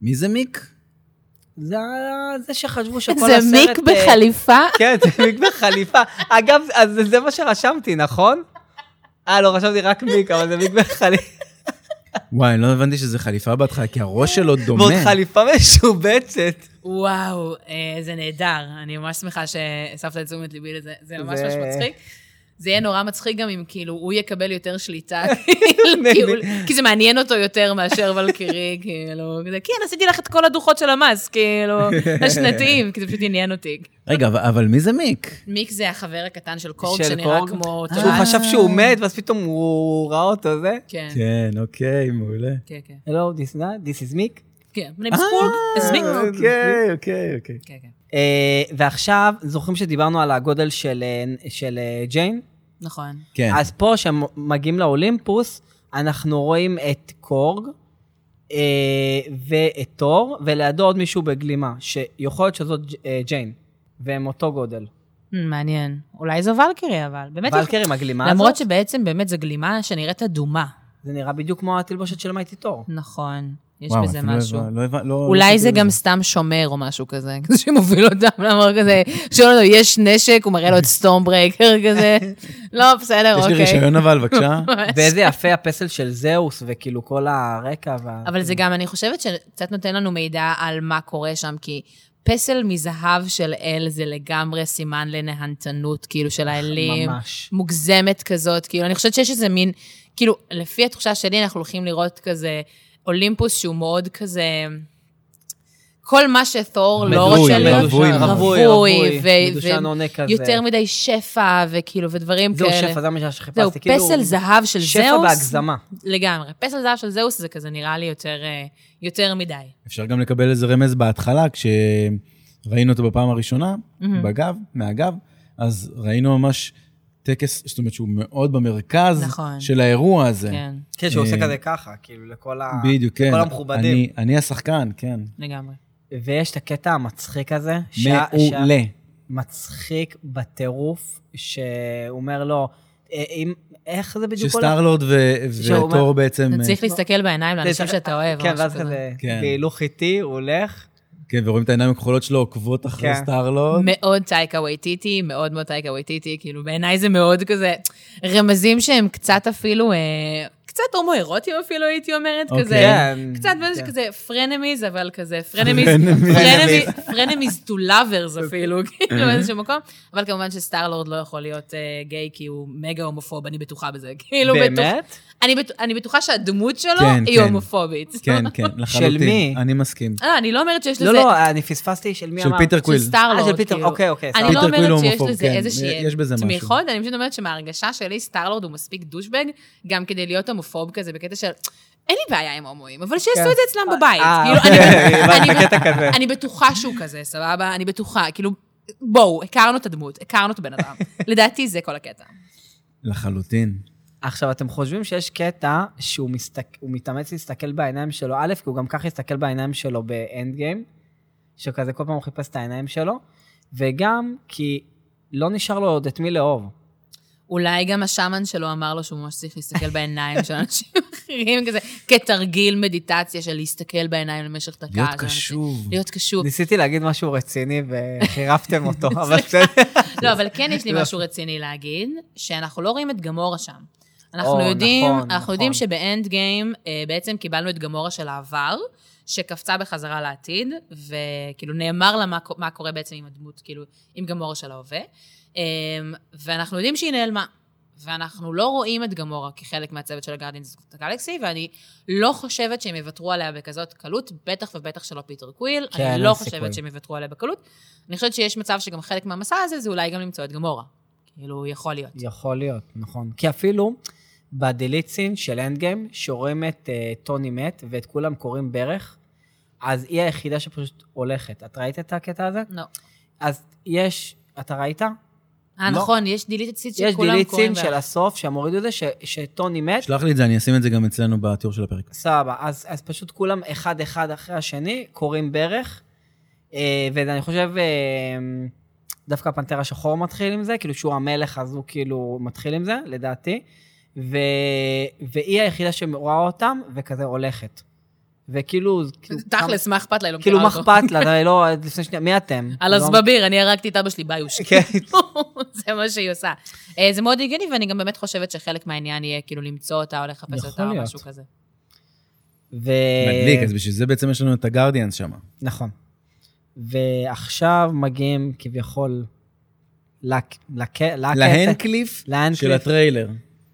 A: מי זה מיק?
B: זה ה- זה שחשבו שכל הסרט...
D: זה מיק
B: אה,
D: בחליפה?
B: כן, זה מיק בחליפה. אגב, אז זה מה שרשמתי, נכון? אה, לא, רשמתי רק מיק, אבל זה מיק בחליפה.
A: וואי, לא הבנתי שזה חליפה בהתחלה, כי הראש שלו דומה.
B: ועוד חליפה משובצת.
C: וואו, אה, זה נהדר. אני ממש שמחה שהסבת את תשומת ליבי לזה. זה ממש
B: זה-
C: ממש מצחיק. זה יהיה נורא מצחיק גם אם כאילו הוא יקבל יותר שליטה, כאילו, כי הוא- כי זה מעניין אותו יותר מאשר ולקירי, כאילו, כזה, כן, עשיתי לך את כל הדוחות של המס, כאילו, השנתיים, כי זה פשוט עניין אותי.
A: רגע, אבל- אבל מי זה מיק?
C: מיק זה החבר הקטן של קורג,
B: של
C: שנראה
B: קורג? אה,
C: כמו
B: שהוא
C: טראנס.
B: חשב שהוא מת, ואז פתאום הוא ראה אותו, זה.
C: כן,
A: כן, אוקיי, מעולה.
C: כן, כן.
B: Hello, this is, not- this is מיק.
C: כן, my name is קורג, אז מיק.
A: אה, אוקיי, אוקיי, אוקיי.
C: כן, כן.
B: אה, ועכשיו, זוכרים שדיברנו על הגודל של, אה, של אה, ג'יין?
C: נכון.
A: כן.
B: אז פה, כשהם מגיעים לאולימפוס, אנחנו רואים את קורג אה, ואת תור, ולידו עוד מישהו בגלימה, שיכול להיות שזאת ג'- אה, ג'יין, והם אותו גודל.
C: Hmm, מעניין. אולי זו ולקירי, אבל. באמת,
B: ולקר עם הגלימה הזאת,
C: למרות שבעצם באמת זו גלימה שנראית אדומה.
B: זה נראה בדיוק כמו התלבושת של מייטי תור.
C: נכון, יש
A: וואו,
C: בזה
A: אפילו לא
C: משהו.
A: הבנ- לא הבנ- לא- לא
C: אולי זה
A: שמתי
C: גם
A: לב.
C: סתם שומר או משהו כזה, כזה שמוביל אותם לאמר כזה, שואל אותו, יש נשק? הוא מראה לו את סטום ברייקר כזה. לא, בסדר,
A: יש לי
C: אוקיי.
A: רישיון אבל, בבקשה.
B: ואיזה יפה הפסל של זהוס, וכאילו כל הרקע וה...
C: אבל זה גם, אני חושבת שקצת נותן לנו מידע על מה קורה שם, כי פסל מזהב של אל זה לגמרי סימן לנהנתנות, כאילו, של האלים.
B: ממש.
C: מוגזמת כזאת, כאילו, אני חושבת שיש איזה מין, כאילו, לפי התחושה שלי, אנחנו הולכים לראות כזה אולימפוס שהוא מאוד כזה... כל מה שתור לא
A: מדוי,
C: רוצה להיות
A: רווי,
B: רווי,
C: רווי, ו-
B: מדושן עונה כזה.
C: ויותר מדי שפע, וכאילו, ודברים
B: זהו,
C: כאלה.
B: שפע, זה מה
C: זהו,
B: שחיפשתי. כאילו,
C: פסל זהב של זהוס.
B: שפע בהגזמה.
C: לגמרי. פסל זהב של זהוס זה כזה נראה לי יותר, אה, יותר מדי.
A: אפשר גם לקבל איזה רמז בהתחלה, כשראינו אותו בפעם הראשונה,
C: מהמם.
A: בגב, מהגב, אז ראינו ממש טקס, זאת אומרת שהוא מאוד במרכז
C: נכון.
A: של האירוע הזה.
C: כן,
B: כן, שהוא עושה
A: אה,
B: כזה ככה, כאילו, לכל ה...
A: בדיוק, כן.
B: לכל המכובדים.
A: אני- אני השחקן, כן.
C: לגמרי.
B: ויש את הקטע המצחיק הזה. שה- שה-
A: מעולה.
B: מצחיק בטירוף, שהוא אומר לו, "אה, אם, איך זה בדיוק הולך?"
A: שסטארלורד ו-
B: שהוא
A: ותור
B: אומר-
A: בעצם...
C: אתה צריך
A: אה,
C: להסתכל בעיניים לאנשים
B: צריך-
C: שאתה אוהב. או
B: כן,
C: משהו
B: ואז
C: כזה.
B: כזה,
A: כן.
B: בהילוך איטי, הוא הולך.
A: כן, ורואים את העיניים הכחולות שלו עוקבות אחרי
B: כן.
A: סטארלורד.
C: מאוד טייקה וייטיטי, מאוד מאוד טייקה וייטיטי, כאילו בעיניי זה מאוד כזה, רמזים שהם קצת אפילו, אה, קצת הומואירוטיים אפילו הייתי אומרת,
A: אוקיי.
C: כזה,
B: כן.
C: קצת באיזה
B: כן.
C: כזה פרנמיז, אבל כזה
A: Frenemies.
C: פרנמיז, פרנמיז to
B: אוקיי.
C: lovers אפילו, כאילו באיזשהו מקום, אבל כמובן שסטארלורד לא יכול להיות אה, גיי כי הוא מגה הומופוב, אני בטוחה בזה, כאילו, בטוח-
B: באמת?
C: אני בטוח- אני בטוחה שהדמות שלו
A: כן,
C: היא
A: כן.
C: הומופובית.
A: כן, כן, לחלוטין.
B: מי?
A: אני מסכים.
C: אה, אני לא אומרת שיש
B: לא,
C: לזה,
B: לא, אני פספסתי של מי
A: של
B: אמר.
A: פיטר
C: של
A: קוויל.
C: סטארלורד,
B: אה, של פיטר,
C: כאילו.
B: אוקיי, אוקיי,
C: אני
B: סבבה.
C: לא
A: פיטר קוויל
C: אומרת
A: הוא
C: שיש
A: הומופוב,
C: לזה
A: כן,
C: איזושהי
A: יש בזה משהו.
C: תמיכות, אני פשוט אומרת שמההרגשה שלי, סטארלורד הוא מספיק דושבג, גם כדי להיות הומופוב כזה, בקטע של... אין לי בעיה עם הומואים, אבל שיעשו
B: כן.
C: את זה אצלם בבית.
B: אה,
C: כאילו,
B: אוקיי,
C: אני-
B: הבנתי,
C: אני-
B: בקטע כזה.
C: אני בטוחה שהוא כזה, סבבה? אני בטוחה. כאילו, בואו, הכרנו את הדמות, הכרנו את הבן אדם. לדעתי זה כל הקטע.
A: לחלוטין.
B: עכשיו, אתם חושבים שיש קטע שהוא מסתק- הוא מתאמץ להסתכל בעיניים שלו, א', כי הוא גם ככה הסתכל בעיניים שלו באנד גיים, שכזה כל פעם הוא חיפש את העיניים שלו, וגם כי לא נשאר לו עוד את מי לאהוב.
C: אולי גם השאמן שלו אמר לו שהוא ממש צריך להסתכל בעיניים של אנשים אחרים. אחרים, כזה, כתרגיל מדיטציה של להסתכל בעיניים למשך דקה.
A: להיות
C: זה אנשים-
A: קשוב.
C: להיות קשוב.
B: ניסיתי להגיד משהו רציני וחירפתם אותו, אבל בסדר.
C: לא, אבל כן יש לי משהו רציני להגיד, שאנחנו לא רואים את גמורה שם. אנחנו
B: או,
C: יודעים,
B: נכון,
C: אנחנו יודעים
B: נכון.
C: שבאנד גיים אה, בעצם קיבלנו את גמורה של העבר, שקפצה בחזרה לעתיד, וכאילו נאמר לה מה, קו- מה קורה בעצם עם הדמות, כאילו, עם גמורה של ההווה. אה, ואנחנו יודעים שהיא נעלמה. ואנחנו לא רואים את גמורה כחלק מהצוות של הגארדינס אוף הגלקסי, ואני לא חושבת שהם יוותרו עליה בכזאת קלות, בטח ובטח שלא פיטר קוויל.
B: כן,
C: אני
B: אין
C: לא
B: סיכוי.
C: חושבת שהם יוותרו עליה בקלות. אני חושבת שיש מצב שגם חלק מהמסע הזה זה אולי גם למצוא את גמורה. כאילו, יכול להיות.
B: יכול להיות, נכון. כי אפילו בדליצין של אנדגיים, שרואים את אה, טוני מת ואת כולם קוראים ברך, אז היא היחידה שפשוט הולכת. את ראית את הקטע הזה?
C: לא.
B: אז יש, אתה ראית?
A: לא.
C: אה, נכון, יש דילית סיד
B: יש
C: שכולם קוראים
B: דליצין של
C: בה.
B: הסוף, שהם הורידו את זה, ש- שטוני מת,
A: שלח לי את זה, אני אשים את זה גם אצלנו בתיאור של הפרק.
B: סבבה. אז, אז פשוט כולם אחד-אחד אחרי השני, קוראים ברך, אה, ואני חושב, אה, דווקא פנתר השחור מתחיל עם זה, כאילו שהוא המלך אז הוא כאילו מתחיל עם זה, לדעתי, ו, והיא היחידה שרואה אותם, וכזה הולכת. וכאילו... כאילו,
C: תכלס, מה אכפת לה? היא לא
B: כאילו,
C: מכירה
B: מה
C: אותו.
B: אכפת לה? די, לא, לפני שנייה, מי אתם?
C: על
B: לא-
C: הזבביר, אני הרגתי את אבא שלי ביוש.
B: כן.
C: זה מה שהיא עושה. אה, זה מאוד הגיוני, ואני גם באמת חושבת שחלק מהעניין יהיה כאילו למצוא אותה או לחפש
B: יכול
C: אותה או
B: להיות.
C: משהו כזה.
B: ו...
A: מדליק, אז בשביל זה בעצם יש לנו את הגרדיאנס שם.
B: נכון. ועכשיו מגיעים כביכול לק- לק- לקטע-
A: להנקליף
B: להנקליף.
A: של הטריילר.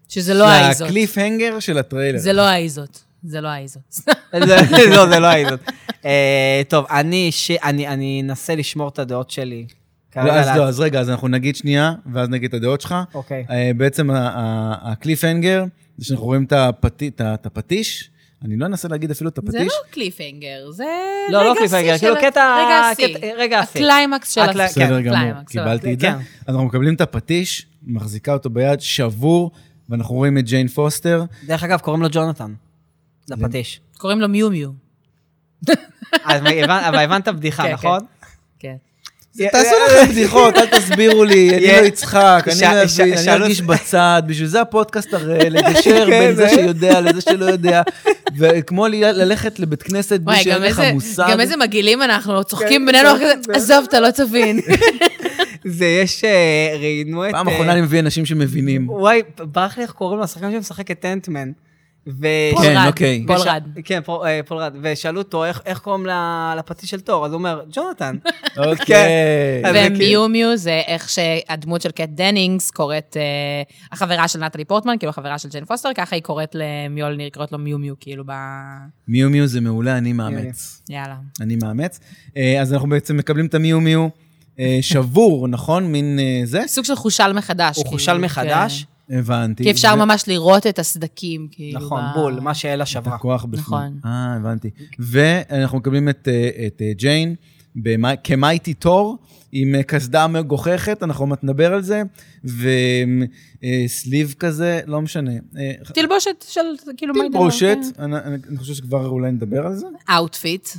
C: שזה לא האיזות.
A: לקליף הנגר של הטריילר.
C: זה לא האיזות. זה לא האיזות.
B: זה- לא, זה לא האיזות. אה, טוב, אני אישי- אני אני אנסה לשמור את הדעות שלי.
A: לא,
B: כרגע
A: אז
B: לה-
A: לא, אז רגע, אז אנחנו נגיד שנייה, ואז נגיד את הדעות שלך.
B: אוקיי.
A: אה, בעצם ה- ה- הקליפהנגר, זה שאנחנו רואים את הפטי- את ה- את הפטיש, אני לא אנסה להגיד אפילו את
C: זה
A: הפטיש.
C: לא קליפהנגר, זה
B: לא, לא
C: רגע השיא
B: קליפהנגר,
C: של
B: כאילו
C: ה-
B: קטע-
C: רגע השיא.
B: קטע- רגע השיא.
C: הקליימקס כן, לא. של
B: הקלי-
C: הסרט.
A: בסדר גמור,
C: קליימקס, סבבה.
A: קיבלתי את זה.
B: כן.
A: אז אנחנו מקבלים את הפטיש, מחזיקה אותו ביד, שבור, ואנחנו רואים את ג'יין פוסטר.
B: דרך אגב, קוראים לו ג'ונתן. לפטיש.
C: קוראים לו מיו מיו.
B: אז מה, הבנ- אבל הבנת בדיחה,
C: כן,
B: נכון?
C: כן.
A: תעשו לכם בדיחות, אל תסבירו לי, אני
B: יא-
A: לא אצחק, אני
B: ש-
A: לא
B: ש-
A: אבין, אני
B: שאלו-
A: ארגיש בצד, בשביל זה הפודקאסט הרי, לגשר
B: כן,
A: בין זה
B: זה-
A: שיודע לזה שלא יודע, וכמו ל- ללכת לבית כנסת בלי
C: וואי,
A: שאין
C: גם
A: לך
C: איזה-
A: מושג.
C: גם איזה מגעילים אנחנו, צוחקים
B: כן,
C: בינינו,
B: כן,
C: כזה,
B: זה-
C: עזוב, אתה לא תבין.
B: זה יש, אה, ראיינו את...
A: פעם
B: אה,
A: אחרונה אני מביא אנשים שמבינים.
B: וואי, ברח לי איך קוראים לו, השחקן שמשחק את טנטמן. ו-
C: פול
A: כן,
C: רד,
A: אוקיי.
C: פול
B: וש-
C: רד.
B: כן, פול- אה, פול רד. ושאלו אותו, איך איך קוראים ל- לפטיש של תור? אז הוא אומר, ג'ונתן.
A: אוקיי.
B: כן. אז זה כאילו-
C: ומיו מיו זה אה, איך שהדמות של קט דנינגס קוראת, אה, החברה של נטלי פורטמן, כאילו החברה של ג'ן פוסטר, ככה היא קוראת למיולניר, קוראת לו מיו מיו, כאילו ב...
A: מיו מיו זה מעולה, אני מאמץ.
C: יאללה.
A: אני מאמץ. אה, אז אנחנו בעצם מקבלים את המיו מיו אה, שבור, נכון? מין אה, זה?
C: סוג של חושל מחדש.
B: הוא
C: כאילו,
B: חושל מחדש.
C: כן.
A: הבנתי.
C: כי אפשר
A: ו-
C: ממש לראות את הסדקים, כאילו.
B: נכון,
C: ב-
B: בול, מה שאלה שברה.
A: הכוח בפנים.
C: נכון.
A: אה, הבנתי. ואנחנו מקבלים את, אה, את אה, ג'יין במי- כמייטי תור, עם אה, קסדה מגוחכת, אנחנו עוד מעט נדבר על זה, וסליב כזה, לא משנה. אה,
C: תלבושת של, כאילו, מה היא דבר,
A: תלבושת,
C: כן.
A: אני- אני אני חושב שכבר אולי נדבר על זה.
C: אאוטפיט.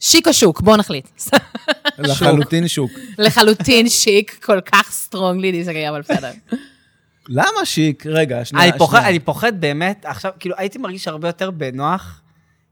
C: שיק או שוק, בואו נחליט.
A: לחלוטין שוק.
C: לחלוטין שיק, כל כך סטרונגלי דיסגרי, אבל בסדר.
A: למה שיק? רגע, שנייה.
B: אני פוחד,
A: שנייה.
B: אני פוחד באמת, עכשיו, כאילו, הייתי מרגיש הרבה יותר בנוח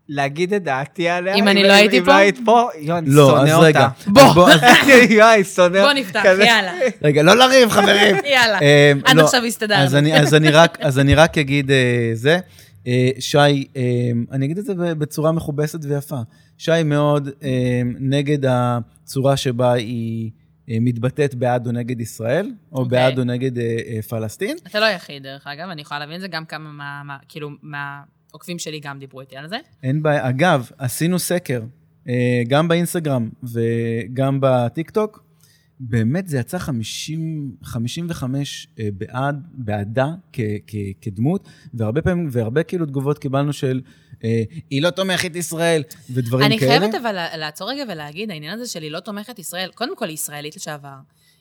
B: להגיד את דעתי עליה.
C: אם אני לא הייתי
B: אם
C: פה?
B: לא היית פה, יואו, אני
A: לא,
B: שונא
A: אז
B: אותה.
A: רגע.
C: בוא.
A: אז אז-
B: יואו, אני
A: לא,
B: שונא.
C: בוא נפתח,
B: כזה-
C: יאללה.
A: רגע, לא לריב, חברים.
B: אה,
C: יאללה.
A: אמ,
C: עד
A: לא,
C: עכשיו הסתדרנו.
A: אז אני- אז אני רק- אז אני רק אגיד אה, זה. אה, שי, אמ, אני אגיד את זה בצורה מכובסת ויפה. שי מאוד אמ, נגד הצורה שבה היא אה, מתבטאת בעד או נגד ישראל, או
C: אוקיי.
A: בעד או נגד אה, אה, פלסטין.
C: אתה לא היחיד, דרך אגב, אני יכולה להבין את זה, גם כמה מה... מה- כאילו, מהעוקבים שלי גם דיברו איתי על זה.
A: אין בעיה. אגב, עשינו סקר, אה, גם באינסטגרם וגם בטיקטוק. באמת זה יצא 50, 55 אה, בעד, בעדה כ, כ, כדמות, והרבה פעמים, והרבה כאילו תגובות קיבלנו של אה, היא לא תומכת ישראל, ודברים
C: אני
A: כאלה.
C: חייבת אבל לה- לעצור רגע ולהגיד, העניין הזה שלי לא תומכת ישראל, קודם כל היא ישראלית לשעבר.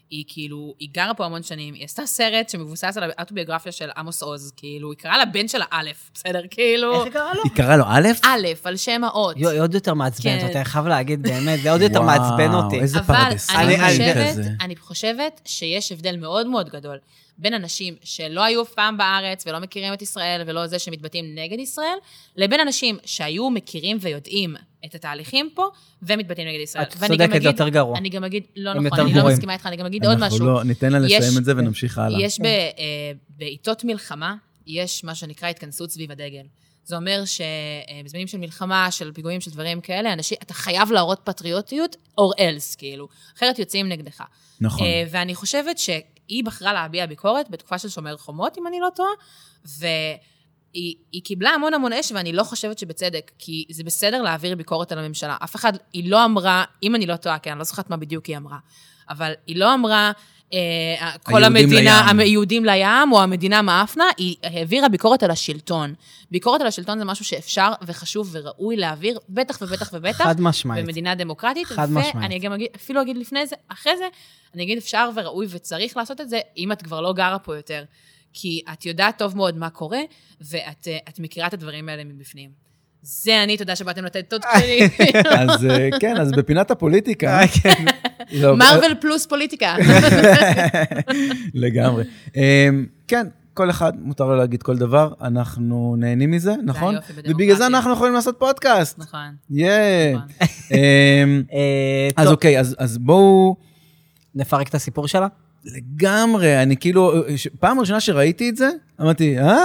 C: היא כאילו, היא גרה פה המון שנים, היא עשתה סרט שמבוסס על האוטוביוגרפיה של עמוס עוז, כאילו, היא קראה לבן שלה א', בסדר? כאילו,
B: איך היא קראה לו?
A: היא קראה לו א'?
C: א', על שם האות.
B: יואו, היא עוד יותר מעצבנת
C: כן.
B: אותי, אני חייב להגיד, באמת, זה עוד יותר מעצבן אותי.
A: וואו, איזה
C: אבל
A: פרדסן
C: אני
B: אני-
C: חושבת,
A: כזה.
C: אני חושבת שיש הבדל מאוד מאוד גדול בין אנשים שלא היו אף פעם בארץ ולא מכירים את ישראל ולא זה שמתבטאים נגד ישראל, לבין אנשים שהיו מכירים ויודעים את התהליכים פה ומתבטאים נגד ישראל.
B: את
C: ואני גם
B: צודקת, זה
C: אגיד-
B: יותר גרוע.
C: אני גם אגיד, לא
B: הם
C: נכון,
B: יותר
C: אני לא
B: גרועים.
C: מסכימה איתך, אני גם אגיד עוד
A: אנחנו
C: משהו.
A: לא, ניתן לה
C: יש-
A: לסיים את זה ונמשיך הלאה.
C: יש ב- אה, בעיתות מלחמה, יש מה שנקרא התכנסות סביב הדגל. זה אומר שבזמנים של מלחמה, של פיגועים, של דברים כאלה, אנשים, אתה חייב להראות פטריוטיות, or else, כאילו. אחרת יוצאים נגדך.
A: נכון.
C: אה, ואני חושבת שהיא בחרה להביע ביקורת בתקופה של שומר חומות, אם אני לא טועה, והיא היא קיבלה המון המון אש, ואני לא חושבת שבצדק, כי זה בסדר להעביר ביקורת על הממשלה. אף אחד, היא לא אמרה, אם אני לא טועה, כן, אני לא זוכרת מה בדיוק היא אמרה, אבל היא לא אמרה, אה, כל
A: היהודים
C: המדינה,
A: לים.
C: היהודים לים, או המדינה מאפנה, היא העבירה ביקורת על השלטון. ביקורת על השלטון זה משהו שאפשר וחשוב וראוי להעביר, בטח ובטח ובטח.
B: חד משמעית.
C: במדינה דמוקרטית.
B: חד
C: ואני
B: משמעית.
C: גם אגיד, אפילו אגיד לפני זה, אחרי זה, אני אגיד אפשר וראוי וצריך לעשות את זה, אם את כבר לא גרה פה יותר. כי את יודעת טוב מאוד מה קורה, ואת אה, את מכירה את הדברים האלה מבפנים. זה אני, תודה שבאתם לתת טוד שלי.
A: אז אה, כן, אז בפינת הפוליטיקה...
C: אה,
B: אה, כן.
A: לא,
C: מרוויל פלוס פוליטיקה.
A: לגמרי. אמ, כן, כל אחד, מותר לו להגיד כל דבר, אנחנו נהנים מזה, נכון?
C: היופי בדמוקרטיה.
A: ובגלל זה אנחנו יכולים לעשות פודקאסט.
C: נכון.
A: ייי.
C: נכון.
A: אמ,
B: אה,
A: אז
B: טוב,
A: אוקיי, אז אז בואו...
B: נפרק את הסיפור שלה?
A: לגמרי, אני כאילו, ש- פעם ראשונה שראיתי את זה, אמרתי, אה?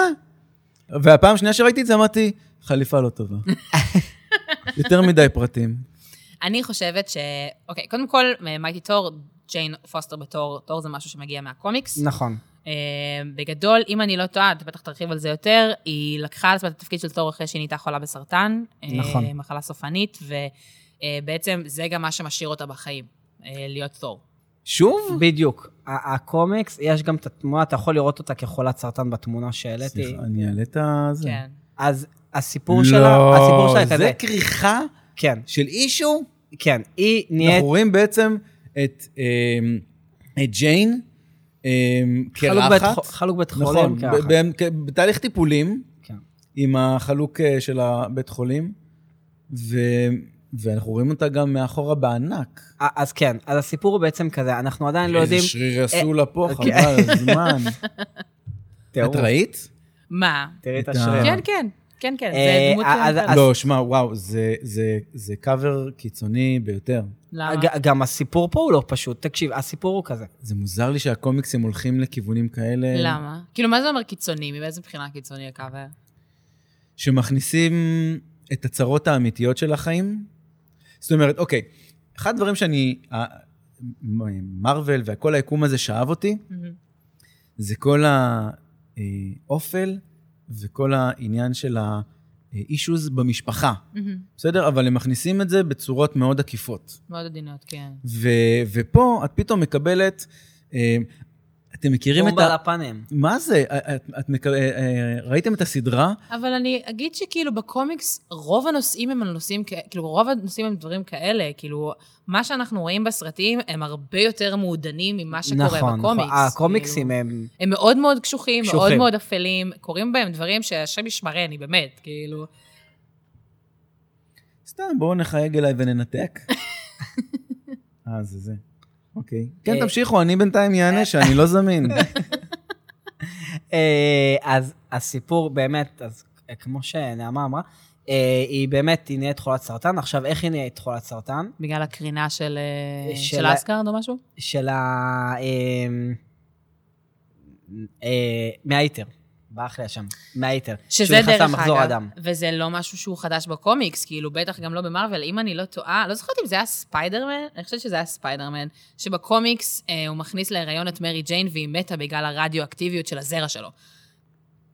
A: והפעם השנייה שראיתי את זה, אמרתי, חליפה לא טובה. יותר מדי פרטים.
C: אני חושבת ש... אוקיי, קודם כל, מייטי תור, ג'יין פוסטר בתור, תור זה משהו שמגיע מהקומיקס.
B: נכון.
C: אה, בגדול, אם אני לא טועה, את בטח תרחיב על זה יותר, היא לקחה על עצמה את התפקיד של תור אחרי שהיא נהייתה חולה בסרטן. אה,
B: נכון.
C: מחלה סופנית, ובעצם זה גם מה שמשאיר אותה בחיים, אה, להיות תור.
B: Mm.
A: שוב?
B: בדיוק. ה- הקומיקס, יש גם את התמונה, אתה יכול לראות אותה כחולת סרטן בתמונה שהעליתי.
A: סליחה, אני אעלה את ה... זה.
C: כן.
B: אז הסיפורה שלה, הסיפור שלה
A: לא,
B: היא כזה.
A: זה כריכה
B: כן,
A: של אישו.
B: כן. היא נהיית...
A: אנחנו רואים בעצם את אמ, את ג'יין אמ,
B: חלוק בית
A: קרחת.
B: חו- חלוק בית חולים.
A: נכון,
B: קרחת.
A: ב- ב- כ- בתהליך טיפולים,
B: כן.
A: עם החלוק אה, של הבית חולים, ו- ואנחנו רואים אותה גם מאחורה בענק.
B: א- אז כן, אז הסיפור הוא בעצם כזה, אנחנו עדיין לא יודעים...
A: איזה שריר עשו לה פה, חבל
B: אוקיי.
A: על הזמן.
B: תראו,
A: את ראית?
C: מה?
B: תראי
A: את
B: את השריר.
A: ה-
C: כן, כן, כן, כן, זה
B: אה,
C: דמות...
B: אז-
C: אה,
B: אז-
A: לא, שמע, וואו, זה- זה- זה קאבר קיצוני ביותר.
C: למה?
B: אה, ג- גם הסיפור פה הוא לא פשוט. תקשיב, הסיפור הוא כזה.
A: זה מוזר לי שהקומיקסים הולכים לכיוונים כאלה.
C: למה? כאילו, מה זה אומר קיצוני? מאיזה בחינה קיצוני הקאבר?
A: שמכניסים את הצרות האמיתיות של החיים. זאת אומרת, אוקיי, אחד הדברים שאני, ה- מ- מרוויל וכל היקום הזה שאב אותי, זה כל האופל וכל העניין של ה-issues במשפחה, בסדר? אבל הם מכניסים את זה בצורות מאוד עקיפות.
C: מאוד עדינות, כן.
A: ו, ופה את פתאום מקבלת, אה, אתם מכירים את
B: בומבה
A: ה...
B: לפנים.
A: מה זה? את, את מקב... אה, אה, ראיתם את הסדרה?
C: אבל אני אגיד שכאילו בקומיקס רוב הנושאים הם על נושאים, כ- כאילו רוב הנושאים הם דברים כאלה, כאילו מה שאנחנו רואים בסרטים הם הרבה יותר מעודנים ממה שקורה
B: נכון,
C: בקומיקס.
B: נכון. הקומיקסים
C: כאילו,
B: הם...
C: הם מאוד מאוד קשוחים,
B: קשוחים.
C: מאוד מאוד אפלים, קורים בהם דברים שהשם ישמרני, באמת, כאילו.
A: סתם, בואו נחייג אליי וננתק. אה, זה זה. אוקיי. כן,
B: אה,
A: תמשיכו, אני בינתיים אענה שאני לא זמין.
B: אה, אז הסיפור באמת, אז אה, כמו שנעמה אמרה, אה, היא באמת, היא נהיית חולת סרטן. עכשיו, איך היא נהיית חולת סרטן?
C: בגלל הקרינה של, אה,
B: של
C: של
B: ה-
C: אסגרד או משהו?
B: של ה... אה, אה, מהאיטר. ברח לי השם. מהאיטר.
C: שזה
B: שהוא נכנס
C: דרך
B: למחזור
C: אגב,
B: הדם.
C: וזה לא משהו שהוא חדש בקומיקס, כאילו, בטח גם לא במרוויל, אם אני לא טועה, לא זוכרת אם זה היה ספיידרמן, אני חושבת שזה היה ספיידרמן, שבקומיקס אה, הוא מכניס להיריון את מרי ג'יין והיא מתה בגלל הרדיואקטיביות של הזרע שלו.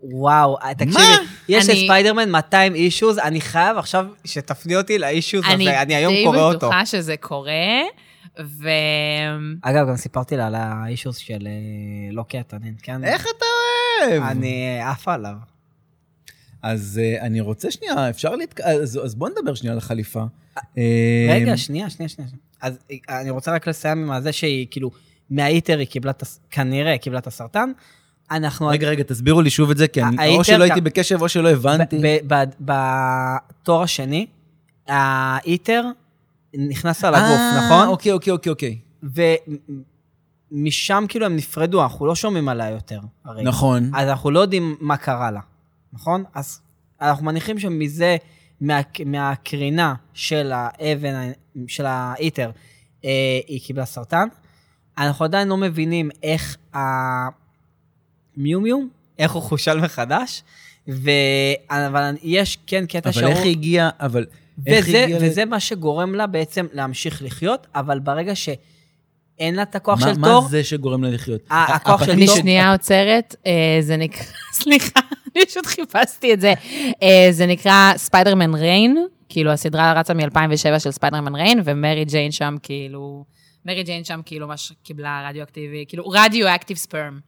B: וואו, אה, תקשיבי, יש
C: אני-
B: לספיידרמן 200 אישוז, אני חייב עכשיו שתפני אותי לאישוז הזה, אני היום קורא
C: אני די
B: אותו.
C: בטוחה שזה קורה, ו...
B: אגב, גם סיפרתי לה על האישוז של אה, לוקי התנין, כן?
A: איך אתה אוהב?
B: אני אה, עפה עליו.
A: אז אה, אני רוצה שנייה, אפשר להתק... אז אז בואו נדבר שנייה על החליפה.
B: רגע,
C: אמ.
A: אה,
B: שנייה, שנייה, שנייה. אז אה, אני רוצה רק לסיים עם זה שהיא, כאילו, מהאיטר היא קיבלה את הס... כנראה קיבלה את הסרטן. אנחנו...
A: רגע, רגע, תסבירו לי שוב את זה, כי אני-
B: ה-
A: או
B: היתר
A: שלא
B: גם-
A: הייתי בקשב או שלא הבנתי.
B: אה, ב- ב- ב- בתור השני, האיטר נכנס על
A: אה,
B: הגוף, נכון?
A: אוקיי, אוקיי, אוקיי, אוקיי.
B: משם כאילו הם נפרדו, אנחנו לא שומעים עליה יותר. הרי.
A: נכון.
B: אז אנחנו לא יודעים מה קרה לה, נכון? אז אנחנו מניחים שמזה, מה, מהקרינה של האבן, ה- של האיטר, אה, היא קיבלה סרטן. אנחנו עדיין לא מבינים איך המיומיו, איך הוא חושל מחדש, ו... אבל יש כן קטע
A: אבל איך היא הגיעה, אבל איך היא
B: וזה,
A: הגיעה... ל-
B: וזה מה שגורם לה בעצם להמשיך לחיות, אבל ברגע שאין לה את הכוח
A: מה-
B: של תור,
A: מה זה שגורם לה לחיות?
B: ה- הכוח של
A: הפטיש
B: תור-
C: אני שנייה עוצרת, אה, זה נקרא, סליחה, אני פשוט חיפשתי את זה. אה, זה נקרא ספיידרמן ריין, כאילו הסדרה רצה מ-2007 של ספיידרמן ריין, ומרי ג'יין שם כאילו, מרי ג'יין שם כאילו מה שקיבלה רדיואקטיבי, כאילו רדיואקטיב ספרם.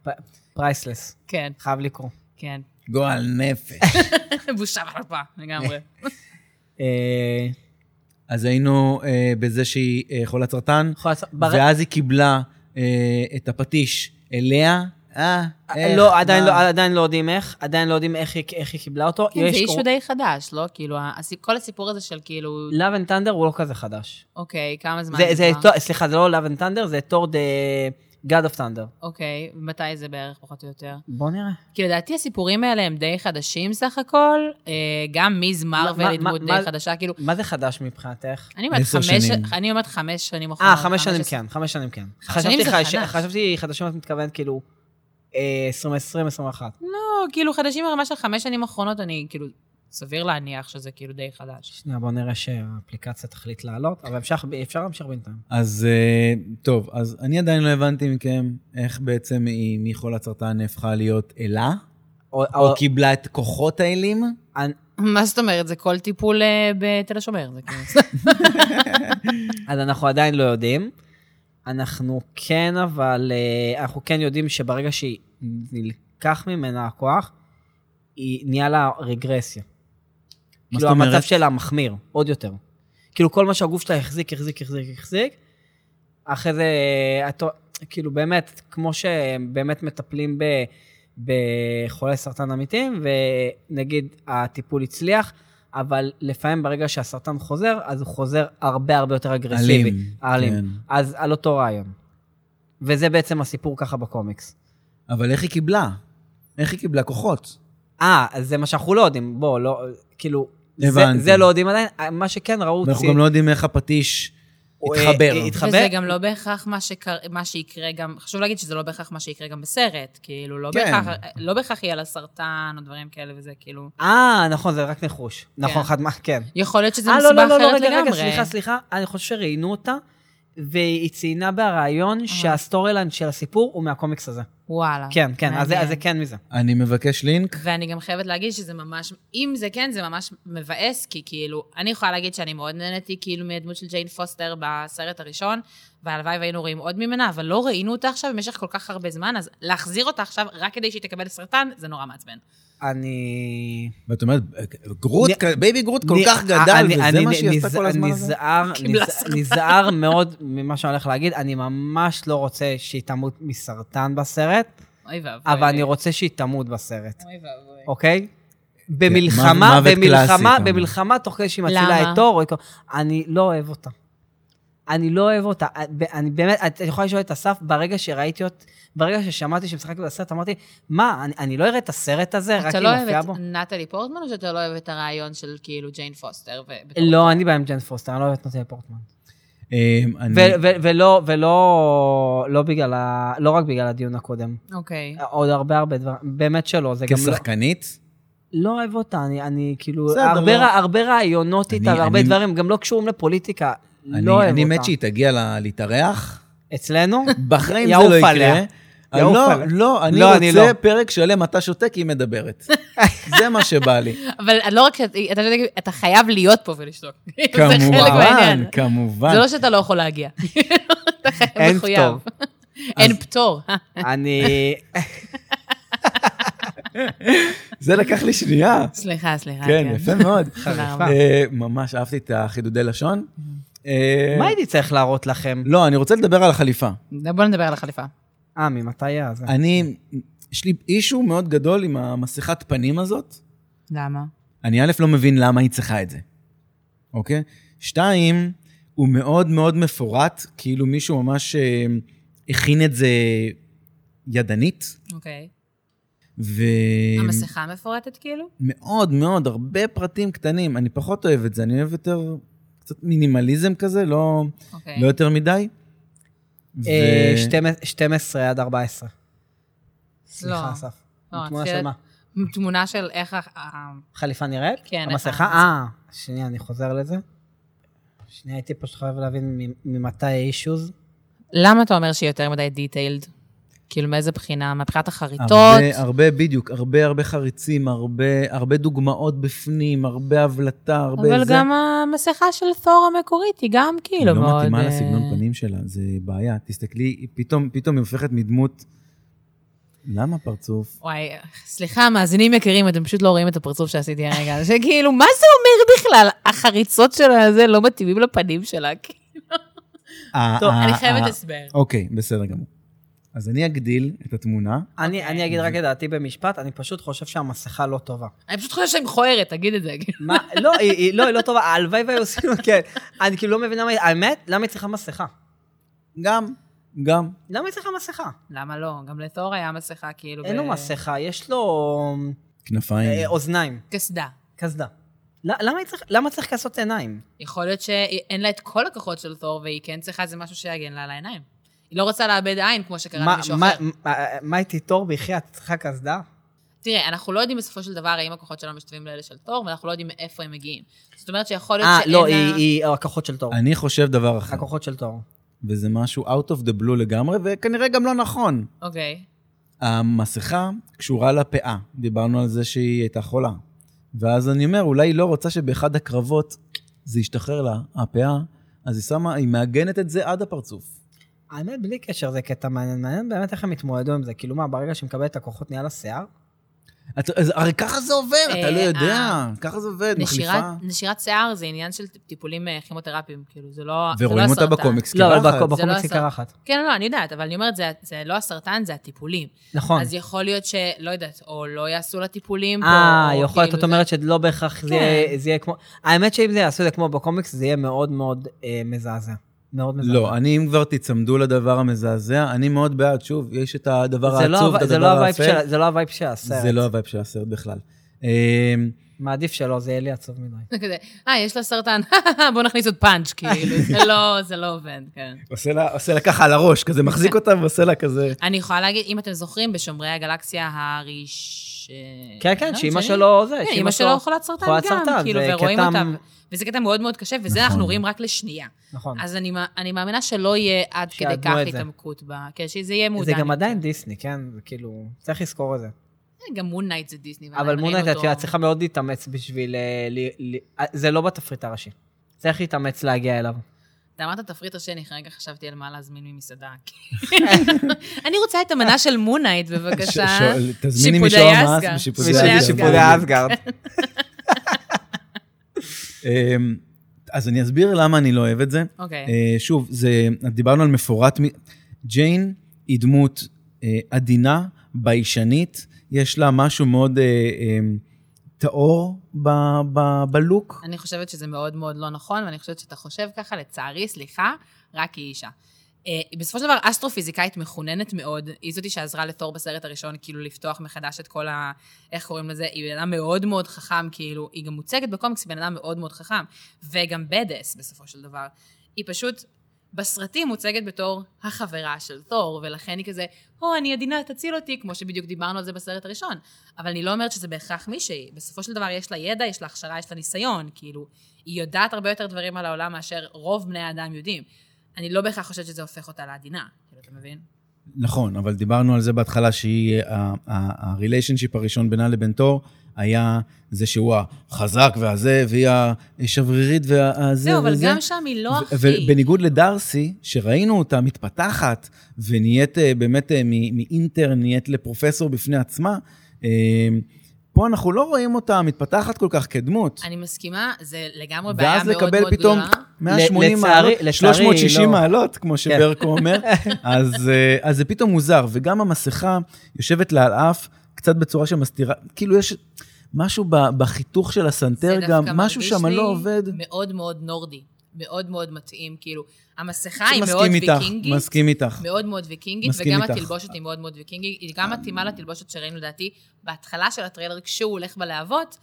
B: פרייסלס,
C: כן,
B: חייב לקרוא.
C: כן.
A: גועל נפש.
C: בושה וחרפה, לגמרי.
B: אה,
A: אז היינו אה, בזה שהיא אה, חולת סרטן,
B: יכול לעשות- בר-
A: ואז היא קיבלה אה, את הפטיש אליה. אה, איך,
B: לא, עדיין
A: מה?
B: לא- עדיין לא יודעים איך, עדיין לא יודעים איך היא- איך היא קיבלה אותו.
C: כן,
B: יש-
C: זה אישו די חדש, לא? כאילו, הסי- כל הסיפור הזה של כאילו,
B: Love and Thunder הוא לא כזה חדש.
C: אוקיי, כמה זמן
B: זה- זה
C: כבר?
B: תור- סליחה, זה לא Love and Thunder, זה תור דה God of Thunder.
C: אוקיי, מתי זה בערך, פחות או יותר?
B: בוא נראה.
C: כי לדעתי הסיפורים האלה הם די חדשים סך הכל, אה, גם מיז מרוויל
B: מה-
C: היא
B: מה-
C: דמות
B: מה-
C: די חדשה, כאילו,
B: מה זה חדש מבחינתך?
C: אני אומרת
A: עשר
C: חמש,
A: שנים.
C: אני אומרת חמש שנים
B: אה, חמש שנים
C: עשרה.
B: כן, חמש שנים כן.
C: חמש
B: חשבתי
C: שנים זה
B: חדש-
C: חדש.
B: חשבתי חדשים, את מתכוונת כאילו אה, 2020, 2021.
C: לא, כאילו חדשים ברמה של חמש שנים אחרונות, אני כאילו, סביר להניח שזה כאילו די חדש.
B: שנייה, בואו נראה שהאפליקציה תחליט לעלות, אבל אפשר, אפשר להמשיך בינתיים.
A: אז אה, טוב, אז אני עדיין לא הבנתי מכם איך בעצם היא מחולת סרטן הפכה להיות אלה,
B: או,
A: או קיבלה את כוחות האלים.
B: אני,
C: מה זאת אומרת? זה כל טיפול אה, בתל השומר, זה כאילו...
B: אז אנחנו עדיין לא יודעים. אנחנו כן, אבל אה, אנחנו כן יודעים שברגע שהיא נלקח ממנה הכוח, היא נהיה לה רגרסיה.
A: מה
B: כאילו
A: זאת אומרת?
B: המצב שלה מחמיר, עוד יותר. כאילו כל מה שהגוף שלה החזיק, החזיק, החזיק, החזיק, אחרי זה, אה, את- כאילו באמת, כמו שבאמת מטפלים ב, בחולי סרטן אמיתיים, ונגיד הטיפול הצליח, אבל לפעמים ברגע שהסרטן חוזר, אז הוא חוזר הרבה הרבה יותר אגרסיבי. אלים.
A: כן.
B: אז על אותו רעיון. וזה בעצם הסיפור ככה בקומיקס.
A: אבל איך היא קיבלה? איך היא קיבלה כוחות?
B: אה, אז זה מה שאנחנו לא יודעים, בוא, לא, כאילו, זה,
A: הבנתי.
B: זה לא יודעים עדיין, מה שכן ראו...
A: ואנחנו
B: צי-
A: גם לא יודעים איך הפטיש
B: הוא, אה,
A: התחבר.
B: אה, התחבר.
C: וזה גם לא בהכרח מה, שקר... מה שיקרה גם, חשוב להגיד שזה לא בהכרח מה שיקרה גם בסרט, כאילו, לא,
A: כן.
C: בהכרח, לא בהכרח יהיה לה סרטן או דברים כאלה וזה, כאילו...
B: אה, נכון, זה רק נחוש. נכון, חד מה, כן.
C: יכול להיות שזה
B: אה,
C: מסיבה
B: לא, לא, לא,
C: אחרת
B: לא, רגע,
C: לגמרי.
B: רגע, סליחה, סליחה, אני חושב שראיינו אותה, והיא ציינה
C: אה.
B: בריאיון שהסטורי ליין של הסיפור הוא מהקומיקס הזה.
C: וואלה.
B: כן, כן, אז זה-
C: מעניין.
B: אז זה כן מזה.
A: אני מבקש לינק.
C: ואני גם חייבת להגיד שזה ממש, אם זה כן, זה ממש מבאס, כי כאילו, אני יכולה להגיד שאני מאוד נהניתי כאילו מהדמות של ג'יין פוסטר בסרט הראשון, והלוואי והיינו רואים עוד ממנה, אבל לא ראינו אותה עכשיו במשך כל כך הרבה זמן, אז להחזיר אותה עכשיו רק כדי שהיא תקבל סרטן, זה נורא מעצבן.
B: אני...
A: ואת אומרת, אה, גרוט,
B: אני-
A: בייבי גרוט כל
B: אני- אה,
A: כך גדל,
B: אני-
A: וזה
B: אני
A: מה שהיא עשתה
B: נז-
A: כל הזמן הזה?
B: נזהר,
C: קיבלה
B: נז-
C: סרטן.
B: נזהר מאוד ממה שאני הולך להגיד, אני ממש לא רוצה שהיא תמות מסרטן בסרט,
C: אוי ואבוי.
B: אבל אני רוצה שהיא תמות בסרט,
C: אוי ואבוי.
B: אוקיי? במלחמה,
A: מוות קלאסי,
B: במלחמה,
A: כמובן.
B: במלחמה, תוך כדי שהיא מצילה
C: למה?
B: את תור, או את כל- אני לא אוהב אותה. אני לא אוהב אותה. אני באמת, את יכולה לשאול את אסף, ברגע שראיתי אות... ברגע ששמעתי שמשחקת בסרט, אמרתי, מה, אני, אני לא אראה את הסרט הזה, רק
C: אתה
B: היא
C: לא
B: מופיעה
C: אוהב
B: בו?
C: את נטלי פורטמן, או שאתה לא אוהב את הרעיון של כאילו ג'יין פוסטר? ו- בתור-
B: לא, אין לי בעיה עם ג'ן פוסטר, אני לא אוהבת נוטי פורטמן.
A: אמ, אני-
B: ו- ו- ולא, ולא, לא בגלל ה... לא רק בגלל הדיון הקודם.
C: אוקיי.
B: עוד הרבה הרבה דברים, באמת שלא, זה גם לא...
A: כשחקנית?
B: לא אוהב אותה, אני, אני כאילו,
A: בסדר,
B: הרבה,
A: לא.
B: רע- הרבה רעיונות איתה
A: אני-
B: והרבה
A: אני-
B: דברים, גם לא קשורים לפוליטיקה,
A: אני-
B: לא אוהב
A: אני
B: אותה.
A: מת שהיא תגיע ל- להתארח.
B: אצלנו?
A: בחיים זה
B: יעוף
A: לא יקרה.
B: עליה.
A: אה,
B: יעוף
A: לא,
B: עליה.
A: לא, אני
B: לא, אני
A: רוצה
B: לא.
A: פרק שלם, אתה שותק, היא מדברת. זה מה שבא לי.
C: אבל לא רק שאת- אתה יודע, אתה חייב להיות פה ולשתוק. זה חלק
A: כמובן,
C: מהעניין.
A: כמובן.
C: זה לא שאתה לא יכול להגיע. אתה חייב
B: אין
C: מחויב.
B: פטור.
C: אין פטור. אה?
B: אני...
A: זה לקח לי שנייה.
B: אה,
C: סליחה, סליחה.
A: כן, יפה מאוד.
C: תודה רבה.
A: אה, ממש אהבתי את החידודי לשון. אה,
B: מה הייתי צריך להראות לכם?
A: לא, אני רוצה לדבר על החליפה.
C: בוא נדבר על החליפה.
B: אה, ממתי היה זה?
A: אני, יש לי אישו מאוד גדול עם המסכת פנים הזאת.
C: למה?
A: אני א', לא מבין למה היא צריכה את זה, אוקיי? שתיים, הוא מאוד מאוד מפורט, כאילו מישהו ממש אה, הכין את זה ידנית,
C: אוקיי.
A: ומאוד
C: המסכה מפורטת כאילו?
A: מאוד, הרבה פרטים קטנים. אני פחות אוהב את זה, אני אוהב יותר קצת מינימליזם כזה, לא,
C: אוקיי.
A: לא יותר מדי. ו-
B: אה, 12 עד 14.
C: לא.
B: סליחה, אסף.
C: לא,
B: תמונה
C: רציתי
B: של מה?
C: תמונה של איך ה- ה-
B: חליפה נראית?
C: כן, איך
B: המסכה?
C: ה-
B: אה, שנייה, אני חוזר לזה. שנייה, הייתי פשוט חייב להבין מ- ממתי ה-issues.
C: למה אתה אומר שהיא יותר מדי דיטיילד? כאילו, מאיזה בחינה? מבחינת החריטות?
A: הרבה, הרבה, בדיוק, הרבה הרבה חריצים, הרבה, הרבה דוגמאות בפנים, הרבה הבלטה, הרבה
C: אבל
A: זה.
C: גם המסכה של תור המקורית היא גם כאילו
A: היא
C: מאוד...
A: לא מתאימה
C: אה,
A: לסגנון פנים שלה, זה בעיה. תסתכלי, היא פתאום, פתאום היא הופכת מדמות... למה פרצוף?
C: וואי, סליחה, מאזינים יקרים, אתם פשוט לא רואים את הפרצוף שעשיתי הרגע, שכאילו, מה זה אומר בכלל? החריצות שלה הזה לא מתאימים לפנים שלה.
A: אה,
B: טוב,
A: אה,
D: אני
A: אה,
D: חייבת הסבר.
A: אוקיי, בסדר גמור. אז אני אגדיל את התמונה.
B: אני
C: אוקיי.
B: אני אגיד רק את דעתי במשפט, אני פשוט חושב שהמסכה לא טובה.
C: אני פשוט חושבת שהיא מכוערת, תגיד את זה. כאילו.
B: מה, לא, היא- היא לא, היא לא טובה, הלוואי והיו עושים, כן. אני כאילו לא מבין למה, היא- האמת, למה היא צריכה מסכה?
A: גם, גם.
B: למה היא צריכה מסכה?
C: למה לא? גם לתור היה מסכה, כאילו...
B: אין לו
C: ב-
B: מסכה, יש לו
A: כנפיים.
B: אה, אוזניים,
C: קסדה.
B: קסדה. ל- למה היא צריך- למה צריך כסות עיניים?
C: יכול להיות שאין לה את כל הכוחות של תור, והיא כן צריכה איזה משהו שיגן לה על העיניים. היא לא רוצה לאבד עין, כמו שקרה
B: מה-
C: למישהו
B: מה-
C: אחר.
B: מה- מה היא תיטור בחייאת? צריכה קסדה?
C: תראה, אנחנו לא יודעים בסופו של דבר האם הכוחות שלה משתווים לאלה של תור, ואנחנו לא יודעים מאיפה הם מגיעים. זאת אומרת שיכול להיות
B: אה,
C: שאין לה...
B: לא, היא- היא הכוחות של תור.
A: אני חושב דבר אחר,
B: הכוחות של תור.
A: וזה משהו out of the blue לגמרי, וכנראה גם לא נכון.
C: אוקיי.
A: המסכה קשורה לפאה. דיברנו על זה שהיא הייתה חולה. ואז אני אומר, אולי היא לא רוצה שבאחד הקרבות זה ישתחרר לה, הפאה, אז היא שמה, היא מעגנת את זה עד הפרצוף.
B: האמת, בלי קשר, זה קטע מעניין. מעניין באמת איך הם התמודדו עם זה. כאילו מה, ברגע שהיא מקבלת את הכוחות נהיה לה שיער?
A: את, אז, הרי ככה זה עובר, אתה לא
C: אה,
A: יודע,
C: אה.
A: ככה זה עובד,
C: נשירת,
A: מחליפה.
C: נשירת שיער זה עניין של טיפולים אה, כימותרפיים, כאילו, זה לא זה
A: ורואים
C: לא
A: אותה
C: הסרטן.
A: בקומיקס,
B: לא, אבל
A: קרחת.
B: בקו-
C: זה לא
B: בקומיקס היא
C: הסרט.
B: קרחת.
C: כן, לא, אני יודעת, אבל אני אומרת, זה, זה לא הסרטן, זה הטיפולים.
B: נכון.
C: אז יכול להיות שלא יודעת, או לא יעשו לה טיפולים פה,
B: אה,
C: או
B: יכול להיות,
C: כאילו
B: את אומרת שלא בהכרח זה
C: כן.
B: יהיה- זה יהיה כמו... האמת שאם זה יעשו את זה כמו בקומיקס, זה יהיה מאוד מאוד אה, מזעזע. מאוד מזעזע.
A: לא, אני, אם כבר תיצמדו לדבר המזעזע, אני מאוד בעד, שוב, יש את הדבר
B: זה לא
A: העצוב,
B: הווי-
A: את
B: זה לא
A: הדבר
B: הווייב
A: האפל.
B: של- זה לא הווייב של הסרט.
A: זה לא הווייב של הסרט בכלל. אמ,
B: מעדיף שלא, זה יהיה לי עצוב מדי.
C: זה כזה, אה, יש לה סרטן, בוא נכניס עוד פאנץ', כאילו, זה לא, זה לא עובד, כן.
A: עושה לה- עושה לה ככה על הראש, כזה מחזיק אותה ועושה לה כזה...
C: אני יכולה להגיד, אם אתם זוכרים, בשומרי הגלקסיה הראש...
B: כן, כן, שאימא שלו זה,
C: כן,
B: שאימא
C: אימא שלו חולת סרטן
B: חולת
C: גם,
B: סרטן,
C: כאילו,
B: זה
C: ורואים
B: קטע-
C: אותה, וזה קטע מאוד מאוד קשה, וזה
A: נכון.
C: אנחנו רואים רק לשנייה.
B: נכון.
C: אז אני, מא- אני מאמינה שלא יהיה עד כדי
B: שיעדנו
C: כך
B: את זה.
C: התעמקות בה, כן, שזה יהיה
B: זה
C: מודע.
B: גם עדיין דיסני, כן? זה כאילו, צריך לזכור את זה.
C: אה, גם מון נייט זה דיסני. ועדיין
B: אבל
C: ראינו
B: מונייט, את
C: אותו.
B: יודעת, צריכה מאוד להתאמץ בשביל... אה, ל- ל- אה, זה לא בתפריט הראשי. צריך להתאמץ להגיע אליו.
C: אתה אמרת תפריט השני, כרגע חשבתי על מה להזמין ממסעדה. אני רוצה את המנה של מון נייט, בבקשה.
A: ש- שואל, תזמיני
C: שיפודי
A: מישור המס
C: אסגר.
A: ושיפודי
C: שיפודי
A: אסגר.
C: אסגר.
B: שיפודי אסגרד.
A: אמ, אז אני אסביר למה אני לא אוהב את זה.
C: אוקיי.
A: אה, שוב, זה, דיברנו על מפורט. מ- ג'יין היא דמות אה, עדינה, ביישנית, יש לה משהו מאוד אה, אה, טהור ב- ב- בלוק.
C: אני חושבת שזה מאוד מאוד לא נכון, ואני חושבת שאתה חושב ככה, לצערי, סליחה, רק היא אישה. אה, בסופו של דבר, אסטרופיזיקאית מחוננת מאוד, היא זאתי שעזרה לתור בסרט הראשון, כאילו, לפתוח מחדש את כל ה... איך קוראים לזה? היא בן אדם מאוד מאוד חכם, כאילו, היא גם מוצגת בקומיקס, היא בן אדם מאוד מאוד חכם, וגם בדס, בסופו של דבר. היא פשוט... בסרטים מוצגת בתור החברה של תור, ולכן היא כזה, הו, אני עדינה, תציל אותי, כמו שבדיוק דיברנו על זה בסרט הראשון. אבל אני לא אומרת שזה בהכרח מישהי. בסופו של דבר יש לה ידע, יש לה הכשרה, יש לה ניסיון, כאילו, היא יודעת הרבה יותר דברים על העולם מאשר רוב בני האדם יודעים. אני לא בהכרח חושבת שזה הופך אותה לעדינה, כאילו, אתה מבין?
A: נכון, אבל דיברנו על זה בהתחלה, שהיא, אה, הריליישנשיפ הראשון בינה לבין תור, היה זה שהוא החזק והזה, והיא השברירית והזה וזה.
C: זהו, אבל גם שם היא לא
A: ו-
C: הכי...
A: ובניגוד לדארסי, שראינו אותה מתפתחת, ונהיית אה, באמת אה, מ- מאינטר, נהיית לפרופסור בפני עצמה, אה, פה אנחנו לא רואים אותה מתפתחת כל כך כדמות.
C: אני מסכימה, זה לגמרי בעיה
A: ואז
C: מאוד מאוד
A: לקבל
C: גדולה.
A: פתאום 180
B: לצערי-
A: מעלות,
B: לצערי
A: 360
B: לא.
A: מעלות, כמו שברקו אומר, אז אה, אז זה פתאום מוזר, וגם המסכה יושבת לה על אף, קצת בצורה שמסתירה, כאילו יש משהו ב- בחיתוך של הסנטר
C: זה דווקא
A: גם, משהו
C: מרגיש
A: שם
C: לי
A: לא עובד.
C: מאוד מאוד נורדי. מאוד מאוד מתאים, כאילו, המסכה היא מאוד
A: מסכים איתך,
C: ויקינגית.
A: מסכים איתך.
C: מאוד מאוד ויקינגית,
A: מסכים
C: וגם
A: איתך.
C: התלבושת היא מאוד מאוד ויקינגית, היא גם מתאימה לתלבושת שראינו לדעתי בהתחלה של הטריילר, כשהוא הולך בלהבות,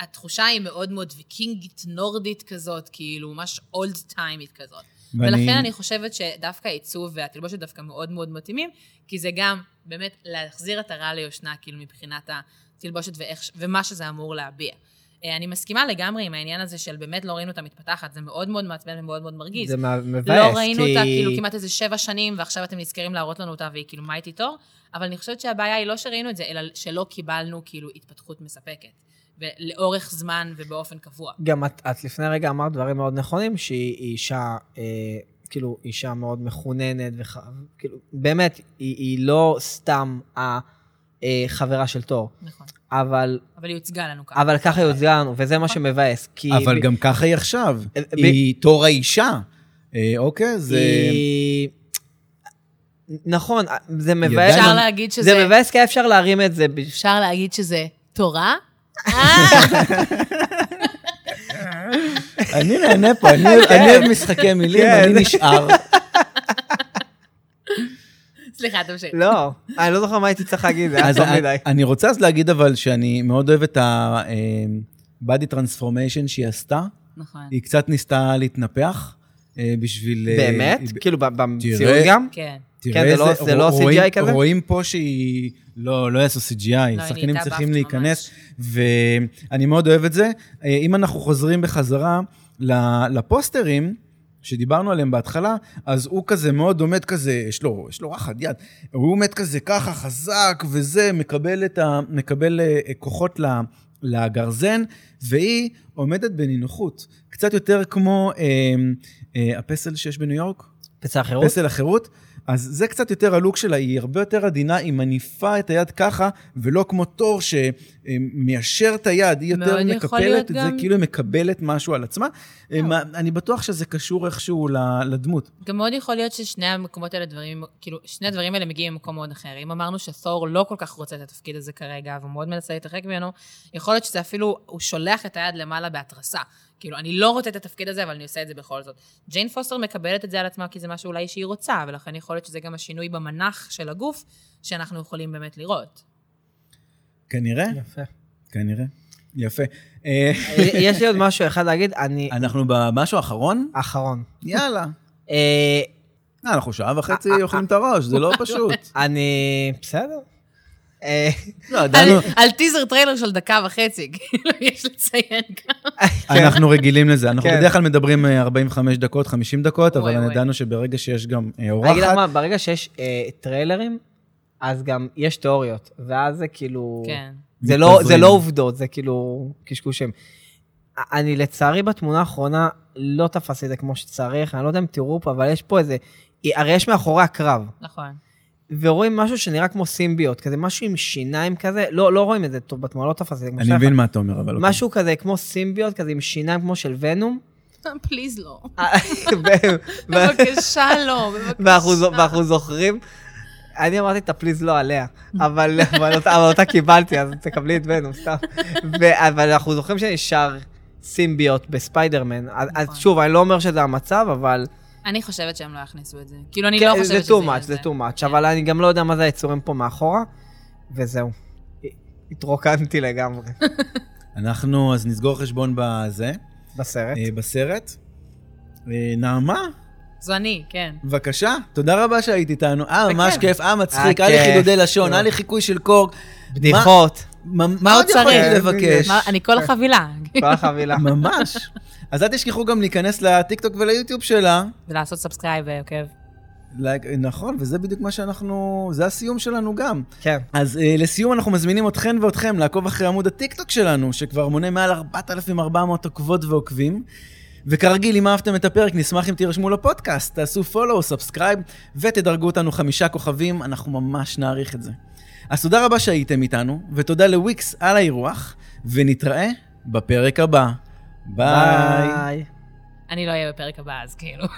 C: התחושה היא מאוד מאוד ויקינגית, נורדית כזאת, כאילו ממש אולד טיימית כזאת.
A: ואני-
C: ולכן אני חושבת שדווקא העיצוב והתלבושת דווקא מאוד מאוד מתאימים, כי זה גם באמת להחזיר את הרע ליושנה, כאילו מבחינת התלבושת ואיך, ש- ומה שזה אמור להביע. אה, אני מסכימה לגמרי עם העניין הזה של באמת לא ראינו אותה מתפתחת, זה מאוד מאוד מעצבן ומאוד מאוד מרגיז.
B: זה מ- מבאס,
C: לא ראינו אותה
B: כי-
C: כאילו כמעט איזה שבע שנים, ועכשיו אתם נזכרים להראות לנו אותה, והיא כאילו, מה היא תיטור? אבל אני חושבת שהבעיה היא לא שראינו את זה, אלא שלא קיבלנו כאילו התפתחות מספקת. ולאורך זמן ובאופן קבוע.
B: גם את, את לפני רגע אמרת דברים מאוד נכונים, שהיא היא אישה, אה, כאילו, אישה מאוד מחוננת, וח, כאילו, באמת, היא, היא לא סתם החברה של תור,
C: נכון.
B: אבל,
C: אבל היא הוצגה לנו ככה.
B: אבל ככה היא הוצגה לנו, וזה מה שמבאס, כי...
A: אבל גם ככה היא עכשיו.
B: אה, ב-
A: היא תור האישה. אה, אוקיי, זה...
B: היא... נכון, זה מבאס.
A: אפשר
C: להגיד שזה-
B: זה מבאס כי היה אפשר להרים את זה. בש-
C: אפשר להגיד שזה תורה?
A: אני נהנה פה, אני אוהב- אני אוהב משחקי מילים,
B: כן.
A: אני נשאר.
C: סליחה, תמשיך.
B: לא, אני לא זוכר מה הייתי צריך להגיד, זה היה
A: אז אה,
B: טוב
A: אני-
B: מדי.
A: אני רוצה אז להגיד אבל שאני מאוד אוהב את ה-body transformation שהיא עשתה.
B: אה.
C: נכון.
A: היא קצת ניסתה להתנפח אה, בשביל... אה,
B: באמת?
A: היא-
B: כאילו, ב- במציאות גם?
C: כן.
A: תראה
B: כן, זה לא-
A: איזה-
B: זה לא
A: רואים-
B: CGI כזה?
A: רואים פה שהיא... לא, לא יעשו
C: לא,
A: CGI,
C: היא
A: שחקנים
C: נהייתה
A: צריכים
C: באפט
A: להיכנס, ואני מאוד אוהב את זה. אה, אם אנחנו חוזרים בחזרה ל- לפוסטרים, שדיברנו עליהם בהתחלה, אז הוא כזה מאוד עומד כזה, יש לו, יש לו רחד יד, הוא עומד כזה ככה חזק וזה, מקבל, את ה, מקבל אה, אה, כוחות ל- לגרזן, והיא עומדת בנינוחות. קצת יותר כמו אה, אה, הפסל שיש בניו יורק,
B: פצע חירות?
A: פסל החירות, אז זה קצת יותר הלוק שלה, היא הרבה יותר עדינה, היא מניפה את היד ככה, ולא כמו תור שמיישר את היד, היא יותר
C: מאוד יכול
A: מקפלת
C: להיות
A: את זה,
C: גם-
A: כאילו היא מקבלת משהו על עצמה. מה- אני בטוח שזה קשור איכשהו ל- לדמות.
C: גם מאוד יכול להיות ששני המקומות האלה דברים, כאילו, שני הדברים האלה מגיעים ממקום מאוד אחר. אם אמרנו שתור לא כל כך רוצה את התפקיד הזה כרגע, והוא מאוד מנסה להתרחק ממנו, יכול להיות שזה אפילו, הוא שולח את היד למעלה בהתרסה. כאילו, אני לא רוצה את התפקיד הזה, אבל אני עושה את זה בכל זאת. ג'יין פוסטר מקבלת את זה על עצמה, כי זה משהו אולי שהיא רוצה, ולכן יכול להיות שזה גם השינוי במנח של הגוף, שאנחנו יכולים באמת לראות.
A: כנראה,
B: יפה.
A: כנראה. יפה. אה,
B: יש לי עוד משהו אחד להגיד, אני...
A: אנחנו במשהו האחרון?
B: אחרון.
A: יאללה.
B: אה,
A: אה, אנחנו שעה וחצי אוכלים את הראש, זה לא פשוט.
B: אני... בסדר. אה,
A: לא, ידענו,
C: על, על טיזר טריילר של דקה וחצי, כאילו, יש לציין גם.
A: אנחנו רגילים לזה. אנחנו
B: כן.
A: בדרך כלל מדברים אה, 45 דקות, 50 דקות, אבל
C: וואי, וואי.
A: ידענו שברגע שיש גם אה,
B: אני אגיד לך
A: אורחת,
B: מה, ברגע שיש אה, טריילרים, אז גם יש תיאוריות, ואז זה כאילו...
C: כן.
B: זה לא, זה
A: מתפזרים.
B: לא עובדות, זה כאילו קשקושים. אני לצערי בתמונה האחרונה לא תפסתי את זה כמו שצריך, אני לא יודע אם תראו פה, אבל יש פה איזה... הרי יש מאחורי הקרב,
C: נכון.
B: ורואים משהו שנראה כמו סימביות, כזה משהו עם שיניים כזה, לא, לא רואים את זה טוב בתמונה, לא תפסתי את זה כמו
A: אני
B: שצריך.
A: מבין מה אתה אומר, אבל... אוקיי.
B: משהו כזה כמו סימביות, כזה עם שיניים כמו של ונום.
C: פליז לא.
B: ו- ו-
C: בבקשה לא, בבקשה.
B: ואנחנו, זו- ואנחנו זוכרים, אני אמרתי את הפליז לא עליה, אבל, אבל, אותה, אבל אותה קיבלתי, אז תקבלי את ונום, סתם. ו, אבל אנחנו זוכרים שנשאר סימביות בספיידרמן. אז,
C: נכון.
B: אז שוב, אני לא אומר שזה המצב, אבל...
C: אני חושבת שהם לא יכניסו את זה. כאילו, אני לא חושבת שזה...
B: כן, זה too
C: יהיה
B: much,
C: זה.
B: זה too much, אבל אני גם לא יודע מה זה היצורים פה מאחורה, וזהו. התרוקנתי לגמרי
A: אנחנו אז נסגור חשבון בזה,
B: בסרט.
A: אה, בסרט. אה, נעמה,
C: זו אני, כן.
A: בבקשה, תודה רבה שהיית איתנו. אה, ממש
C: בכיף.
A: כיף, אה, מצחיק,
B: אה,
A: היה לי
B: כיף.
A: חידודי לשון,
B: כן.
A: היה לי חיקוי של קורק.
B: בדיחות,
A: מה- מה עוד יכולתי
C: צריך?
B: כן.
A: לבקש?
C: מה, אני כל החבילה.
B: כל החבילה.
A: ממש. אז אל תשכחו גם להיכנס לטיקטוק וליוטיוב שלה.
C: ולעשות סאבסקרייב ועוקב.
A: לייק- נכון, וזה בדיוק מה שאנחנו, זה הסיום שלנו גם.
B: כן.
A: אז אה, לסיום אנחנו מזמינים אתכן ואתכם לעקוב אחרי עמוד הטיקטוק שלנו, שכבר מונה מעל 4,400 עוקבות ועוקבים. וכרגיל, אם אהבתם את הפרק, נשמח אם תירשמו לפודקאסט, תעשו follow, סאבסקרייב, ותדרגו אותנו חמישה כוכבים, אנחנו ממש נעריך את זה. אז תודה רבה שהייתם איתנו, ותודה לוויקס על האירוח, ונתראה בפרק הבא. ביי.
C: אני לא אהיה בפרק הבא, אז כאילו.